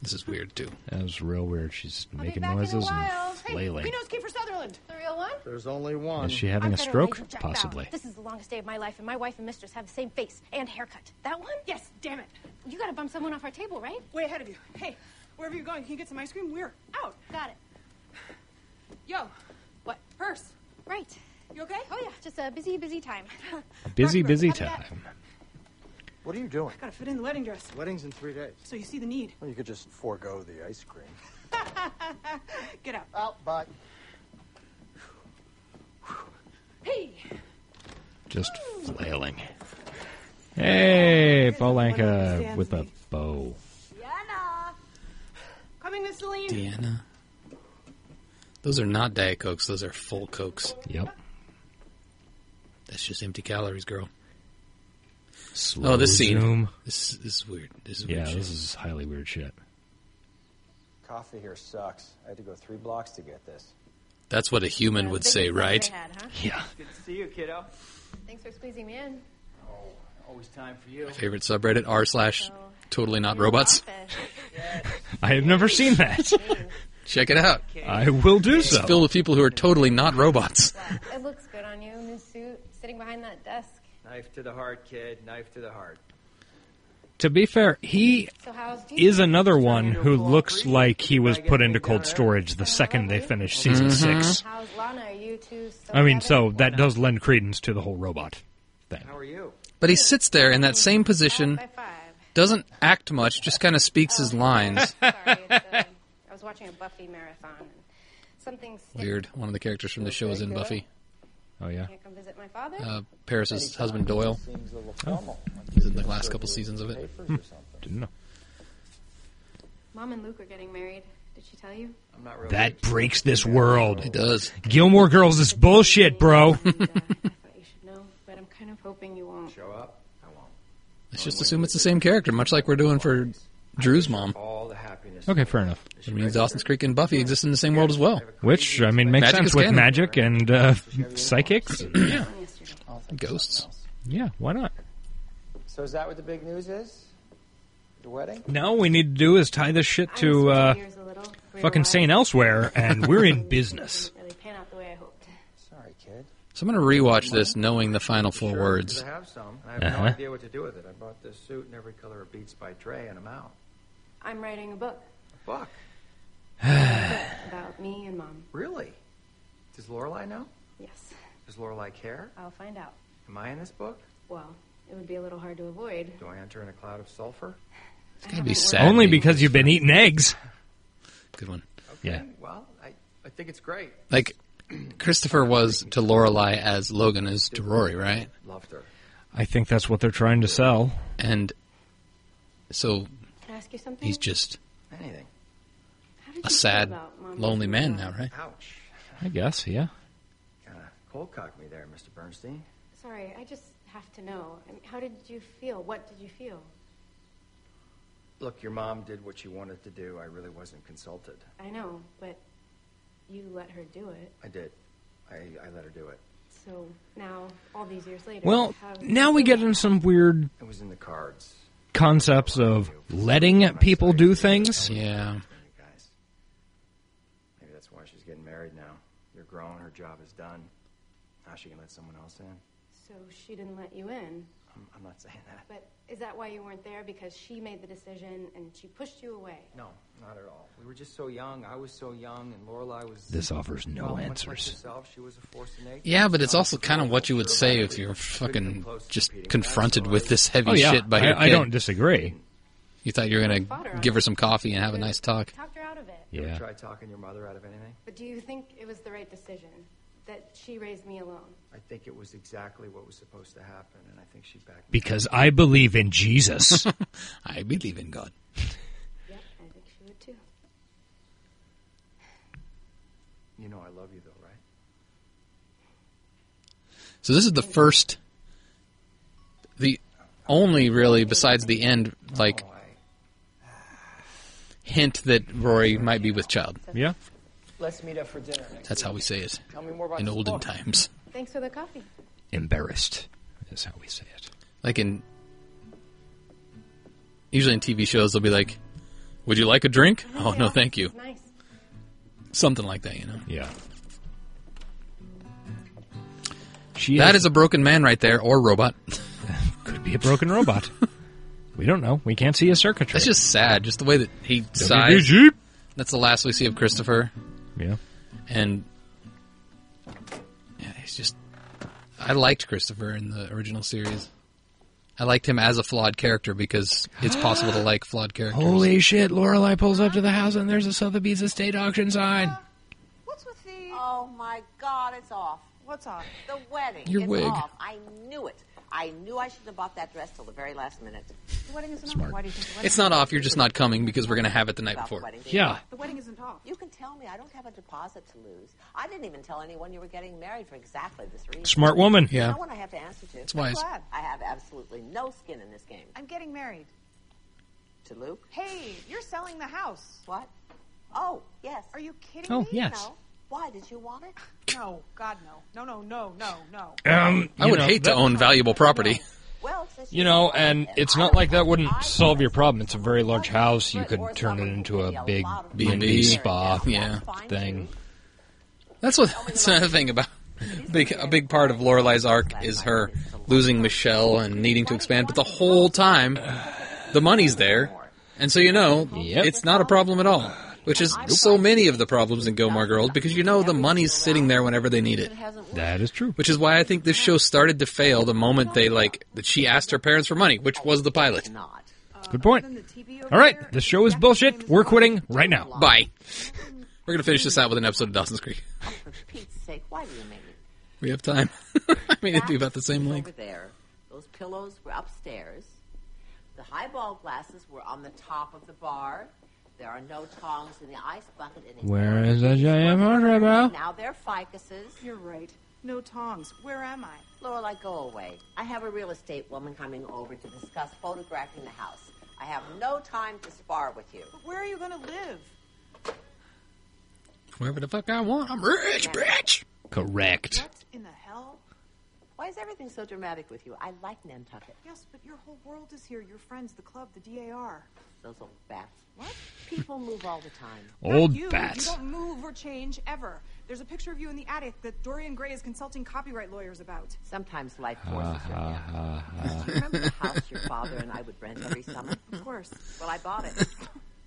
Speaker 3: This is weird too.
Speaker 2: That was real weird. She's making
Speaker 4: back in a
Speaker 2: noises
Speaker 4: while.
Speaker 2: and
Speaker 4: Hey,
Speaker 2: flailing.
Speaker 4: we know it's Kiefer Sutherland.
Speaker 5: The
Speaker 6: oh
Speaker 5: real one?
Speaker 9: There's only one.
Speaker 2: Is she having a
Speaker 5: I've got
Speaker 2: stroke?
Speaker 5: relationship back.
Speaker 2: Possibly.
Speaker 5: This is the longest day of my life, and my wife and mistress have the same face and haircut. That one?
Speaker 4: Yes, damn it.
Speaker 5: You gotta bump someone off our table, right?
Speaker 4: Way ahead of you. Hey, wherever you're going, can you get some ice cream? We're out.
Speaker 5: Got it.
Speaker 4: Yo, what? Purse.
Speaker 5: Right.
Speaker 4: You okay?
Speaker 5: Oh yeah, just a busy, busy time. *laughs*
Speaker 2: Busy,
Speaker 4: Rockford,
Speaker 2: busy
Speaker 4: copy that.
Speaker 2: time.
Speaker 9: What are you doing?
Speaker 4: Gotta fit in the wedding dress.
Speaker 9: Wedding's in three days.
Speaker 4: So you see the need.
Speaker 9: Well, you could just forego the ice cream.
Speaker 4: Get out.
Speaker 9: Out, bye.
Speaker 4: Hey,
Speaker 2: Just flailing. Hey, Polanka with a bow.
Speaker 4: Diana. Coming, Miss Celine.
Speaker 3: Deanna. Those are not Diet Cokes, those are full Cokes.
Speaker 2: Yep.
Speaker 3: That's just empty calories, girl.
Speaker 2: Slow
Speaker 3: oh, this scene.
Speaker 2: zoom.
Speaker 3: This, this is weird. This is
Speaker 2: Yeah,
Speaker 3: weird shit.
Speaker 2: this is highly weird shit.
Speaker 32: Coffee here sucks. I had to go three blocks to get this.
Speaker 3: That's what a human would say, right? Yeah.
Speaker 6: Good to see you, kiddo.
Speaker 5: Thanks for squeezing me in.
Speaker 6: Always time for you.
Speaker 3: Favorite subreddit r slash totally not robots.
Speaker 2: I have never seen that.
Speaker 3: Check it out.
Speaker 2: I will do
Speaker 3: It's
Speaker 2: so.
Speaker 3: filled with people who are totally not robots.
Speaker 5: It looks good on you. New suit, sitting behind that desk.
Speaker 6: Knife to the heart, kid. Knife to the heart.
Speaker 2: To be fair, he
Speaker 5: So how's Dee?
Speaker 2: is another one who looks like he was put into cold storage the second they finished season
Speaker 3: Mhm.
Speaker 2: six.
Speaker 5: How's Lana? Are you two still
Speaker 2: I mean,
Speaker 5: together?
Speaker 2: so that does lend credence to the whole robot thing.
Speaker 3: But he sits there in that same position, doesn't act much, just kind of speaks his
Speaker 5: *laughs*
Speaker 3: lines.
Speaker 5: Sorry, it's, uh, I was watching a Buffy marathon. And something. St-
Speaker 3: Weird. One of the characters from the show is in Buffy.
Speaker 2: Oh yeah.
Speaker 5: Can't come visit my father.
Speaker 3: Uh, Paris's husband Doyle. He's in the last couple seasons of it.
Speaker 2: Didn't know.
Speaker 5: Mom and Luke are getting married. Did she tell you?
Speaker 6: I'm not really.
Speaker 2: That breaks this world. It
Speaker 3: does.
Speaker 2: Gilmore Girls is bullshit, bro.
Speaker 5: No, but I'm kind of hoping you won't.
Speaker 6: *laughs* Show up. I won't.
Speaker 3: Let's just assume it's the same character, much like we're doing for Drew's mom.
Speaker 6: All the
Speaker 2: *laughs*
Speaker 6: happiness.
Speaker 2: okay, fair enough.
Speaker 3: It means Dawson's Creek and Buffy exist in the same world as well.
Speaker 2: Which I mean makes
Speaker 3: Magic
Speaker 2: sense
Speaker 3: is
Speaker 2: with
Speaker 3: canon.
Speaker 2: magic and uh, psychics.
Speaker 3: yeah. Ghosts.
Speaker 2: Yeah, why not?
Speaker 22: So is that what the big news is? The wedding?
Speaker 2: Now what we need to do is tie this shit to uh, fucking St. Elsewhere, and we're in business.
Speaker 5: Really pan out the way I hoped.
Speaker 22: Sorry, kid.
Speaker 3: So I'm going to rewatch this knowing the final four words.
Speaker 6: I have some. and I have
Speaker 3: Uh-huh.
Speaker 6: no idea what to do with it. I bought this suit in every color of Beats by Dre, and I'm out.
Speaker 5: I'm writing a book
Speaker 6: Fuck.
Speaker 5: *sighs* about me and Mom.
Speaker 6: Really? Does Lorelai know?
Speaker 5: Yes,
Speaker 6: Does Lorelai care?
Speaker 5: I'll find out.
Speaker 6: Am I in this book?
Speaker 5: Well, it would be a little hard to avoid.
Speaker 6: Do I enter in a cloud of sulfur?
Speaker 3: It's going to be sad.
Speaker 2: Only because you've been eating eggs.
Speaker 3: Good one.
Speaker 2: Yeah.
Speaker 6: Well, I, I think it's great.
Speaker 3: Like, Christopher was to Lorelei as Logan is to Rory, right?
Speaker 6: Loved her.
Speaker 2: I think that's what they're trying to sell.
Speaker 3: And so
Speaker 5: Can I ask you something?
Speaker 3: he's just
Speaker 6: Anything.
Speaker 5: How did
Speaker 3: a
Speaker 5: you
Speaker 3: sad,
Speaker 5: feel about Mom
Speaker 3: lonely
Speaker 5: and
Speaker 3: man
Speaker 5: Dad?
Speaker 3: now, right?
Speaker 6: Ouch.
Speaker 2: I guess, yeah.
Speaker 6: Kind of cold cocked me there, Mr. Bernstein.
Speaker 5: Sorry, I just have to know. I mean, how did you feel? What did you feel?
Speaker 6: Look, your mom did what she wanted to do. I really wasn't consulted.
Speaker 5: I know, but you let her do it.
Speaker 6: I did. I, I let her do it.
Speaker 5: So now, all these years later,
Speaker 2: Well,
Speaker 5: how do you
Speaker 2: now we get into some weird
Speaker 6: It was in the cards.
Speaker 2: concepts of letting people do things.
Speaker 3: Yeah.
Speaker 6: Maybe that's why she's getting married now. You're grown. Her job is done. Now she can let someone else in.
Speaker 5: So she didn't let you in.
Speaker 6: I'm, I'm not *laughs* saying that.
Speaker 5: But is that why you weren't there? Because she made the decision and she pushed you away.
Speaker 6: No, not at all. We were just so young. I was so young, and Lorelai was.
Speaker 2: This offers no
Speaker 6: well, much like
Speaker 2: answers.
Speaker 6: yourself, she was a force of nature.
Speaker 3: Yeah, but it's also kind of what you would say if you're fucking just confronted with this heavy
Speaker 2: Oh, yeah.
Speaker 3: shit by your
Speaker 2: I- I
Speaker 3: kid.
Speaker 2: don't disagree.
Speaker 3: You thought you were going to give her some coffee and have a nice talk.
Speaker 5: Talked her out of it.
Speaker 6: You ever
Speaker 2: Yeah.
Speaker 6: Try talking your mother out of anything.
Speaker 5: But do you think it was the right decision? That she raised me alone?
Speaker 6: I think it was exactly what was supposed to happen, and I think she backed.
Speaker 2: Because I believe in Jesus.
Speaker 3: I believe in God.
Speaker 5: Yep, I think she would too.
Speaker 6: You know, I love you though, right?
Speaker 3: So this is the first, the only really besides the end like hint that Rory might be with child.
Speaker 2: Yeah,
Speaker 22: Let's meet up for dinner. Next
Speaker 3: that's
Speaker 22: week.
Speaker 3: how we say it
Speaker 22: Tell me more about
Speaker 3: in
Speaker 22: this
Speaker 3: olden
Speaker 22: book.
Speaker 3: times.
Speaker 5: Thanks for the coffee.
Speaker 2: Embarrassed is how we say it.
Speaker 3: Like in usually in TV shows, they'll be like, "Would you like a drink?" Oh no, thank you.
Speaker 5: Nice.
Speaker 3: Something like that, you know.
Speaker 2: Yeah.
Speaker 3: that
Speaker 2: is-
Speaker 3: is a broken man right there, or robot.
Speaker 2: Could be a broken robot. we don't know. We can't see his circuitry.
Speaker 3: That's just sad. Just the way that he sighs.
Speaker 2: WBG.
Speaker 3: That's the last we see of Christopher.
Speaker 2: Yeah.
Speaker 3: And yeah, he's just. I liked Christopher in the original series. I liked him as a flawed character because it's
Speaker 2: *gasps*
Speaker 3: possible to like flawed characters.
Speaker 2: Holy shit, Lorelai pulls up to the house and there's a Sotheby's estate auction sign.
Speaker 14: What's with the? Oh my God, it's off. What's off? The wedding.
Speaker 2: Your
Speaker 14: it's
Speaker 2: wig.
Speaker 14: off. I knew it. I knew I shouldn't have bought that dress till the very last minute. The wedding isn't off. Why do you think the
Speaker 3: It's not off, you're just not coming because we're going to have it the night before.
Speaker 14: The wedding isn't off. You can tell me. I don't have a deposit to lose. I didn't even tell anyone you were getting married for exactly this reason.
Speaker 2: Smart woman.
Speaker 14: No
Speaker 2: Yeah.
Speaker 14: one I have to answer to.
Speaker 2: It's wise.
Speaker 14: I'm glad. I have absolutely no skin in this game.
Speaker 21: I'm getting married.
Speaker 14: To Luke.
Speaker 21: Hey, you're selling the house.
Speaker 14: What? Oh, yes.
Speaker 21: Are you kidding
Speaker 2: Oh,
Speaker 21: me?
Speaker 2: yes.
Speaker 21: No.
Speaker 14: Why did you want it?
Speaker 4: No, God, no, no, no, no, no, no.
Speaker 2: Um,
Speaker 3: I
Speaker 2: you
Speaker 3: would
Speaker 2: know,
Speaker 3: hate
Speaker 2: that-
Speaker 3: to own
Speaker 2: *laughs*
Speaker 3: valuable property.
Speaker 2: You know, and it's not like that wouldn't solve your problem. It's a very large house. You could turn it into a big B&B
Speaker 3: B&B.
Speaker 2: spa
Speaker 3: Yeah.
Speaker 2: thing.
Speaker 3: That's what. *laughs* That's another thing about big. A big part of Lorelai's arc is her losing Michelle and needing to expand, but the whole time, the money's there, and so you know it's not a problem at all. Which is so many of the problems in Gilmore Girls because you know the money's sitting there whenever they need it.
Speaker 2: That is true.
Speaker 3: Which is why I think this show started to fail the moment they like that she asked her parents for money, which was the pilot.
Speaker 2: Good point. All right, this show is bullshit. We're quitting right now.
Speaker 3: Bye. We're gonna finish this out with an episode of Dawson's Creek.
Speaker 14: Pete's sake, why do you make it?
Speaker 3: We have time. *laughs* I mean, it'd be about the same
Speaker 14: was
Speaker 3: length.
Speaker 14: Over there, those pillows were upstairs. The highball glasses were on the top of the bar. There are no tongs in the ice bucket anymore.
Speaker 1: Where is the giant water bell?
Speaker 14: Now they're ficuses. You're right. No tongs. Where am I? Lorelai, go away.
Speaker 16: I have a real estate woman coming over to discuss photographing the house. I have no time to spar with you.
Speaker 4: Where are you going to live?
Speaker 3: Wherever the fuck I want, I'm rich, bitch.
Speaker 2: Correct.
Speaker 4: In the hell?
Speaker 14: Why is everything so dramatic with you? I like Nantucket.
Speaker 4: Yes, but your whole world is here. Your friends, the club, the DAR.
Speaker 14: Those old bats. What? People move all the time.
Speaker 2: Old
Speaker 4: Not you.
Speaker 2: bats.
Speaker 4: You don't move or change ever. There's a picture of you in the attic that Dorian Gray is consulting copyright lawyers about.
Speaker 14: Sometimes life
Speaker 1: Ha,
Speaker 14: forces
Speaker 1: ha, ha, ha.
Speaker 14: Do you remember the house your father and I would rent every summer?
Speaker 4: Of course.
Speaker 14: Well, I bought it.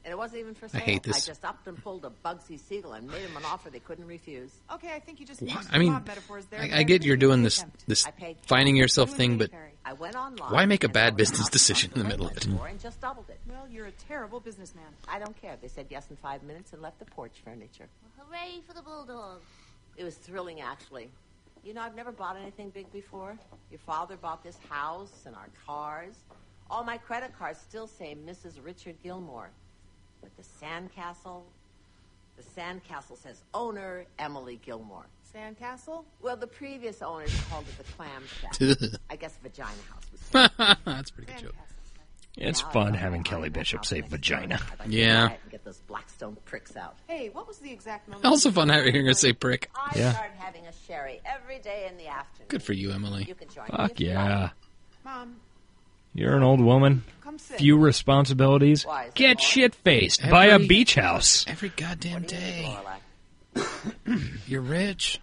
Speaker 14: And it wasn't even for
Speaker 3: I
Speaker 14: sale.
Speaker 3: hate this.
Speaker 14: I just upped and pulled a Bugsy Siegel and made him an offer they couldn't refuse.
Speaker 4: Okay, I think you just
Speaker 3: Why- I mean, I, I get you're doing this this finding yourself thing, but
Speaker 14: I went online.
Speaker 3: why make a bad business decision in the middle of it?
Speaker 14: Door and just doubled it.
Speaker 4: Well, you're a terrible businessman.
Speaker 14: I don't care. They said yes in five minutes and left the porch furniture.
Speaker 16: Hooray for the bulldog.
Speaker 14: It was thrilling, actually. You know, I've never bought anything big before. Your father bought this house and our cars. All my credit cards still say Mrs. Richard Gilmore. But the sandcastle, the sandcastle says owner Emily Gilmore.
Speaker 4: Sandcastle?
Speaker 14: Well, the previous owners called it the clam shack. I guess vagina house was.
Speaker 3: *laughs* That's a pretty good joke. *laughs*
Speaker 2: It's fun having Kelly Bishop say vagina.
Speaker 3: Yeah.
Speaker 14: And get those blackstone pricks out.
Speaker 4: Hey, what was the exact moment?
Speaker 3: Also fun having hearing her say prick.
Speaker 14: I
Speaker 3: Yeah.
Speaker 14: start having a sherry every day in the afternoon.
Speaker 3: Good for you, Emily.
Speaker 14: You can join me
Speaker 2: Fuck
Speaker 14: if you
Speaker 2: yeah.
Speaker 4: Mom.
Speaker 2: You're an old woman. Few responsibilities.
Speaker 14: Why, is
Speaker 2: Get shit faced. Buy a
Speaker 3: Every-
Speaker 2: beach house.
Speaker 3: Every goddamn day. *coughs* You're rich.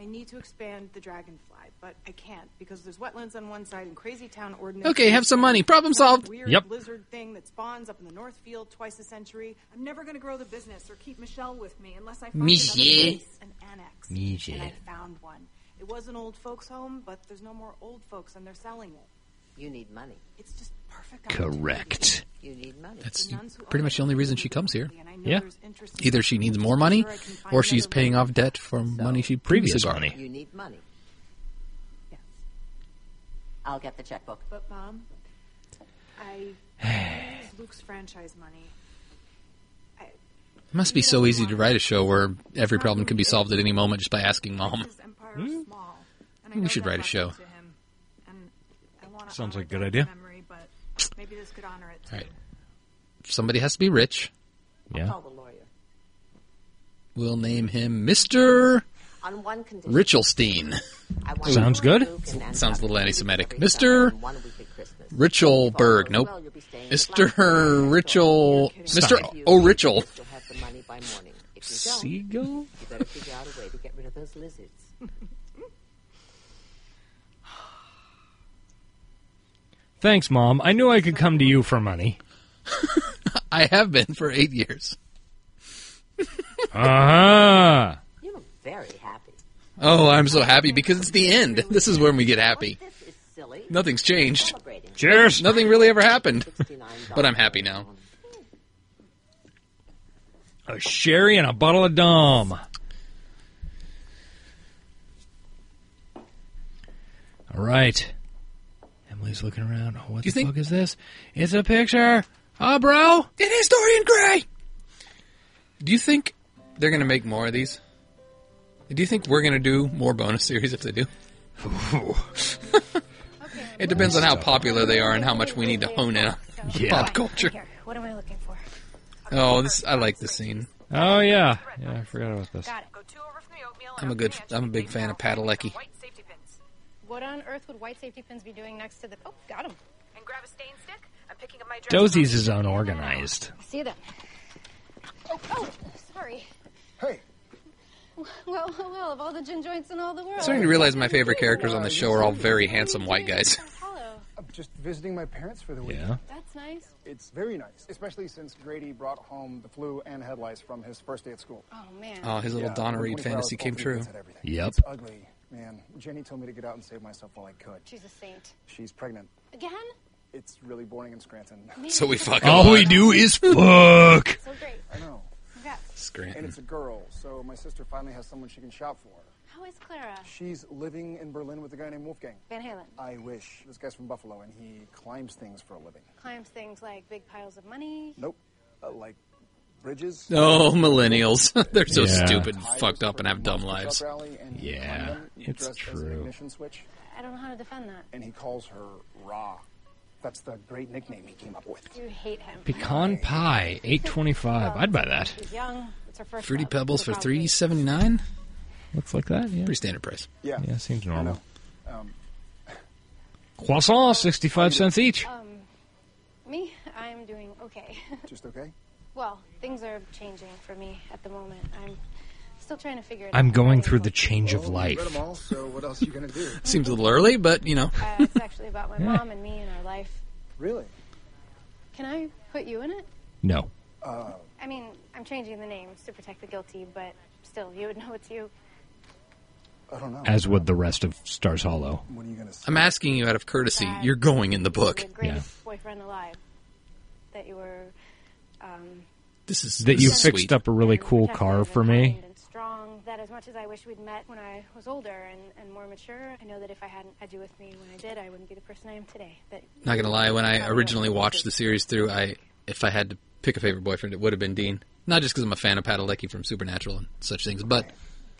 Speaker 4: I need to expand the dragonfly, but I can't because there's wetlands on one side and crazy town ordinance.
Speaker 3: Okay, have some money. Problem
Speaker 4: Some
Speaker 3: solved.
Speaker 4: Weird
Speaker 3: Yep.
Speaker 4: lizard thing that spawns up in the north field twice a century. I'm never going to grow the business or keep Michelle with me unless I find
Speaker 2: Michelle.
Speaker 4: another place, an annex.
Speaker 2: Michelle.
Speaker 4: And I found one. It was an old folks' home, but there's no more old folks, and they're selling it.
Speaker 14: You need money.
Speaker 4: It's just perfect.
Speaker 2: Correct.
Speaker 14: You need money.
Speaker 3: That's pretty much the only reason she comes here.
Speaker 2: Yeah.
Speaker 3: Either she needs more money, or she's paying off debt from money she previously
Speaker 2: Previous
Speaker 3: borrowed.
Speaker 2: money.
Speaker 14: You need money. Yes. I'll get the checkbook.
Speaker 4: But mom,
Speaker 3: *sighs*
Speaker 4: I use Luke's franchise money.
Speaker 3: It must be so easy to write a show where every problem can be solved at any moment just by asking mom.
Speaker 4: His empire
Speaker 2: Hmm?
Speaker 4: is small, and I
Speaker 3: We
Speaker 4: know
Speaker 3: should
Speaker 4: that
Speaker 3: write a
Speaker 4: left
Speaker 3: show.
Speaker 4: up to him, and I wanna
Speaker 2: Sounds
Speaker 4: honor
Speaker 2: like a good
Speaker 4: Dad's
Speaker 2: idea.
Speaker 4: Memory, but maybe this could honor it. Too.
Speaker 3: Right. Somebody has to be rich.
Speaker 2: Yeah.
Speaker 14: the lawyer.
Speaker 3: We'll name him Mr.
Speaker 14: On one condition.
Speaker 3: Richelstein.
Speaker 14: I want
Speaker 2: Sounds
Speaker 14: you
Speaker 2: good.
Speaker 14: and Luke and Ann
Speaker 3: Sounds a little
Speaker 14: Tucker
Speaker 3: anti-Semitic.
Speaker 14: every summer
Speaker 3: Mr.
Speaker 14: and one week at Christmas.
Speaker 3: Richelberg. Nope. Mr. Richel. Mr. O'Richel.
Speaker 14: You'll have the money by morning. If you don't,
Speaker 2: Seagull?
Speaker 14: you better figure out a way to get rid of those lizards.
Speaker 2: Thanks, Mom. I knew I could come to you for money.
Speaker 3: I have been for eight years.
Speaker 2: Uh-huh.
Speaker 14: You look very happy.
Speaker 3: Oh, I'm so happy because it's the end. This is when we get happy.
Speaker 14: Silly.
Speaker 3: Nothing's changed.
Speaker 14: Celebrating.
Speaker 2: Cheers.
Speaker 3: Nothing really ever happened. But I'm happy now.
Speaker 2: A sherry and a bottle of Dom. All right. Emily's looking around. Oh, what the fuck is this? It's a picture. Oh, bro.
Speaker 3: It is Dorian Gray. Do you think they're going to make more of these? Do you think we're going to do more bonus series if they do? *laughs* it depends on how popular they are and how much we need to hone in on
Speaker 2: Yeah.
Speaker 3: pop culture.
Speaker 5: Here, what am I looking for?
Speaker 3: Oh, this I like this scene.
Speaker 2: Oh, yeah. Yeah, I forgot about this.
Speaker 5: Got it.
Speaker 3: I'm a good. I'm a big fan of Padalecki.
Speaker 5: White safety pins. What on earth would white safety pins be doing next to the? Oh, got him. And grab a stain stick. I'm picking up my dress.
Speaker 2: Dozy's is unorganized.
Speaker 5: See them. Oh, oh, sorry.
Speaker 33: Hey.
Speaker 5: Well, well, *laughs* well, of all the gin joints in all the world.
Speaker 3: I'm starting to realize my favorite characters on the show are all very handsome white guys. *laughs*
Speaker 5: Hello.
Speaker 8: *laughs* I'm just visiting my parents for the week.
Speaker 3: Yeah.
Speaker 5: That's nice.
Speaker 8: It's very nice, especially since Grady brought home the flu and head lice from his first day at school.
Speaker 5: Oh man.
Speaker 3: Oh, his little
Speaker 8: Yeah,
Speaker 3: *laughs* Donna
Speaker 8: 24
Speaker 3: Reed
Speaker 8: hours,
Speaker 3: fantasy came
Speaker 8: both
Speaker 3: true.
Speaker 8: weekends had everything.
Speaker 2: Yep.
Speaker 8: It's ugly, man. Jenny told me to get out and save myself while I could.
Speaker 5: She's a saint.
Speaker 8: She's pregnant.
Speaker 5: Again?
Speaker 8: It's really boring in Scranton.
Speaker 3: So we fuck a
Speaker 2: All we
Speaker 3: lot.
Speaker 2: do is fuck.
Speaker 5: So great.
Speaker 8: I know.
Speaker 3: Scranton.
Speaker 8: And it's a girl, so my sister finally has someone she can shop for.
Speaker 5: How is Clara?
Speaker 8: She's living in Berlin with a guy named Wolfgang.
Speaker 5: Van Halen
Speaker 8: I wish. This guy's from Buffalo, and he climbs things for a living.
Speaker 5: climbs things like big piles of money.
Speaker 8: Nope. Uh, like bridges.
Speaker 3: Oh, millennials. *laughs* They're so
Speaker 2: Yeah.
Speaker 3: stupid, fucked up, and have dumb lives.
Speaker 2: Yeah, it's true.
Speaker 8: Ignition switch.
Speaker 5: I don't know how to defend that.
Speaker 8: And he calls her Ra. That's the great nickname he came up with.
Speaker 5: You hate him.
Speaker 2: Pecan pie, eight twenty-five. I'd buy that.
Speaker 5: She's young. It's her first.
Speaker 3: Fruity
Speaker 5: love.
Speaker 3: Pebbles for
Speaker 5: Probably.
Speaker 3: three seventy nine.
Speaker 2: Looks like that. Yeah.
Speaker 3: Pretty standard price.
Speaker 8: Yeah.
Speaker 2: Yeah, seems normal.
Speaker 8: Um,
Speaker 2: Croissant, sixty-five cents each.
Speaker 5: Um, me, I'm doing okay.
Speaker 8: Just okay?
Speaker 5: well, things are changing for me at the moment. I'm still trying to figure it out.
Speaker 2: I'm going through the change of life.
Speaker 8: all, so what else are you going to do?
Speaker 3: Seems a little early, but you know.
Speaker 5: uh, it's actually
Speaker 2: *laughs*
Speaker 5: about my mom and me and our life.
Speaker 8: *laughs* Really?
Speaker 5: Can I put you in it?
Speaker 2: No.
Speaker 8: Uh,
Speaker 5: I mean, I'm changing the names to protect the guilty, but still, you would know it's you.
Speaker 8: I don't know.
Speaker 2: As would the rest of Stars Hollow.
Speaker 8: When are you going to
Speaker 3: I'm asking you out of courtesy. You're going in the book.
Speaker 5: The greatest boyfriend alive. That you were um,
Speaker 3: This is
Speaker 2: that
Speaker 3: this
Speaker 2: you
Speaker 3: is
Speaker 2: fixed
Speaker 3: sweet.
Speaker 2: up a really cool car for me.
Speaker 5: and strong. That as much as I wish we'd met when I was older and, and more mature, I know that if I hadn't had you with me when I did, I wouldn't be the person I am today. That
Speaker 3: Not gonna lie, when I originally watched the series through, I if I had to pick a favorite boyfriend, it would have been Dean. Not just because I'm a fan of Padalecki from Supernatural and such things, but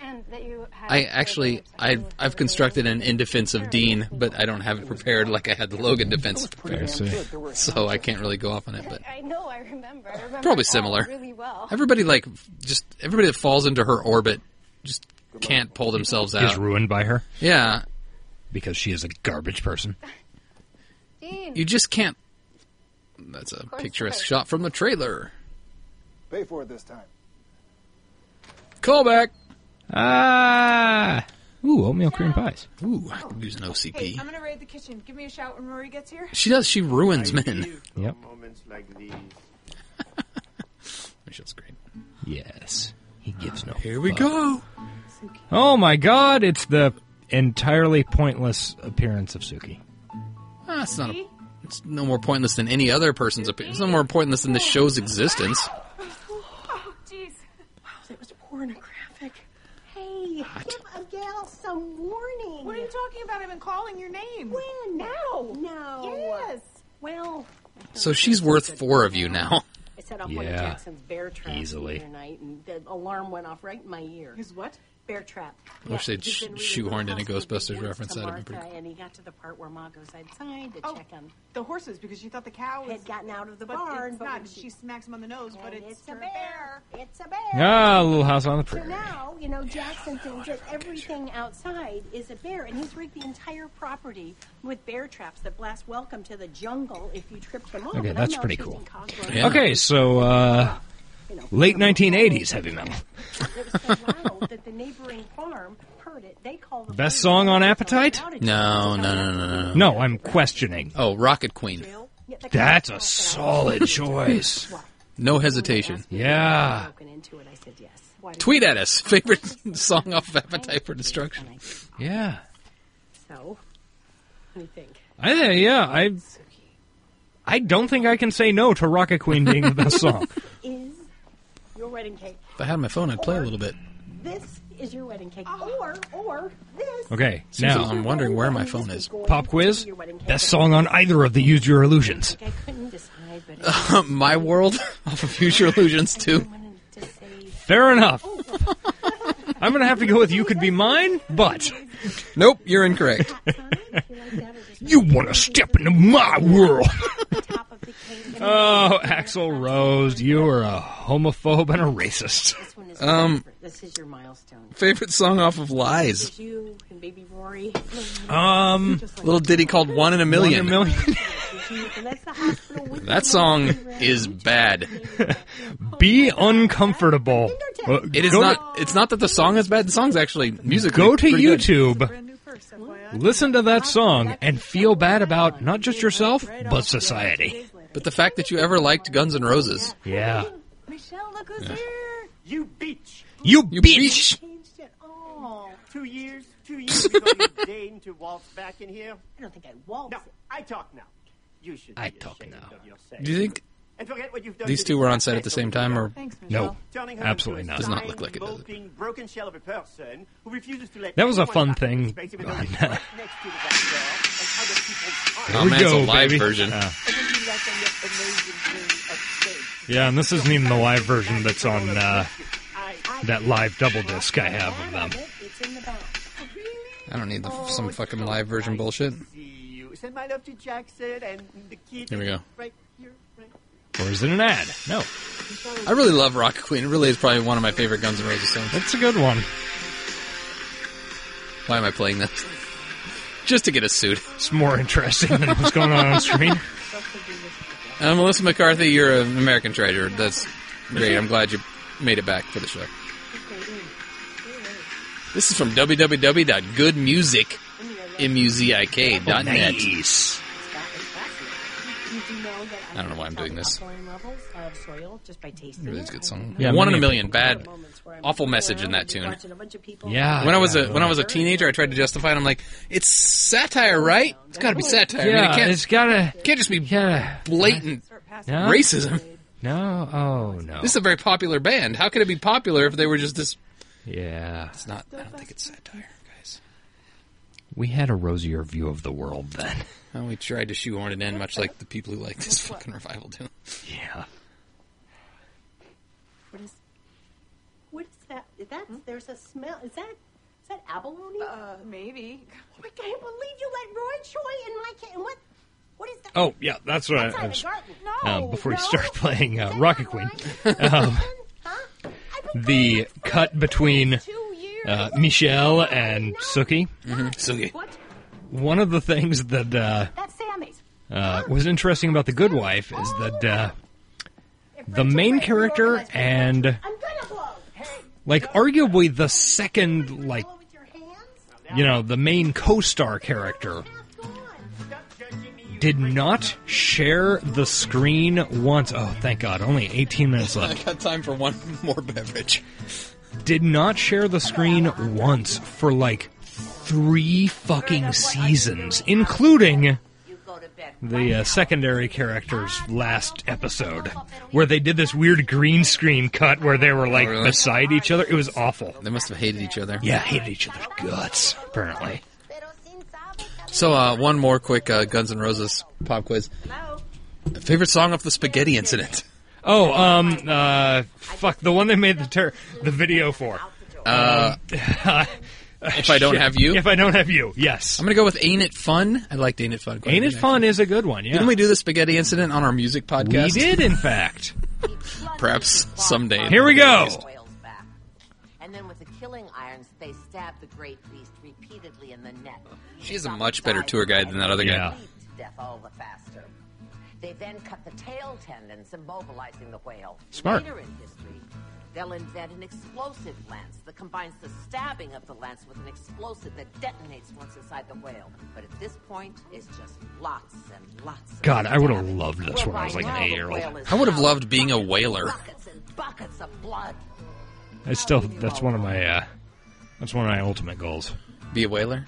Speaker 5: and that you had
Speaker 3: I actually I've I've constructed an in defense of Dean, but I don't have it prepared like I had the Logan defense prepared, so I can't really go off on it. But
Speaker 5: I know I remember. I remember
Speaker 3: probably
Speaker 5: it all
Speaker 3: similar.
Speaker 5: Really well.
Speaker 3: Everybody like f- just everybody that falls into her orbit just can't pull themselves
Speaker 2: Is
Speaker 3: out.
Speaker 2: ruined by her
Speaker 3: Yeah,
Speaker 2: because she is a garbage person.
Speaker 5: Dean,
Speaker 3: you just can't. That's a picturesque shot from the trailer.
Speaker 8: pay for it this time?
Speaker 3: Callback.
Speaker 2: Ah. Ooh, oatmeal cream pies.
Speaker 3: Ooh, I could use an
Speaker 4: Hey,
Speaker 3: OCP.
Speaker 4: I'm gonna raid the kitchen. Give me a shout when Rory gets here. *gasps*
Speaker 3: She does. She ruins *laughs* men.
Speaker 2: Yep.
Speaker 7: Moments like these.
Speaker 3: Michelle's great.
Speaker 2: Yes. He gives no.
Speaker 3: Here we
Speaker 2: fuck.
Speaker 3: go.
Speaker 2: Oh my god, it's the entirely pointless appearance of Suki.
Speaker 3: Ah, it's not. A, it's no more pointless than any other person's opinion. It's no more pointless than the show's existence.
Speaker 4: Oh, jeez. Wow, that was pornographic.
Speaker 6: Hey, give a gal some warning.
Speaker 4: What are you talking about? I've been calling your name.
Speaker 6: When?
Speaker 4: Now.
Speaker 6: No.
Speaker 4: Yes.
Speaker 6: Well,
Speaker 3: So she's worth four of you now.
Speaker 6: I set off one of
Speaker 3: Yeah.
Speaker 6: Jackson's bear traps
Speaker 3: Easily.
Speaker 6: the other night, and the alarm went off right in my ear. His what? Bear trap.
Speaker 3: I wish they'd
Speaker 6: he's
Speaker 3: sh-
Speaker 6: been
Speaker 3: shoehorned in a
Speaker 6: reading the
Speaker 3: Ghostbusters
Speaker 6: House of
Speaker 3: reference.
Speaker 6: to
Speaker 3: That'd have been
Speaker 6: Martha,
Speaker 3: pretty
Speaker 6: And he got to the part where Ma goes outside to
Speaker 4: Oh,
Speaker 6: check on
Speaker 4: the horses because you thought the cow
Speaker 6: had gotten out of the
Speaker 4: but
Speaker 6: barn.
Speaker 4: It's
Speaker 6: but
Speaker 4: not.
Speaker 6: when
Speaker 4: She smacks him on the nose, but
Speaker 6: And
Speaker 4: it's,
Speaker 6: it's a
Speaker 4: her
Speaker 6: bear. It's a bear.
Speaker 2: Ah, Little House on the
Speaker 6: So
Speaker 2: Prairie.
Speaker 6: now, you know, Jackson thinks that everything outside is a bear, and he's rigged the entire property with bear traps that blast welcome to the jungle if you trip them off.
Speaker 2: Okay,
Speaker 6: And
Speaker 2: that's
Speaker 6: I'm out
Speaker 2: pretty
Speaker 6: chasing
Speaker 2: cool.
Speaker 6: cockroaches.
Speaker 2: Okay, so uh late 1980s heavy metal.
Speaker 6: It was so loud that the neighboring farm heard it. They called the
Speaker 2: Best song on Appetite?
Speaker 3: No, no, no, no, no.
Speaker 2: No, I'm questioning.
Speaker 3: Oh, Rocket Queen.
Speaker 2: That's a solid choice.
Speaker 3: No hesitation.
Speaker 2: Yeah.
Speaker 6: broken into it. I said yes. Why did
Speaker 3: Tweet at us. *laughs* Favorite song off of Appetite for Destruction.
Speaker 2: Yeah.
Speaker 6: so? What do you think?
Speaker 2: I think yeah, I I don't think I can say no to Rocket Queen being the best song.
Speaker 6: Is your wedding cake?
Speaker 3: If I had my phone, I'd play a little bit. *laughs*
Speaker 6: This is your wedding cake, or or this.
Speaker 2: Okay,
Speaker 3: Seems
Speaker 2: now-
Speaker 3: I'm wondering where my phone is.
Speaker 2: Pop quiz. Best song on either of the Use Your Illusions.
Speaker 6: I couldn't decide,
Speaker 3: *laughs*
Speaker 6: but
Speaker 3: my World off of Future Illusions too.
Speaker 2: Fair enough. I'm gonna have to go with You Could Be Mine, but
Speaker 3: Nope, you're incorrect.
Speaker 2: you wanna step into my world. *laughs* oh, Axel Rose, you are a homophobe and a racist.
Speaker 3: Um,
Speaker 24: This is your milestone.
Speaker 3: Favorite song off of Lies?
Speaker 24: There's You and Baby
Speaker 28: *laughs*
Speaker 24: Rory.
Speaker 3: Um, little ditty called "One in a Million.
Speaker 2: One in a
Speaker 24: and that's the hospital with
Speaker 3: That song is bad.
Speaker 2: Be uncomfortable. Uh,
Speaker 3: It is not. It's not that the song is bad. The song's actually music.
Speaker 2: Go to YouTube, listen to that song, and feel bad about not just yourself but society.
Speaker 3: But the fact that you ever liked Guns N' Roses,
Speaker 2: yeah,
Speaker 24: Michelle, look who's here.
Speaker 28: You beach.
Speaker 2: you, bitch.
Speaker 24: Changed it all.
Speaker 28: Two years, two years ago, you deigned to waltz back in here.
Speaker 24: I don't think I waltzed.
Speaker 28: No, I talk now. You should.
Speaker 2: I
Speaker 28: be
Speaker 2: talk
Speaker 28: ashamed
Speaker 2: now.
Speaker 28: of yourself.
Speaker 3: Do you think
Speaker 28: And forget what you've done
Speaker 3: these
Speaker 28: to
Speaker 3: two were on
Speaker 28: this
Speaker 3: set at the same time, or
Speaker 2: No,
Speaker 28: Turning her
Speaker 2: absolutely
Speaker 28: into a
Speaker 2: not.
Speaker 3: Does not look like it, does it?
Speaker 28: moping, broken shell of a person who refuses to let
Speaker 2: That was a
Speaker 28: anyone
Speaker 2: fun
Speaker 28: back in
Speaker 2: thing
Speaker 28: his
Speaker 2: *laughs*
Speaker 28: space even though
Speaker 2: on
Speaker 28: he's
Speaker 2: that.
Speaker 28: right next to the back door and other people's
Speaker 2: Here
Speaker 3: Oh,
Speaker 2: we
Speaker 3: man, it's a
Speaker 2: go,
Speaker 3: live
Speaker 2: baby. Uh,
Speaker 3: version.
Speaker 2: Yeah.
Speaker 28: And then you let them get amazing thing of space.
Speaker 2: Yeah, and this isn't even the live version that's on uh, that live double disc I have of them.
Speaker 24: It's in the back.
Speaker 3: I don't need the,
Speaker 28: Oh,
Speaker 3: some fucking live version bullshit.
Speaker 28: You send my love to Jackson and the kid.
Speaker 3: Here we go.
Speaker 28: Right here, right
Speaker 2: Or is it an ad? No,
Speaker 3: I really love Rock Queen. It really is probably one of my favorite Guns N' Roses songs.
Speaker 2: that's a good one.
Speaker 3: Why am I playing this? Just to get a suit.
Speaker 2: It's more interesting than what's going on on *laughs* screen.
Speaker 3: Uh, Melissa McCarthy, you're an American treasure. That's great. I'm glad you made it back for the show. This is from www.goodmusicmuzik.net.
Speaker 2: Nice.
Speaker 24: You do know that
Speaker 3: I don't know why I'm doing this.
Speaker 24: alkaline levels of soil just by tasting
Speaker 3: Really is
Speaker 24: it.
Speaker 3: a good song.
Speaker 2: Yeah,
Speaker 3: One in a
Speaker 2: many
Speaker 3: million. Bad,
Speaker 24: Moments where I'm
Speaker 3: awful message
Speaker 24: around
Speaker 3: in that
Speaker 24: and
Speaker 3: tune.
Speaker 24: watching a bunch of people.
Speaker 2: Yeah.
Speaker 3: When I was a
Speaker 2: yeah.
Speaker 3: when I was a teenager, I tried to justify it. I'm like, it's satire, right? It's got to be satire. I mean, it
Speaker 2: yeah,
Speaker 3: can't,
Speaker 2: it's gotta
Speaker 3: can't just be
Speaker 2: yeah.
Speaker 3: blatant
Speaker 2: No.
Speaker 3: racism.
Speaker 2: No, oh no.
Speaker 3: This is a very popular band. How could it be popular if they were just this?
Speaker 2: yeah,
Speaker 3: It's not. I don't think it's satire, guys.
Speaker 2: we had a rosier view of the world then.
Speaker 3: Oh, we tried to shoehorn it in, much like the people who like this fucking revival do.
Speaker 2: Yeah.
Speaker 24: What is? What is that? Is that there's a smell. Is that? Is that abalone?
Speaker 4: Uh, maybe.
Speaker 24: oh my god! I can't believe you let Roy Choi in my kitchen. What? What is that?
Speaker 2: Oh yeah, that's
Speaker 3: uh,
Speaker 2: what
Speaker 24: Outside
Speaker 2: I, I
Speaker 24: the
Speaker 2: was.
Speaker 24: garden. No.
Speaker 2: Um, before you
Speaker 24: no.
Speaker 2: start
Speaker 3: *laughs*
Speaker 2: playing
Speaker 24: Is
Speaker 2: uh,
Speaker 24: that
Speaker 2: Rocket
Speaker 24: not
Speaker 2: Queen,
Speaker 24: right?
Speaker 2: um,
Speaker 24: Huh? I've been
Speaker 2: the
Speaker 24: going for
Speaker 2: cut between
Speaker 24: two years.
Speaker 2: uh, Michelle and Suki.
Speaker 3: Sugi.
Speaker 24: What?
Speaker 2: One of the things that uh,
Speaker 24: That's Sammy's.
Speaker 2: uh, was interesting about The Good Wife is that uh, the main character and
Speaker 24: I'm gonna blow. Hey,
Speaker 2: like arguably the second like
Speaker 24: blow with your hands.
Speaker 2: you know the main co-star character did not share the screen once. Oh, thank God! Only 18 minutes
Speaker 3: I
Speaker 2: left.
Speaker 3: *laughs* got time for one more beverage.
Speaker 2: Did not share the screen once for like three fucking seasons, including
Speaker 14: You go to bed.
Speaker 2: the uh, secondary character's last episode, where they did this weird green screen cut where they were like
Speaker 3: Oh, really?
Speaker 2: beside each other. It was awful.
Speaker 3: They must have hated each other.
Speaker 2: Yeah, hated each other's guts apparently.
Speaker 3: So, uh, one more quick uh, Guns N' Roses pop quiz. Favorite song of the Spaghetti Incident? *laughs*
Speaker 2: Oh, um, uh, fuck the one they made the ter- the video for.
Speaker 3: Uh, if I don't
Speaker 2: Shit.
Speaker 3: have you,
Speaker 2: If I don't have you, yes.
Speaker 3: I'm gonna go with "Ain't It Fun." I liked "Ain't It Fun." quite a
Speaker 2: Ain't it
Speaker 3: bit,
Speaker 2: fun is a good one.
Speaker 3: actually.
Speaker 2: Yeah,
Speaker 3: Didn't we do the Spaghetti Incident on our music
Speaker 2: we
Speaker 3: podcast?
Speaker 2: did in fact.
Speaker 3: Perhaps someday.
Speaker 2: Here we go.
Speaker 14: Whale's back. And then with the killing irons, they stabbed the great beast repeatedly in the neck.
Speaker 3: She is a much better tour guide than that other guy.
Speaker 2: Yeah.
Speaker 14: Bleed to death all the faster. They then cut the tail tendons, immobilizing the whale.
Speaker 2: Smart.
Speaker 14: Later in history, they'll invent an explosive lance that combines the stabbing of the lance with an explosive that detonates once inside the whale. But at this point, it's just lots and lots. Of
Speaker 2: God, I would've
Speaker 14: stabbing.
Speaker 2: loved this when I was like an
Speaker 14: Whereby now the
Speaker 2: eight-year-old.
Speaker 14: whale is
Speaker 3: I would've
Speaker 14: now
Speaker 3: loved being a
Speaker 14: buckets and
Speaker 3: whaler.
Speaker 14: Buckets and buckets of blood.
Speaker 2: It's still that's one of my uh, that's one of my ultimate goals.
Speaker 3: Be a whaler.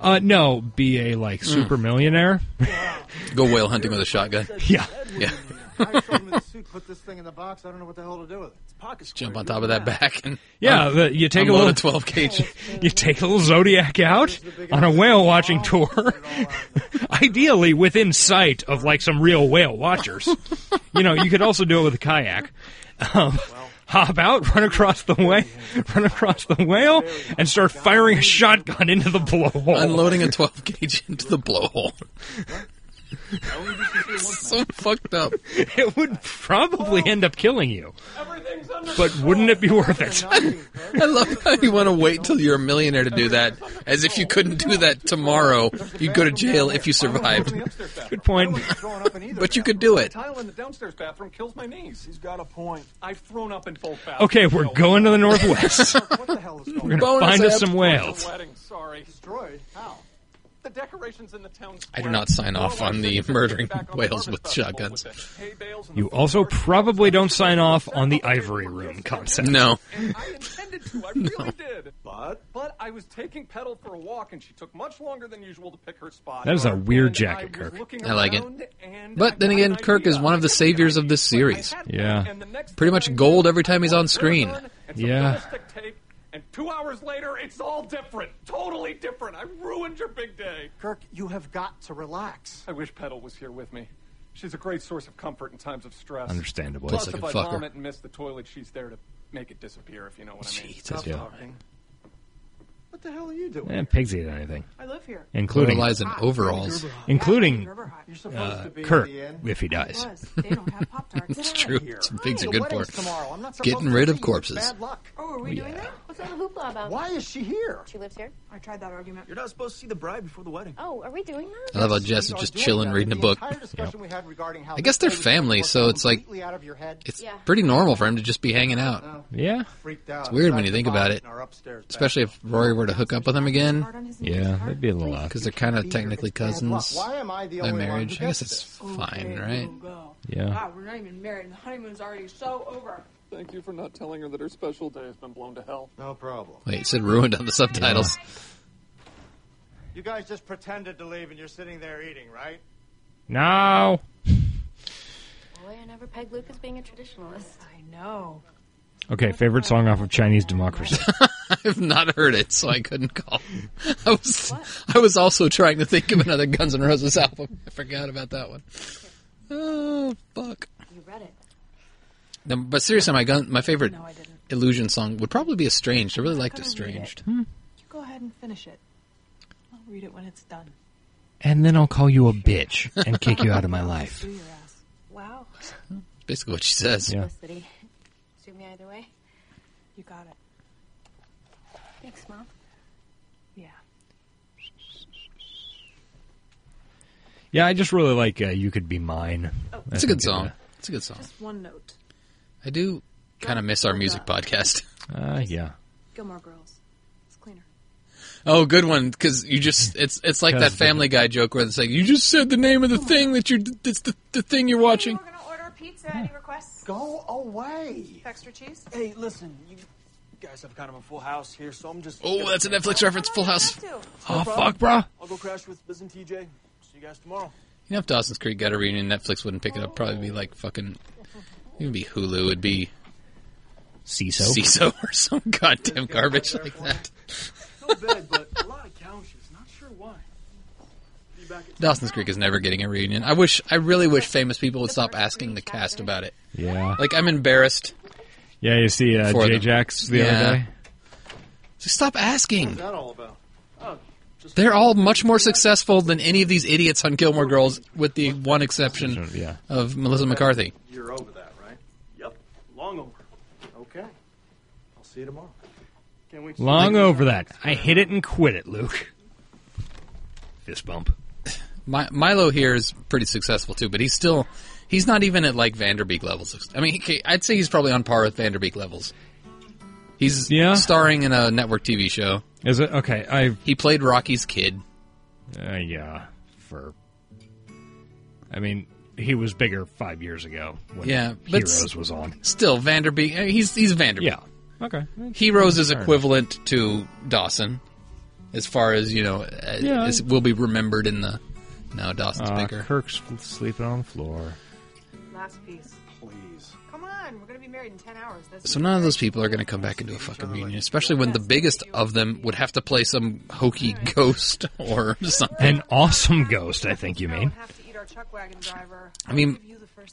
Speaker 2: Uh, no, be a
Speaker 3: Hmm.
Speaker 2: like super millionaire. *laughs*
Speaker 3: Go whale hunting with a shotgun.
Speaker 2: Yeah.
Speaker 3: Yeah.
Speaker 10: I showed him the suit, put this thing in the box. I don't know what the hell to do with it. It's pocket square.
Speaker 3: Jump on top of that back and
Speaker 2: Yeah, the, you *laughs* take a
Speaker 3: unload
Speaker 2: little
Speaker 3: a 12 gauge.
Speaker 2: you take a little Zodiac out on a whale watching tour, *laughs* ideally within sight of like some real whale watchers. you know, you could also do it with a kayak. Um, hop out, run across the way, run across the whale, and start firing a shotgun into the blowhole.
Speaker 3: Unloading a 12 gauge into the blowhole. *laughs* so fucked up.
Speaker 2: It would probably end up killing you.
Speaker 10: Everything
Speaker 2: but wouldn't it be worth it?
Speaker 3: I love how you want to wait till you're a millionaire to do that, as if you couldn't do that tomorrow. You'd go to jail if you survived.
Speaker 2: Good point.
Speaker 3: but you could do it.
Speaker 11: Tile in the downstairs bathroom kills my knees. He's got a point. I've thrown up in both bathrooms.
Speaker 2: Okay, we're going to the northwest. We're gonna
Speaker 11: Bonus
Speaker 2: find us
Speaker 11: app.
Speaker 2: some whales.
Speaker 11: Wedding, sorry. Destroyed? How? The decorations in the town
Speaker 3: I do not sign off on the murdering whales with shotguns.
Speaker 2: You also probably don't sign off on the ivory room concept.
Speaker 3: No. *laughs*
Speaker 11: really did. But? But I was taking Petal for a walk, and she took much longer than usual to pick her spot.
Speaker 2: That is a weird jacket,
Speaker 11: was
Speaker 2: Kirk.
Speaker 11: looking
Speaker 3: I like it. But then again, Kirk is one of the saviors of this series.
Speaker 2: Yeah.
Speaker 3: Pretty much gold every time he's on screen.
Speaker 2: Yeah.
Speaker 11: And two hours later, it's all different. Totally different. I ruined your big day.
Speaker 10: Kirk, you have got to relax.
Speaker 11: I wish Petal was here with me. She's a great source of comfort in times of stress.
Speaker 2: Understandable.
Speaker 11: Plus,
Speaker 2: Place I
Speaker 11: if
Speaker 2: could
Speaker 11: I
Speaker 2: fuck her.
Speaker 11: vomit and miss the toilet, she's there to make it disappear, if you know what I mean.
Speaker 2: Jesus, yeah.
Speaker 11: What the hell are you doing?
Speaker 2: Eh, pigs eat anything.
Speaker 11: I live here.
Speaker 2: Including
Speaker 3: Little Lies in overalls.
Speaker 2: Including
Speaker 11: You're
Speaker 2: uh, Kirk, if he dies. *laughs*
Speaker 3: it's true. Some pigs are
Speaker 10: The
Speaker 3: good for
Speaker 10: wedding's
Speaker 3: it.
Speaker 10: tomorrow. I'm not supposed
Speaker 3: Getting
Speaker 10: to
Speaker 3: rid
Speaker 10: see
Speaker 3: of
Speaker 10: you.
Speaker 3: corpses.
Speaker 10: Bad luck.
Speaker 24: Oh, are we doing that?
Speaker 7: What's all the hoopla about?
Speaker 10: Why is she here?
Speaker 7: She lives here.
Speaker 24: I tried that argument.
Speaker 10: You're not supposed to see the bride before the wedding.
Speaker 7: Oh, are we doing that?
Speaker 3: I love how Jess is just chilling, reading a book. I guess they're family, so it's like it's
Speaker 7: Yeah.
Speaker 3: pretty normal for him to just be hanging
Speaker 10: Oh,
Speaker 3: out.
Speaker 2: Yeah.
Speaker 3: It's weird when you think about it, especially if Rory were to hook up with him again.
Speaker 2: Yeah, that'd be a little off.
Speaker 3: because they're kind of technically cousins
Speaker 10: Why am I the
Speaker 3: by
Speaker 10: only one
Speaker 3: marriage.
Speaker 10: who
Speaker 3: I guess
Speaker 10: gets
Speaker 3: it's
Speaker 10: this?
Speaker 3: fine, right?
Speaker 2: Yeah.
Speaker 4: God, we're not even married, and the honeymoon's already so over.
Speaker 11: Thank you for not telling her that her special day has been blown to hell.
Speaker 10: No problem.
Speaker 3: Wait, it said ruined on the subtitles.
Speaker 10: You guys just pretended to leave and you're sitting there eating, right?
Speaker 2: No.
Speaker 7: Boy, I never pegged Luke as being a traditionalist. I know.
Speaker 2: Okay, favorite song off of Chinese Democracy.
Speaker 3: *laughs* I've not heard it, so I couldn't call. *laughs* I was I was also trying to think of another Guns N' Roses album. I forgot about that one. Oh fuck!
Speaker 7: You read it.
Speaker 3: No, but seriously, my gun, my favorite Illusion song would probably be Estranged. I really liked
Speaker 4: Gotta read
Speaker 3: Estranged.
Speaker 4: it. You go ahead and finish it. I'll read it when it's done.
Speaker 2: *laughs* And then I'll call you a bitch and kick you out of my life.
Speaker 4: *laughs* Do your ass. Wow.
Speaker 3: Basically, what she says.
Speaker 2: Yeah.
Speaker 7: Felicity. Suit me either way.
Speaker 4: You got it.
Speaker 7: Thanks, Mom.
Speaker 4: Yeah.
Speaker 2: Yeah, I just really like uh, "You Could Be Mine."
Speaker 4: Oh.
Speaker 3: It's a
Speaker 2: I think
Speaker 3: good song. It's a good song.
Speaker 4: Just one note.
Speaker 3: I do kind of miss our music podcast. *laughs*
Speaker 2: Uh, yeah.
Speaker 4: Gilmore Girls. It's cleaner.
Speaker 3: Oh, good one. Because you just it's it's like that
Speaker 2: Because
Speaker 3: Family Guy joke where it's like you just said the name of the thing that you that's the, the thing you're watching.
Speaker 4: We're gonna order pizza. Any requests?
Speaker 10: Go away.
Speaker 4: Extra cheese?
Speaker 11: Hey, listen, you guys have kind of a full house here, so I'm just.
Speaker 3: Oh, that's a Netflix reference. Full House.
Speaker 4: Two.
Speaker 2: Oh fuck, bro.
Speaker 11: I'll go crash with Biz and TJ. See you guys tomorrow.
Speaker 3: You know, if Dawson's Creek got a reunion, Netflix wouldn't pick it up. Probably be like fucking. It would be Hulu. It'd be
Speaker 2: CISO.
Speaker 3: CISO *laughs* or some goddamn garbage like that.
Speaker 11: No bed, but a lot of couches. Not sure why. Be back at
Speaker 3: Dawson's Creek is never getting a reunion. I wish. I really wish famous people would stop asking the cast about it.
Speaker 2: Yeah.
Speaker 3: Like I'm embarrassed.
Speaker 2: Yeah, you see uh,
Speaker 3: For
Speaker 2: J
Speaker 3: them.
Speaker 2: Jax the
Speaker 3: Yeah.
Speaker 2: other day.
Speaker 3: So stop asking.
Speaker 11: that all about? Oh, just
Speaker 3: They're all much more successful than any of these idiots on Gilmore Girls, with the one exception
Speaker 2: Uh, Yeah.
Speaker 3: of Melissa McCarthy.
Speaker 11: You're over that, right? Yep, long over.
Speaker 10: Okay. I'll see you tomorrow.
Speaker 11: Can't wait.
Speaker 2: Long over that. I hit it and quit it, Luke. Fist bump.
Speaker 3: My, Milo here is pretty successful too, but he's still he's not even at like Vanderbeek levels. I mean, he, I'd say he's probably on par with Vanderbeek levels. He's
Speaker 2: Yeah.
Speaker 3: starring in a network TV show.
Speaker 2: Is it okay? I
Speaker 3: He played Rocky's kid.
Speaker 2: uh, yeah. For I mean, he was bigger five years ago when
Speaker 3: Yeah, but s-
Speaker 2: Heroes was on.
Speaker 3: Still Vanderbeek. I mean, He's he's Vanderbeek.
Speaker 2: Yeah. Okay.
Speaker 3: Heroes is equivalent to Dawson, as far as you know. uh,
Speaker 2: Yeah.
Speaker 3: As will be remembered in the no Dawson's
Speaker 2: Uh,
Speaker 3: bigger.
Speaker 2: Kirk's sleeping on the floor.
Speaker 4: Last piece.
Speaker 10: Please.
Speaker 4: Come on, we're gonna be married in ten hours. That's
Speaker 3: So none of those people are going to come back into a fucking reunion, especially when the biggest of them would have to play some hokey *laughs* ghost or something.
Speaker 2: An awesome ghost, I think you mean.
Speaker 4: have to eat our chuck wagon driver.
Speaker 3: I mean,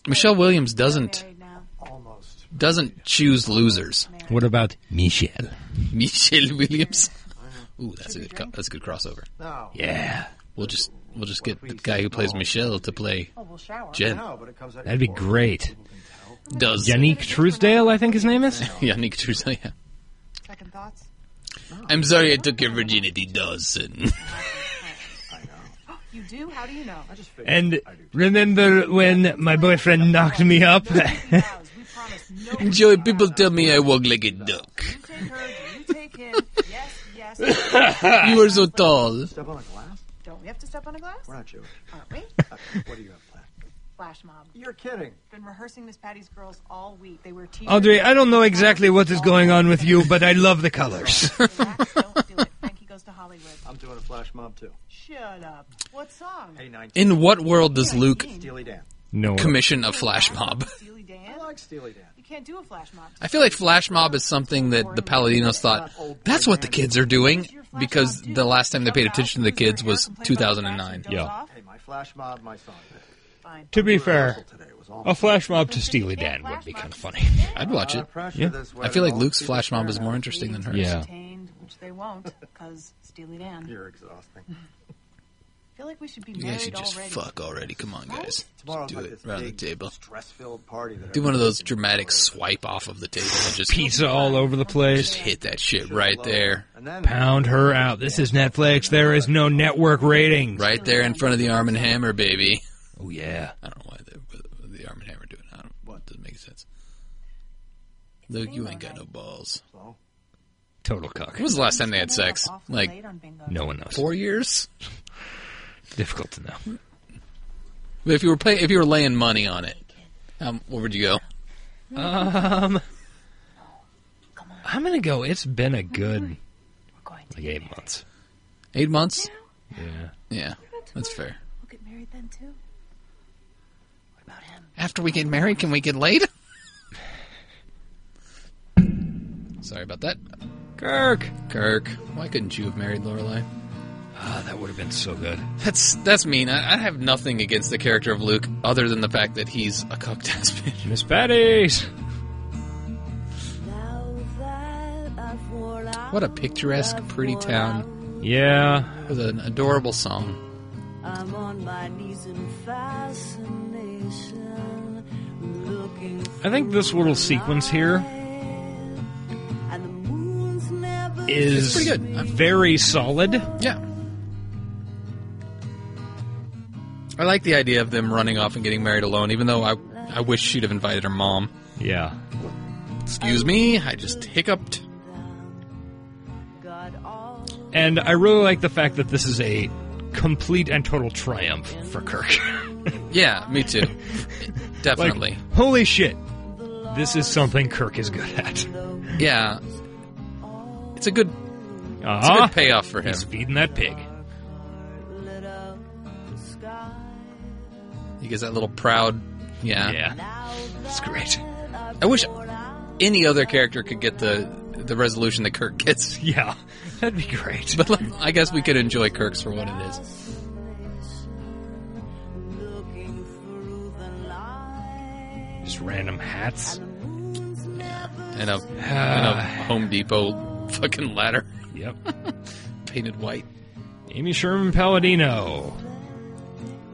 Speaker 3: Michelle Williams doesn't
Speaker 4: Married now.
Speaker 10: Almost.
Speaker 3: doesn't choose losers. *laughs*
Speaker 2: What about Michelle?
Speaker 3: Michelle Williams. Ooh, that's a good co- that's a good crossover.
Speaker 10: No.
Speaker 2: Yeah.
Speaker 3: We'll just we'll just get the guy who plays Michelle to play
Speaker 10: Oh, we'll shower.
Speaker 3: Jen.
Speaker 10: No, but it comes out
Speaker 2: That'd be
Speaker 10: your
Speaker 2: great.
Speaker 10: forehead.
Speaker 3: Does
Speaker 2: Yannick Truesdale, I think his name is.
Speaker 3: *laughs* Yannick Truesdale? Yeah.
Speaker 4: Second thoughts?
Speaker 3: I'm sorry I took your virginity, Dawson. *laughs*
Speaker 4: You do? How do you know? I just figured.
Speaker 2: And remember when my boyfriend knocked me up? *laughs*
Speaker 3: Joey, people tell me I walk like a duck.
Speaker 4: Yes, yes.
Speaker 3: you are so tall.
Speaker 4: Step on a glass? Don't we have to step on a glass?
Speaker 10: We're not Jewish.
Speaker 4: Aren't we?
Speaker 9: Uh,
Speaker 10: what do you have planned?
Speaker 4: Flash mob.
Speaker 10: You're kidding.
Speaker 4: Been rehearsing Miss Patty's girls all week. They wear t-shirts.
Speaker 2: Audrey, I don't know exactly what is going on with you, but I love the colors.
Speaker 4: Frankie goes to Hollywood.
Speaker 10: I'm doing a flash mob too.
Speaker 4: Shut up. What song?
Speaker 10: Hey, 19.
Speaker 3: In what world does Luke
Speaker 10: Steely Dan.
Speaker 2: no,
Speaker 3: commission a flash mob?
Speaker 4: Steely Dan?
Speaker 10: I like Steely Dan.
Speaker 4: You can't do a flash mob.
Speaker 3: I feel like flash mob is something that the Paladinos thought that's what the kids are doing because the last time they paid attention to the kids was 2009.
Speaker 2: Yeah.
Speaker 10: Hey, my flash mob, my song.
Speaker 4: Fine.
Speaker 2: To be fair,
Speaker 10: Today was
Speaker 2: a flash mob to Steely Dan would be kind of funny.
Speaker 3: I'd
Speaker 10: Uh,
Speaker 3: watch it.
Speaker 2: Yeah.
Speaker 3: I feel like Luke's flash mob is more interesting than hers.
Speaker 2: Yeah.
Speaker 4: Obtained, which they won't, because Steely Dan.
Speaker 10: You're exhausting.
Speaker 4: I feel like we should be
Speaker 3: You
Speaker 4: married
Speaker 3: guys should just
Speaker 4: already.
Speaker 3: fuck already. Come on, guys. Just
Speaker 10: Tomorrow's
Speaker 3: do
Speaker 10: like
Speaker 3: it
Speaker 10: this
Speaker 3: around the
Speaker 10: big
Speaker 3: table.
Speaker 10: stress-filled party that
Speaker 3: Do one of those dramatic swipe off of the table and just
Speaker 2: Pizza all over the
Speaker 3: Just
Speaker 2: place.
Speaker 3: hit that shit right there,
Speaker 2: Pound her out. This is Netflix. There is no network rating.
Speaker 3: right there in front of the Arm and Hammer, baby.
Speaker 2: Oh yeah.
Speaker 3: I don't know why the, the Arm and Hammer doing. I don't. What doesn't make sense. Luke, you ain't got no balls.
Speaker 10: So,
Speaker 2: Total cock.
Speaker 3: When was the last time they had sex? Like
Speaker 4: Late on bingo.
Speaker 2: No one knows.
Speaker 3: four years.
Speaker 2: Difficult to know.
Speaker 3: But if you were pay, if you were laying money on it, um, where would you go?
Speaker 2: Um, I'm gonna go. It's been a good like eight months.
Speaker 3: Eight months.
Speaker 2: Yeah.
Speaker 3: Yeah, that's fair.
Speaker 15: We'll get married then too.
Speaker 3: After we get married, can we get laid? Sorry about that,
Speaker 2: Kirk.
Speaker 3: Kirk. Why couldn't you have married Lorelai?
Speaker 2: Ah, that would have been so good.
Speaker 3: That's that's mean. I, I have nothing against the character of Luke other than the fact that he's a cucked ass *laughs* bitch.
Speaker 2: Miss Patty's.
Speaker 3: What a picturesque, pretty town
Speaker 2: Yeah.
Speaker 3: with an adorable song.
Speaker 9: I'm on my knees in fascination, looking
Speaker 2: I think this little sequence here
Speaker 9: and the moon's never
Speaker 2: is
Speaker 3: It's pretty good. I'm-
Speaker 2: Very solid.
Speaker 3: Yeah. I like the idea of them running off and getting married alone, even though I I wish she'd have invited her mom.
Speaker 2: Yeah.
Speaker 3: Excuse me, I just hiccuped.
Speaker 9: got all
Speaker 2: And I really like the fact that this is a complete and total triumph for Kirk. *laughs*
Speaker 3: Yeah, me too. Definitely.
Speaker 2: like, holy shit. This is something Kirk is good at.
Speaker 3: yeah. It's a good it's a
Speaker 2: Uh-huh.
Speaker 3: good payoff for him.
Speaker 2: He's feeding that pig.
Speaker 9: lit up the sky.
Speaker 3: He gets that little proud yeah.
Speaker 2: Yeah. It's great. *laughs*
Speaker 3: I wish any other character could get the the resolution that Kirk gets. *laughs*
Speaker 2: Yeah. That'd be great.
Speaker 3: But like, I guess we could enjoy Kirk's for what it is.
Speaker 9: Looking through the light,
Speaker 2: Just random hats. Uh,
Speaker 3: And a, and a Home Depot fucking ladder
Speaker 2: Yep.
Speaker 3: painted white.
Speaker 2: Amy Sherman Palladino.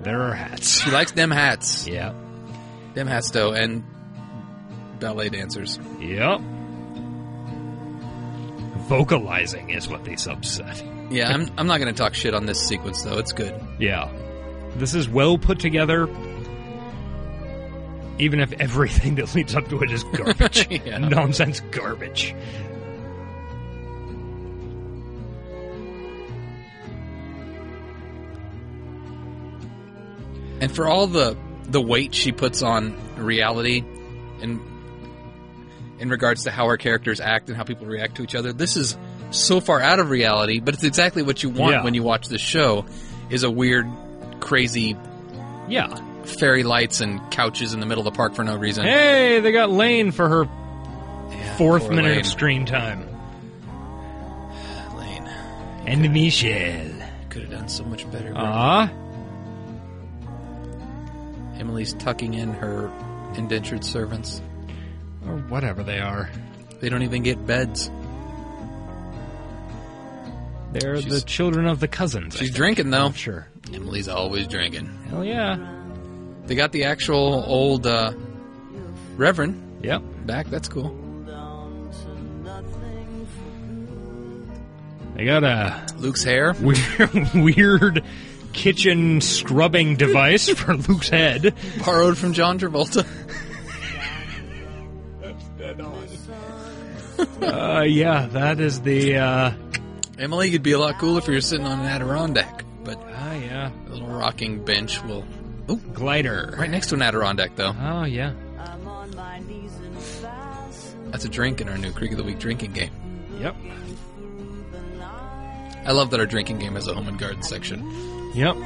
Speaker 2: There are hats.
Speaker 3: She likes them hats.
Speaker 2: Yep.
Speaker 3: Them hats though, and ballet dancers.
Speaker 2: Yep. Vocalizing is what they subset.
Speaker 3: Yeah, I'm, I'm not gonna talk shit on this sequence though. It's good.
Speaker 2: Yeah. This is well put together. Even if everything *laughs* that leads up to it is garbage.
Speaker 3: *laughs* Yeah.
Speaker 2: Nonsense garbage.
Speaker 3: And for all the the weight she puts on reality and in regards to how our characters act and how people react to each other, this is so far out of reality, but it's exactly what you want
Speaker 2: Yeah.
Speaker 3: when you watch this show is a weird crazy
Speaker 2: Yeah.
Speaker 3: fairy lights and couches in the middle of the park for no reason.
Speaker 2: Hey, they got Lane for her
Speaker 3: Yeah,
Speaker 2: fourth
Speaker 3: poor
Speaker 2: minute
Speaker 3: Lane.
Speaker 2: of screen time.
Speaker 3: Lane.
Speaker 2: And Michelle.
Speaker 3: Could have done so much better.
Speaker 2: Ah.
Speaker 3: Emily's tucking in her indentured servants.
Speaker 2: Or whatever they are.
Speaker 3: They don't even get beds.
Speaker 2: They're
Speaker 3: She's-
Speaker 2: the children of the cousins. I
Speaker 3: She's
Speaker 2: think.
Speaker 3: drinking though.
Speaker 2: Sure.
Speaker 3: Emily's always drinking.
Speaker 2: Hell yeah.
Speaker 3: They got the actual old uh, Reverend.
Speaker 2: Yep.
Speaker 3: Back. That's cool.
Speaker 2: They got a *laughs*
Speaker 3: Luke's hair.
Speaker 2: Weird, weird kitchen scrubbing device for Luke's head,
Speaker 3: borrowed from John Travolta. *laughs*
Speaker 2: uh, yeah, that is the. Uh,
Speaker 3: Emily, you'd be a lot cooler if you were sitting on an Adirondack, but
Speaker 2: ah, yeah,
Speaker 3: a little rocking bench will. Oh,
Speaker 2: glider.
Speaker 3: right next to an Adirondack, though.
Speaker 2: Oh yeah.
Speaker 9: I'm on my knees and fast
Speaker 3: That's a drink in our new Creek of the Week drinking game.
Speaker 2: Yep.
Speaker 9: through the night.
Speaker 3: I love that our drinking game has a home and garden section.
Speaker 2: Yep.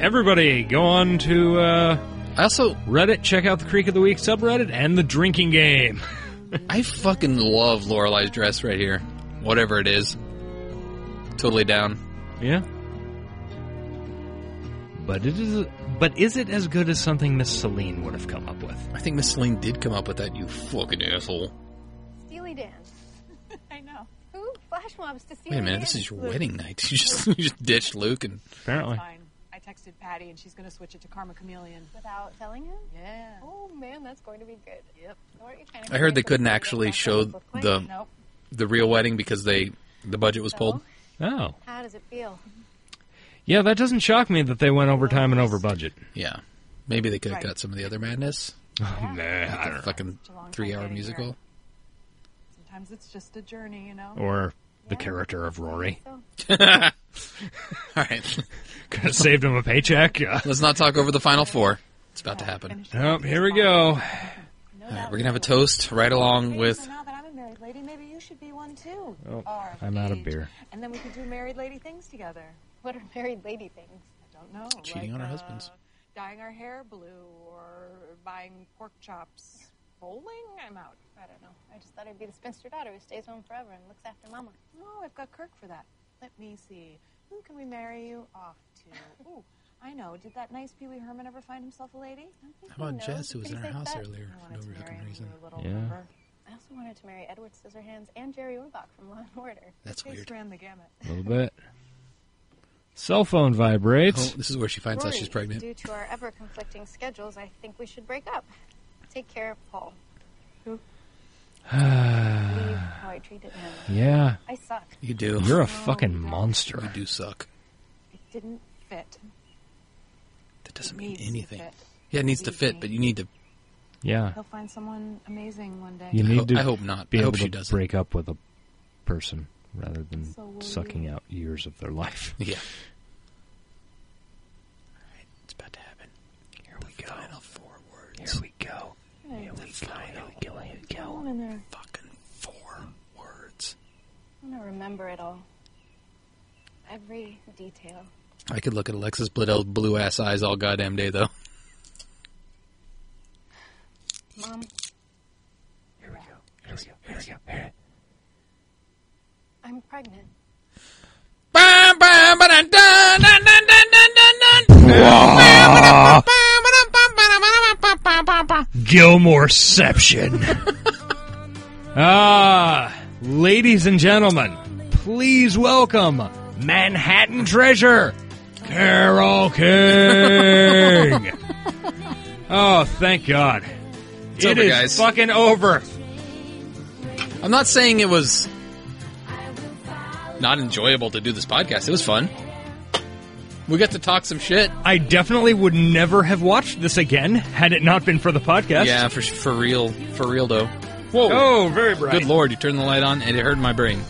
Speaker 2: Everybody, go on to uh,
Speaker 3: I also
Speaker 2: Reddit. Check out the Creek of the Week subreddit and the drinking game.
Speaker 3: I fucking love Lorelai's dress right here. Whatever it is. Totally down.
Speaker 2: *laughs* Yeah. But it is. But is it as good as something Miss Celine would have come up with?
Speaker 3: I think Miss Celine did come up with that, you fucking asshole.
Speaker 7: Steely Dan.
Speaker 21: I know.
Speaker 7: Who? Flash mobs to Steely
Speaker 3: Wait a minute,
Speaker 7: Dan.
Speaker 3: this is your wedding night. *laughs* You just, you just ditched Luke and
Speaker 2: Apparently.
Speaker 21: Fine. I texted Patty and she's gonna switch it to Karma Chameleon.
Speaker 7: Without telling him?
Speaker 21: Yeah.
Speaker 7: Oh man, that's going to be good. Yep. Weren't you kind of
Speaker 3: I heard they
Speaker 7: afraid
Speaker 3: couldn't
Speaker 7: that
Speaker 3: actually
Speaker 7: you'd get
Speaker 3: show
Speaker 7: back on book
Speaker 3: the
Speaker 7: link?
Speaker 21: Nope.
Speaker 3: the real wedding because they the budget was pulled.
Speaker 2: Oh.
Speaker 7: How does it feel? *laughs*
Speaker 2: Yeah, that doesn't shock me that they went over time and over budget.
Speaker 3: Yeah. Maybe they could have
Speaker 21: Right.
Speaker 3: got some of the other madness.
Speaker 2: nah, I don't know.
Speaker 3: Fucking
Speaker 21: It's a long time
Speaker 3: three hour
Speaker 21: getting
Speaker 3: musical.
Speaker 21: Sometimes it's just a journey, you know.
Speaker 2: Or the character of Rory.
Speaker 7: So
Speaker 3: *laughs* Alright.
Speaker 2: Could have *laughs* saved him a paycheck. *laughs* Yeah.
Speaker 3: Let's not talk over the final four. It's about to happen.
Speaker 21: Finish
Speaker 2: Oh, here we go.
Speaker 21: No
Speaker 3: Alright,
Speaker 21: doubt.
Speaker 3: we're gonna have a toast right along
Speaker 4: Hey,
Speaker 3: with
Speaker 4: So now that I'm a married lady, maybe you should be one too.
Speaker 2: Oh,
Speaker 4: Our
Speaker 2: I'm out of
Speaker 4: age.
Speaker 2: beer.
Speaker 4: And then we could do married lady things together.
Speaker 7: what are married lady things?
Speaker 4: I don't know.
Speaker 3: Cheating
Speaker 4: like,
Speaker 3: on our
Speaker 4: uh,
Speaker 3: husbands.
Speaker 4: Dyeing our hair blue or buying pork chops. Bowling? I'm out.
Speaker 7: I don't know. I just thought I'd be the spinster daughter who stays home forever and looks after mama.
Speaker 4: No, I've got Kirk for that. Let me see. Who can we marry you off to? Ooh, I know. Did that nice Pee Wee Herman ever find himself a lady?
Speaker 7: I don't think
Speaker 3: How
Speaker 7: he
Speaker 3: about
Speaker 7: knows
Speaker 3: Oh, Jess who was in
Speaker 7: things
Speaker 3: our
Speaker 7: like
Speaker 3: house
Speaker 7: that.
Speaker 3: earlier for
Speaker 4: I
Speaker 3: no
Speaker 4: wanted to marry
Speaker 3: fucking
Speaker 4: him when
Speaker 3: reason?
Speaker 4: we were little.
Speaker 2: Yeah.
Speaker 4: remember?
Speaker 7: I also wanted to marry Edward Scissorhands and Jerry Orbach from Law and Order.
Speaker 3: That's
Speaker 4: They
Speaker 3: weird.
Speaker 4: ran the gamut. *laughs*
Speaker 2: A little bit. Cell phone
Speaker 3: Oh,
Speaker 2: vibrates.
Speaker 3: this is where she finds out
Speaker 7: Rory,
Speaker 3: she's pregnant.
Speaker 7: Due to our ever conflicting schedules, I think we should break up. Take care of
Speaker 3: *sighs*
Speaker 7: Paul. Who? Leave how I treated him.
Speaker 2: *sighs* yeah.
Speaker 7: I suck.
Speaker 3: You do.
Speaker 2: You're a fucking monster.
Speaker 3: You do suck.
Speaker 4: It didn't fit.
Speaker 3: That doesn't mean
Speaker 4: Needs to
Speaker 3: anything.
Speaker 4: fit.
Speaker 3: Yeah, it needs to
Speaker 4: Leave
Speaker 3: fit,
Speaker 4: me.
Speaker 3: but you need to.
Speaker 2: Yeah.
Speaker 4: He'll find someone amazing one day.
Speaker 2: You
Speaker 3: I,
Speaker 2: need
Speaker 3: ho-
Speaker 2: to
Speaker 3: I hope not.
Speaker 2: be
Speaker 3: I
Speaker 2: able
Speaker 3: hope she
Speaker 2: to
Speaker 3: doesn't.
Speaker 2: break up with a person rather than
Speaker 4: So will
Speaker 2: sucking
Speaker 4: you.
Speaker 2: out years of their life.
Speaker 3: Yeah. Alright, It's about to happen. Here we go. Final four words.
Speaker 2: we go. we
Speaker 4: Here
Speaker 2: go. Here we go. Here we
Speaker 4: Come on in there.
Speaker 3: Fucking four words.
Speaker 7: I'm going to remember it all. Every detail.
Speaker 3: I could look at Alexis Bledell's blue ass eyes all goddamn day, though.
Speaker 7: Mom,
Speaker 2: Here we go. Here we go. Here we go. Here
Speaker 7: I'm pregnant.
Speaker 3: Bam, bam, ba-dun, dun, dun, dun, dun, dun, dun, dun. Bam, ba-dun, bam, ba-dun, ba-dun, bam, bam, bam, bam.
Speaker 2: Gilmoreception. *laughs* ah, ladies and gentlemen, please welcome Manhattan Treasure, Carol
Speaker 3: *laughs*
Speaker 2: King. oh, thank God. It's
Speaker 3: over, guys.
Speaker 2: fucking over.
Speaker 3: I'm not saying it was not enjoyable to do this podcast. It was fun. We got to talk some shit.
Speaker 2: I definitely would never have watched this again had it not been for the podcast.
Speaker 3: Yeah, for for real, for real though. Whoa!
Speaker 2: Oh, very bright.
Speaker 3: Good lord, you turned the light on and it hurt my brain.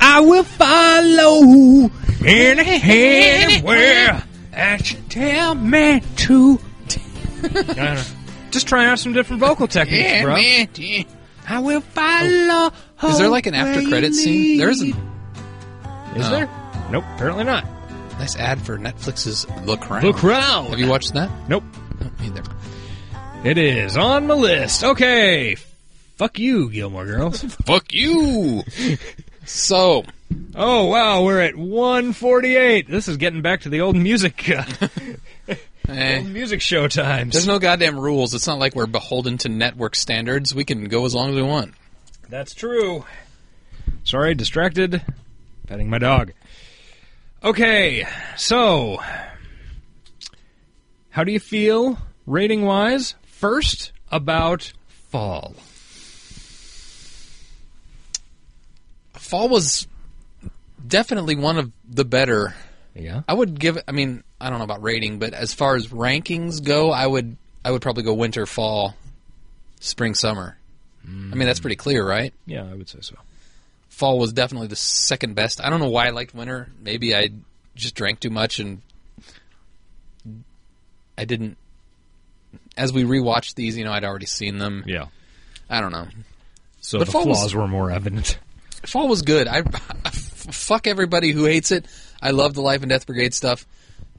Speaker 2: I will follow in anywhere that you tell me
Speaker 3: *laughs*
Speaker 2: to. I don't know. Just trying out some different vocal techniques, bro. I will follow.
Speaker 3: Oh. Is there like an after credit scene? There isn't. Oh.
Speaker 2: Is
Speaker 3: No.
Speaker 2: there? Nope, apparently not.
Speaker 3: Nice ad for Netflix's The Crown.
Speaker 2: The Crown.
Speaker 3: Have you watched that?
Speaker 2: Nope.
Speaker 3: No, me either.
Speaker 2: It is on the list. Okay. Fuck you, Gilmore
Speaker 3: *laughs*
Speaker 2: Girls.
Speaker 3: Fuck *laughs* you. so
Speaker 2: oh, wow, we're at 148. This is getting back to the old music, uh, *laughs*
Speaker 3: eh,
Speaker 2: old music show times.
Speaker 3: there's no goddamn rules. It's not like we're beholden to network standards. We can go as long as we want.
Speaker 2: That's true. Sorry, distracted. Petting my dog. Okay, so how do you feel Rating wise, first about Fall.
Speaker 3: Fall was definitely one of the better.
Speaker 2: Yeah.
Speaker 3: I would give. I mean, I don't know about rating, but as far as rankings go, I would. I would probably go winter, fall, spring, summer. I mean, that's pretty clear, right?
Speaker 2: Yeah, I would say so.
Speaker 3: Fall was definitely the second best. I don't know why I liked winter. Maybe I just drank too much and I didn't. As we rewatched these, you know, I'd already seen them.
Speaker 2: Yeah.
Speaker 3: I don't know.
Speaker 2: So
Speaker 3: But
Speaker 2: the
Speaker 3: Fall was-
Speaker 2: flaws were more evident.
Speaker 3: Fall was good. I, *laughs* f- fuck everybody who hates it. I love the Life and Death Brigade stuff.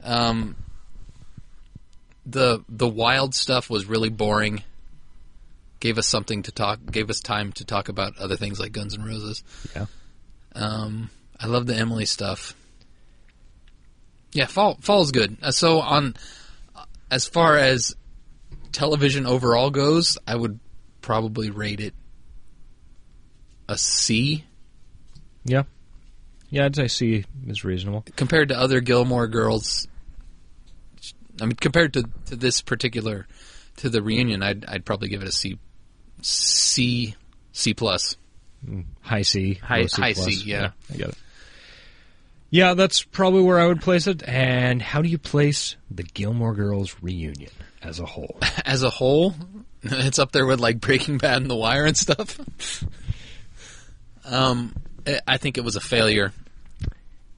Speaker 3: Um, the the wild stuff was really boring. Gave us something to talk. Gave us time to talk about other things like Guns N' Roses.
Speaker 2: Yeah.
Speaker 3: Um, I love the Emily stuff. Yeah, fall fall's good. Uh, so on, uh, as far as television overall goes, I would probably rate it a C
Speaker 2: Yeah. Yeah, I'd say C is reasonable.
Speaker 3: compared to other Gilmore Girls. I mean, compared to, to this particular to the reunion, I'd I'd probably give it a C, C, C plus.
Speaker 2: Mm, High C.
Speaker 3: High-
Speaker 2: low C
Speaker 3: high
Speaker 2: plus.
Speaker 3: C, yeah.
Speaker 2: I get it. Yeah, that's probably where I would place it. And how do you place the Gilmore Girls reunion as a whole?
Speaker 3: As a whole, *laughs* it's up there with like Breaking Bad and The Wire and stuff. *laughs* um, I- I think it was a failure.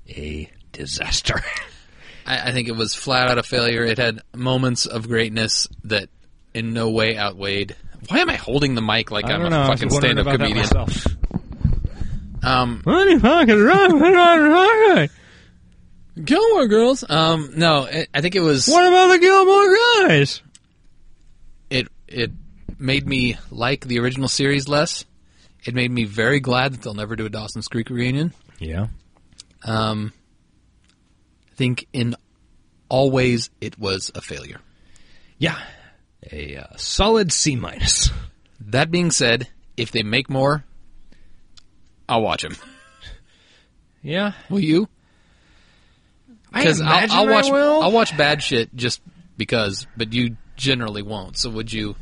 Speaker 2: A disaster.
Speaker 3: I, I think it was flat out a failure. It had moments of greatness that in no way outweighed. Why am I holding the mic
Speaker 2: *laughs*
Speaker 3: like
Speaker 2: I
Speaker 3: I'm
Speaker 2: don't
Speaker 3: a
Speaker 2: know, I was
Speaker 3: fucking
Speaker 2: wondering
Speaker 3: stand-up
Speaker 2: about that *laughs*
Speaker 3: comedian?
Speaker 2: myself.
Speaker 3: Um,
Speaker 2: What the fuck is wrong with our-
Speaker 3: Gilmore Girls. Um, no, I I think it was.
Speaker 2: What about the Gilmore Guys?
Speaker 3: It it made me like the original series less. It made me very glad that they'll never do a Dawson's Creek reunion.
Speaker 2: Yeah.
Speaker 3: Um, I think in all ways it was a failure.
Speaker 2: Yeah. A uh, solid C minus.
Speaker 3: That being said, if they make more, I'll watch them.
Speaker 2: Yeah.
Speaker 3: Will you?
Speaker 2: I
Speaker 3: Because I'll,
Speaker 2: imagine
Speaker 3: I'll
Speaker 2: I
Speaker 3: watch
Speaker 2: will.
Speaker 3: I'll watch bad shit just because, but you generally won't. So would you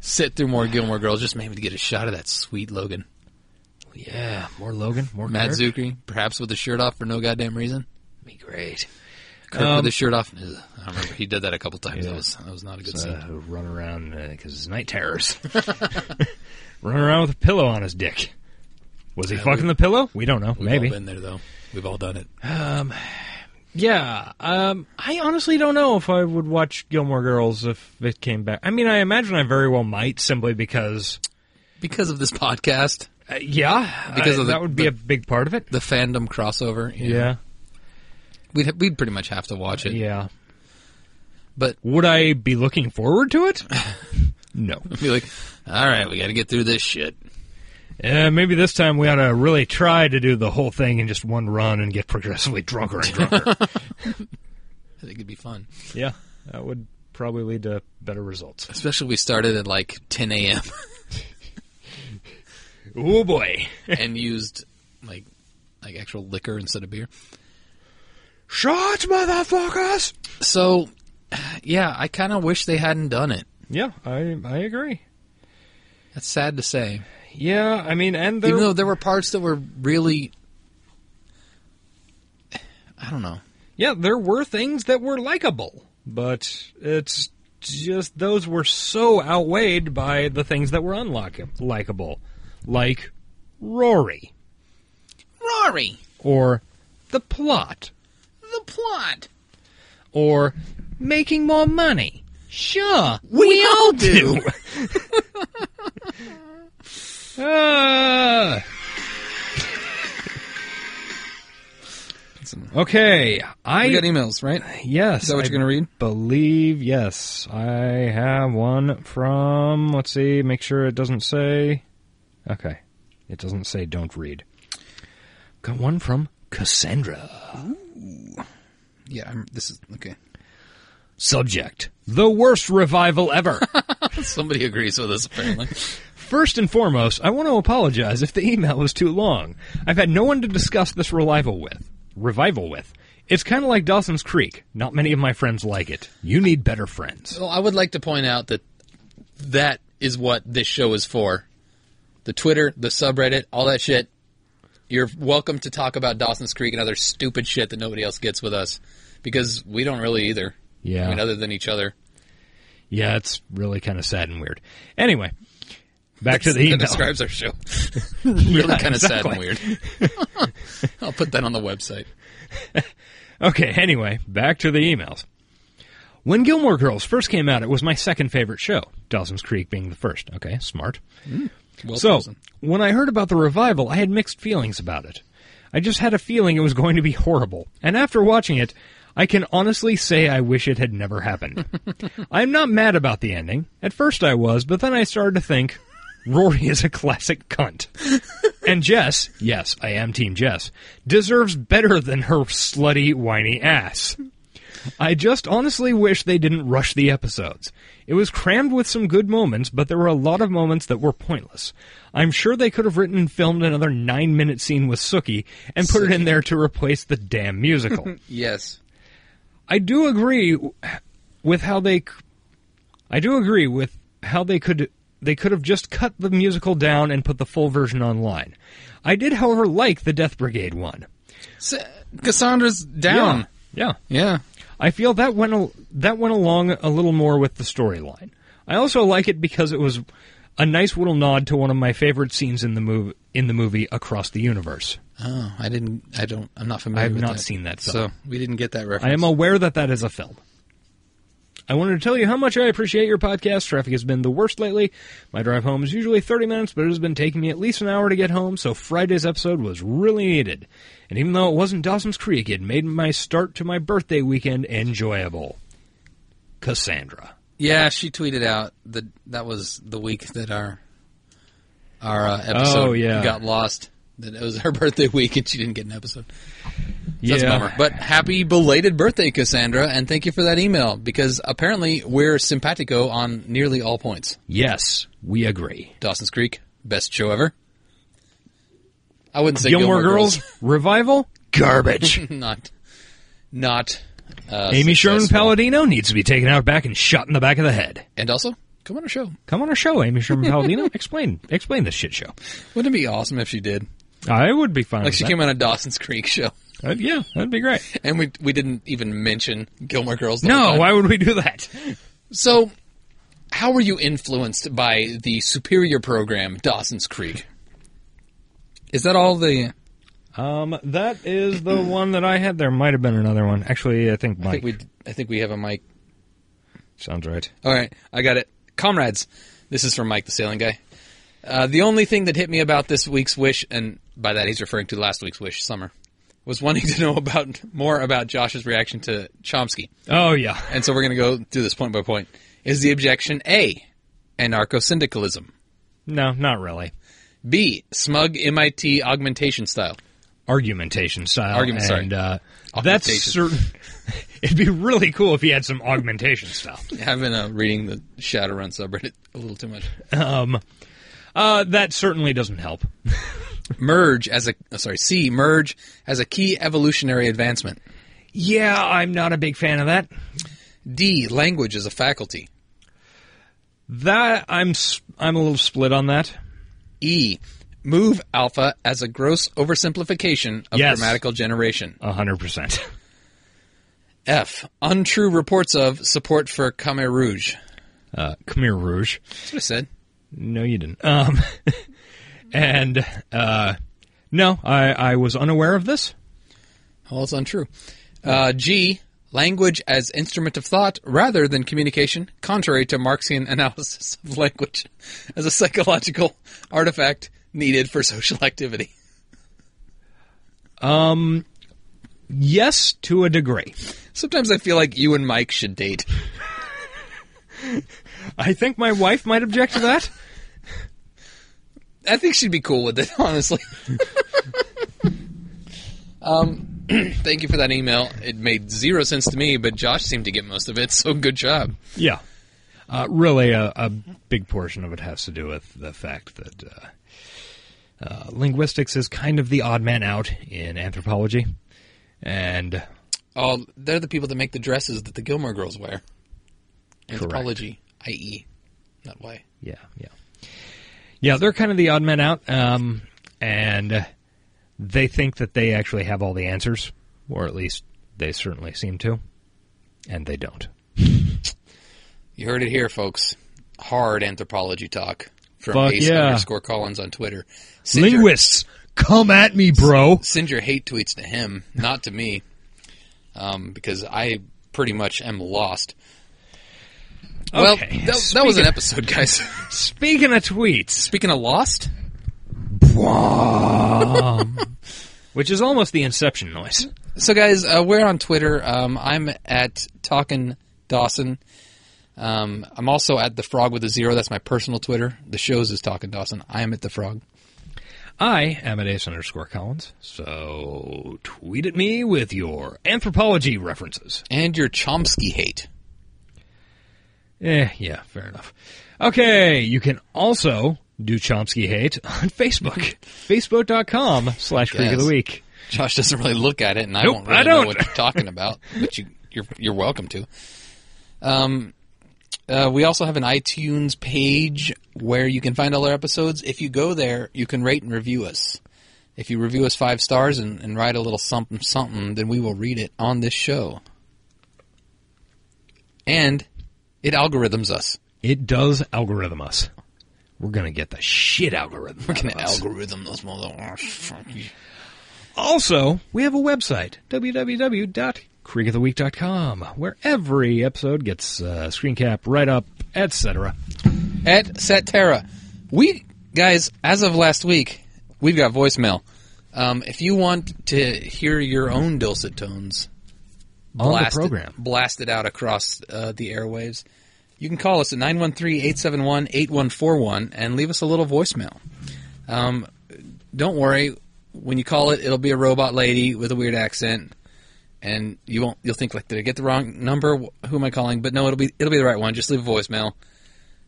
Speaker 3: sit through more Gilmore Girls just maybe to get a shot of that sweet Logan
Speaker 2: Yeah. More Logan. More
Speaker 3: Matt
Speaker 2: Kirk.
Speaker 3: Zucchi, perhaps with a shirt off for no goddamn reason?
Speaker 2: Be great.
Speaker 3: Kirk
Speaker 2: Um,
Speaker 3: with his shirt off. Ugh, I remember he did that a couple times. That was that was not a good
Speaker 2: So,
Speaker 3: scene.
Speaker 2: uh, run around because it's night terrors. *laughs* run around with a pillow on his dick. Was he
Speaker 3: Yeah,
Speaker 2: fucking
Speaker 3: we-
Speaker 2: the pillow? We don't know.
Speaker 3: We've
Speaker 2: Maybe.
Speaker 3: all been there though. We've all done it.
Speaker 2: Um, yeah. Um, I honestly don't know if I would watch Gilmore Girls if it came back. I mean, I imagine I very well might simply because,
Speaker 3: Because of this podcast,
Speaker 2: uh, yeah,
Speaker 3: Because
Speaker 2: I-
Speaker 3: of the-
Speaker 2: that would be
Speaker 3: the-
Speaker 2: a big part of it.
Speaker 3: the fandom crossover. you know,
Speaker 2: Yeah.
Speaker 3: We'd ha- we'd pretty much have to watch it.
Speaker 2: Yeah.
Speaker 3: But
Speaker 2: Would I be looking forward to
Speaker 3: *laughs*
Speaker 2: it? no.
Speaker 3: be like, all right, we got to get through this shit.
Speaker 2: Uh, maybe this time we ought to really try to do the whole thing in just one run and get progressively drunker and
Speaker 3: *laughs*
Speaker 2: drunker.
Speaker 3: I think it'd be fun.
Speaker 2: yeah, that would probably lead to better results.
Speaker 3: Especially if we started at like 10
Speaker 2: *laughs*
Speaker 3: a.m.
Speaker 2: Oh boy.
Speaker 3: and used like like actual liquor instead of beer.
Speaker 2: Shots, motherfuckers!
Speaker 3: So, yeah, I kind of wish they hadn't done it.
Speaker 2: Yeah, I I agree.
Speaker 3: That's sad to say.
Speaker 2: Yeah, I mean, and there,
Speaker 3: Even though there were parts that were really, I don't know.
Speaker 2: yeah, there were things that were likable, but it's just those were so outweighed by the things that were unlikable, like Rory
Speaker 3: Rory,
Speaker 2: or the plot
Speaker 3: the plot.
Speaker 2: or making more money. Sure, we, all do. *laughs*
Speaker 3: *laughs*
Speaker 2: Ah. okay, I
Speaker 3: We got emails, right?
Speaker 2: yes.
Speaker 3: Is that what
Speaker 2: I
Speaker 3: you're gonna read?
Speaker 2: Believe yes. I have one from. Let's see. Make sure it doesn't say. Okay, it doesn't say. Don't read. Got one from Cassandra.
Speaker 3: Yeah, I'm, this is okay.
Speaker 2: Subject: The worst revival
Speaker 3: *laughs*
Speaker 2: ever.
Speaker 3: *laughs* Somebody agrees with us apparently.
Speaker 2: First and foremost, I want to apologize if the email was too long. I've had no one to discuss this revival with. Revival with. It's kind of like Dawson's Creek. Not many of my friends like it. You need better friends.
Speaker 3: *laughs* Well, I would like to point out that that is what this show is for. The Twitter, the subreddit, all that shit. You're welcome to talk about Dawson's Creek and other stupid shit that nobody else gets with us because we don't really either.
Speaker 2: Yeah.
Speaker 3: I mean, other than each other.
Speaker 2: Yeah, it's really kind of sad and weird. Anyway, back to the email.
Speaker 3: That describes
Speaker 2: *laughs*
Speaker 3: our show. really
Speaker 2: Yeah,
Speaker 3: kind of
Speaker 2: exactly.
Speaker 3: sad and
Speaker 2: *laughs*
Speaker 3: weird. I'll put that on the website.
Speaker 2: Okay, anyway, back to the emails. When Gilmore Girls first came out, it was my second favorite show, Dawson's Creek being the first. Okay, smart.
Speaker 3: well
Speaker 2: so,
Speaker 3: chosen.
Speaker 2: when I heard about the revival, I had mixed feelings about it. I just had a feeling it was going to be horrible. And after watching it, I can honestly say I wish it had never
Speaker 3: *laughs*
Speaker 2: happened. I'm not mad about the ending. At first I was, but then I started to think Rory is a classic cunt. and Jess, yes, I am Team Jess, deserves better than her slutty, whiny ass. I just honestly wish they didn't rush the episodes. It was crammed with some good moments, but there were a lot of moments that were pointless. I'm sure they could have written and filmed another nine minute scene with Sookie and put it in there to replace the damn musical.
Speaker 3: Yes.
Speaker 2: I do agree with how they. I do agree with how they could they could have just cut the musical down and put the full version online. I did, however, like the Death Brigade one. Um,
Speaker 3: Cassandra's down.
Speaker 2: Yeah,
Speaker 3: yeah.
Speaker 2: I feel that went al- that went along a little more with the storyline. I also like it because it was a nice little nod to one of my favorite scenes in the movie in the movie Across the Universe.
Speaker 3: Oh, I didn't. I don't. I'm not familiar.
Speaker 2: I have
Speaker 3: with
Speaker 2: not seen that
Speaker 3: so
Speaker 2: film.
Speaker 3: we didn't get that
Speaker 2: I
Speaker 3: reference.
Speaker 2: am aware that that is a film. I wanted to tell you how much I appreciate your podcast. Traffic has been the worst lately. My drive home is usually 30 minutes, but it has been taking me at least an hour to get home, so Friday's episode was really needed. And even though it wasn't Dawson's Creek, it made my start to my birthday weekend enjoyable. Cassandra.
Speaker 3: Yeah, she tweeted out that that was the week that our our uh, episode
Speaker 2: Oh, yeah.
Speaker 3: got lost. That it was her *laughs* birthday week and she didn't get an episode. So That's a
Speaker 2: Yeah.
Speaker 3: bummer. But happy belated birthday, Cassandra, and thank you for that email because apparently we're simpatico on nearly all points.
Speaker 2: Yes, we agree.
Speaker 3: Dawson's Creek, best show ever. I wouldn't say
Speaker 2: Gilmore,
Speaker 3: Gilmore
Speaker 2: Girls, revival? Garbage.
Speaker 3: *laughs* not, not. Uh,
Speaker 2: *laughs* Amy Sherman
Speaker 3: successful.
Speaker 2: Palladino needs to be taken out back and shot in the back of the head.
Speaker 3: and also come on our show.
Speaker 2: Come on our show, Amy Sherman Palladino. explain explain this shit show.
Speaker 3: Wouldn't it be awesome if she did?
Speaker 2: I would be fine.
Speaker 3: Like
Speaker 2: with
Speaker 3: she
Speaker 2: that.
Speaker 3: came on a Dawson's Creek *laughs* show.
Speaker 2: Uh, yeah, that'd be great.
Speaker 3: And we we didn't even mention Gilmore Girls. the whole
Speaker 2: No,
Speaker 3: time.
Speaker 2: why would we do that?
Speaker 3: So, how were you influenced by the superior program Dawson's Creek? Is that all the?
Speaker 2: Um, that is the one that I had. There might have been another one. Actually, I think
Speaker 3: I
Speaker 2: Mike
Speaker 3: think we I think we have a mic.
Speaker 2: sounds right.
Speaker 3: All right, I got it. Comrades, this is from Mike the Sailing Guy. Uh, the only thing that hit me about this week's wish, and by that he's referring to last week's wish, summer, was wanting to know *laughs* about more about Josh's reaction to Chomsky.
Speaker 2: Oh yeah.
Speaker 3: And so we're going to go through this point by point. Is the objection A, anarcho syndicalism?
Speaker 2: No, not really.
Speaker 3: B, smug MIT augmentation style?
Speaker 2: Argumentation style.
Speaker 3: Argument, sorry.
Speaker 2: and, Uh, that's
Speaker 3: Augmentation.
Speaker 2: certain. *laughs* It'd be really cool if he had some augmentation style.
Speaker 3: I've been uh, reading the Shadowrun subreddit a little too much.
Speaker 2: Um, uh, that certainly doesn't help.
Speaker 3: Merge as a oh, sorry C merge as a key evolutionary advancement.
Speaker 2: Yeah, I'm not a big fan of that.
Speaker 3: D language as a faculty.
Speaker 2: That I'm s- I'm a little split on that.
Speaker 3: E move alpha as a gross oversimplification of
Speaker 2: Yes.
Speaker 3: grammatical generation.
Speaker 2: A hundred percent.
Speaker 3: F untrue reports of support for Khmer Rouge.
Speaker 2: Uh, Khmer Rouge.
Speaker 3: That's what I said.
Speaker 2: No, you didn't. Um, *laughs* and uh, no, I, I was unaware of this.
Speaker 3: Well, it's untrue. Uh, G language as instrument of thought rather than communication, contrary to Marxian *laughs* analysis of language as a psychological artifact needed for social activity.
Speaker 2: Um, yes, to a degree.
Speaker 3: Sometimes I feel like you and Mike should date.
Speaker 2: I think my wife might object to that.
Speaker 3: I think she'd be cool with it, *laughs* honestly. um, *clears throat* thank you for that email. It made zero sense to me, but Josh seemed to get most of it, so good job.
Speaker 2: Yeah. Uh, really, a, a big portion of it has to do with the fact that uh, uh, linguistics is kind of the odd man out in anthropology. And
Speaker 3: Oh, they're the people that make the dresses that the Gilmore Girls wear. Anthropology, i.e., not why.
Speaker 2: Yeah, yeah, yeah. They're kind of the odd men out, um, and they think that they actually have all the answers, or at least they certainly seem to, and they don't.
Speaker 3: You heard it here, folks. Hard anthropology talk from
Speaker 2: Fuck
Speaker 3: Ace
Speaker 2: yeah.
Speaker 3: underscore Collins on Twitter. your-
Speaker 2: Linguists, come at me, bro.
Speaker 3: send your hate tweets to him, not to me, um, because I pretty much am lost. Well,
Speaker 2: Okay,
Speaker 3: that, that was
Speaker 2: speaking-
Speaker 3: an episode, guys. *laughs*
Speaker 2: Speaking of tweets,
Speaker 3: speaking of lost,
Speaker 2: which is almost the Inception noise.
Speaker 3: So, guys, uh, we're on Twitter. Um, I'm at Talkin Dawson. Um, I'm also at the Frog with a Zero. That's my personal Twitter. The show's is Talkin Dawson. I am at the Frog.
Speaker 2: I am at ace underscore Collins, so tweet at me with your anthropology references.
Speaker 3: And your Chomsky hate.
Speaker 2: Eh, yeah, fair enough. Okay, you can also do Chomsky hate on Facebook. *laughs* Facebook.com slash Freak of the
Speaker 3: Yes.
Speaker 2: Week.
Speaker 3: Josh doesn't really look at it, and I
Speaker 2: Nope,
Speaker 3: don't really
Speaker 2: I don't.
Speaker 3: know what you're
Speaker 2: *laughs*
Speaker 3: talking about. But you, you're you're welcome to. Um, uh, we also have an iTunes page where you can find all our episodes. If you go there, you can rate and review us. If you review us five stars and, and write a little something something, then we will read it on this show. And it algorithms us.
Speaker 2: It does algorithm us. We're going to get the shit algorithm.
Speaker 3: We're gonna
Speaker 2: out of us.
Speaker 3: algorithm those motherfuckers.
Speaker 2: *laughs* Also, we have a website, www.creekoftheweek.com, where every episode gets uh, screen cap, write up, etc.
Speaker 3: at Satterra. We guys, as of last week, we've got voicemail. Um, if you want to hear your own dulcet tones
Speaker 2: On the
Speaker 3: blasted,
Speaker 2: program.
Speaker 3: blasted out across uh, the airwaves, you can call us at 913-871-8141 and leave us a little voicemail. Um, don't worry, when you call it, it'll be a robot lady with a weird accent. And you won't. You'll think like, did I get the wrong number? Who am I calling? But no, it'll be it'll be the right one. Just leave a voicemail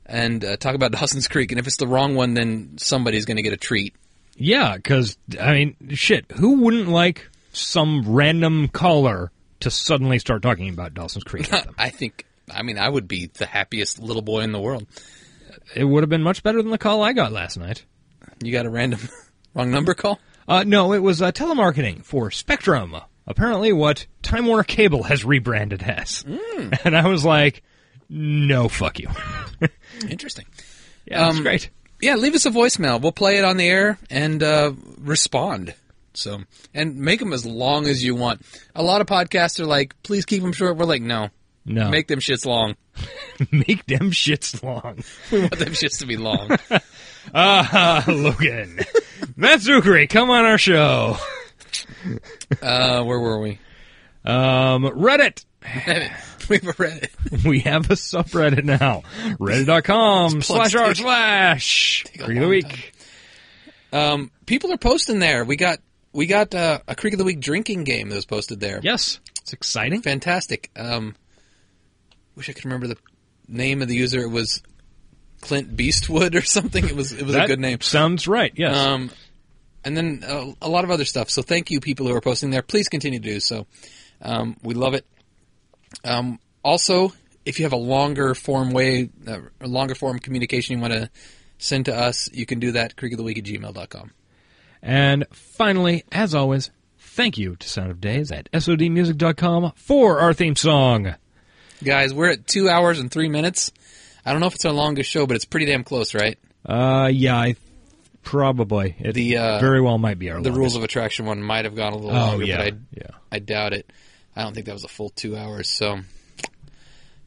Speaker 3: and uh, talk about *laughs* Dawson's Creek. And if it's the wrong one, then somebody's going to get a treat.
Speaker 2: Yeah, because, I mean, shit, who wouldn't like some random caller to suddenly start talking about Dawson's Creek? *laughs*
Speaker 3: I think. I mean, I would be the happiest little boy in the world.
Speaker 2: it would have been much better than the call I got last night.
Speaker 3: You got a random *laughs* wrong number call.
Speaker 2: Uh, no, it was uh, telemarketing for Spectrum, apparently what Time Warner Cable has rebranded as. *laughs* And I was like, no, fuck you. Um,
Speaker 3: Interesting.
Speaker 2: Yeah, that's great.
Speaker 3: Yeah, leave us a voicemail. We'll play it on the air and uh, respond. So, and make them as long as you want. A lot of podcasts are like, please keep them short. We're like, no,
Speaker 2: No.
Speaker 3: make them shits long.
Speaker 2: *laughs*
Speaker 3: *laughs*
Speaker 2: Make them shits long.
Speaker 3: We want them shits to be long.
Speaker 2: Ah, Logan. *laughs* Matsukuri, come on our show.
Speaker 3: *laughs* uh, where were we?
Speaker 2: Um, Reddit.
Speaker 3: *laughs*
Speaker 2: *laughs*
Speaker 3: We've read it.
Speaker 2: We have a subreddit now. Reddit.com
Speaker 3: Plugs
Speaker 2: slash r
Speaker 3: take-
Speaker 2: slash. Creek of the week.
Speaker 3: Um, people are posting there. We got we got uh, a Creek of the Week drinking game that was posted there.
Speaker 2: Yes. It's exciting.
Speaker 3: fantastic. Um, wish I could remember the name of the user. It was Clint Beastwood or *laughs* something. It was it was
Speaker 2: that
Speaker 3: a good name.
Speaker 2: Sounds right, yes.
Speaker 3: Um, and then uh, a lot of other stuff. So thank you, people who are posting there. Please continue to do so. Um, we love it. Um, also, if you have a longer form way, uh, a longer form communication you want to send to us, you can do that. Creek of the Week at gmail.com.
Speaker 2: And finally, as always, thank you to Sound of Days at SODmusic.com for our theme song.
Speaker 3: Guys, we're at two hours and three minutes. I don't know if it's our longest show, but it's pretty damn close, right?
Speaker 2: Uh, yeah, I probably. It
Speaker 3: The, uh,
Speaker 2: very well might be our
Speaker 3: the
Speaker 2: longest.
Speaker 3: rules of attraction one might have gone a little
Speaker 2: Oh,
Speaker 3: longer,
Speaker 2: yeah,
Speaker 3: but I,
Speaker 2: yeah.
Speaker 3: I doubt it. I don't think that was a full two hours. So,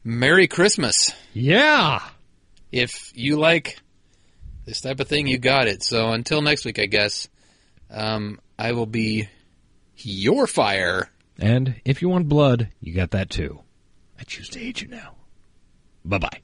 Speaker 3: Merry Christmas.
Speaker 2: Yeah.
Speaker 3: If you like this type of thing, you got it. So, until next week, I guess, um, I will be your fire.
Speaker 2: And if you want blood, you got that too. I choose to hate you now. Bye bye.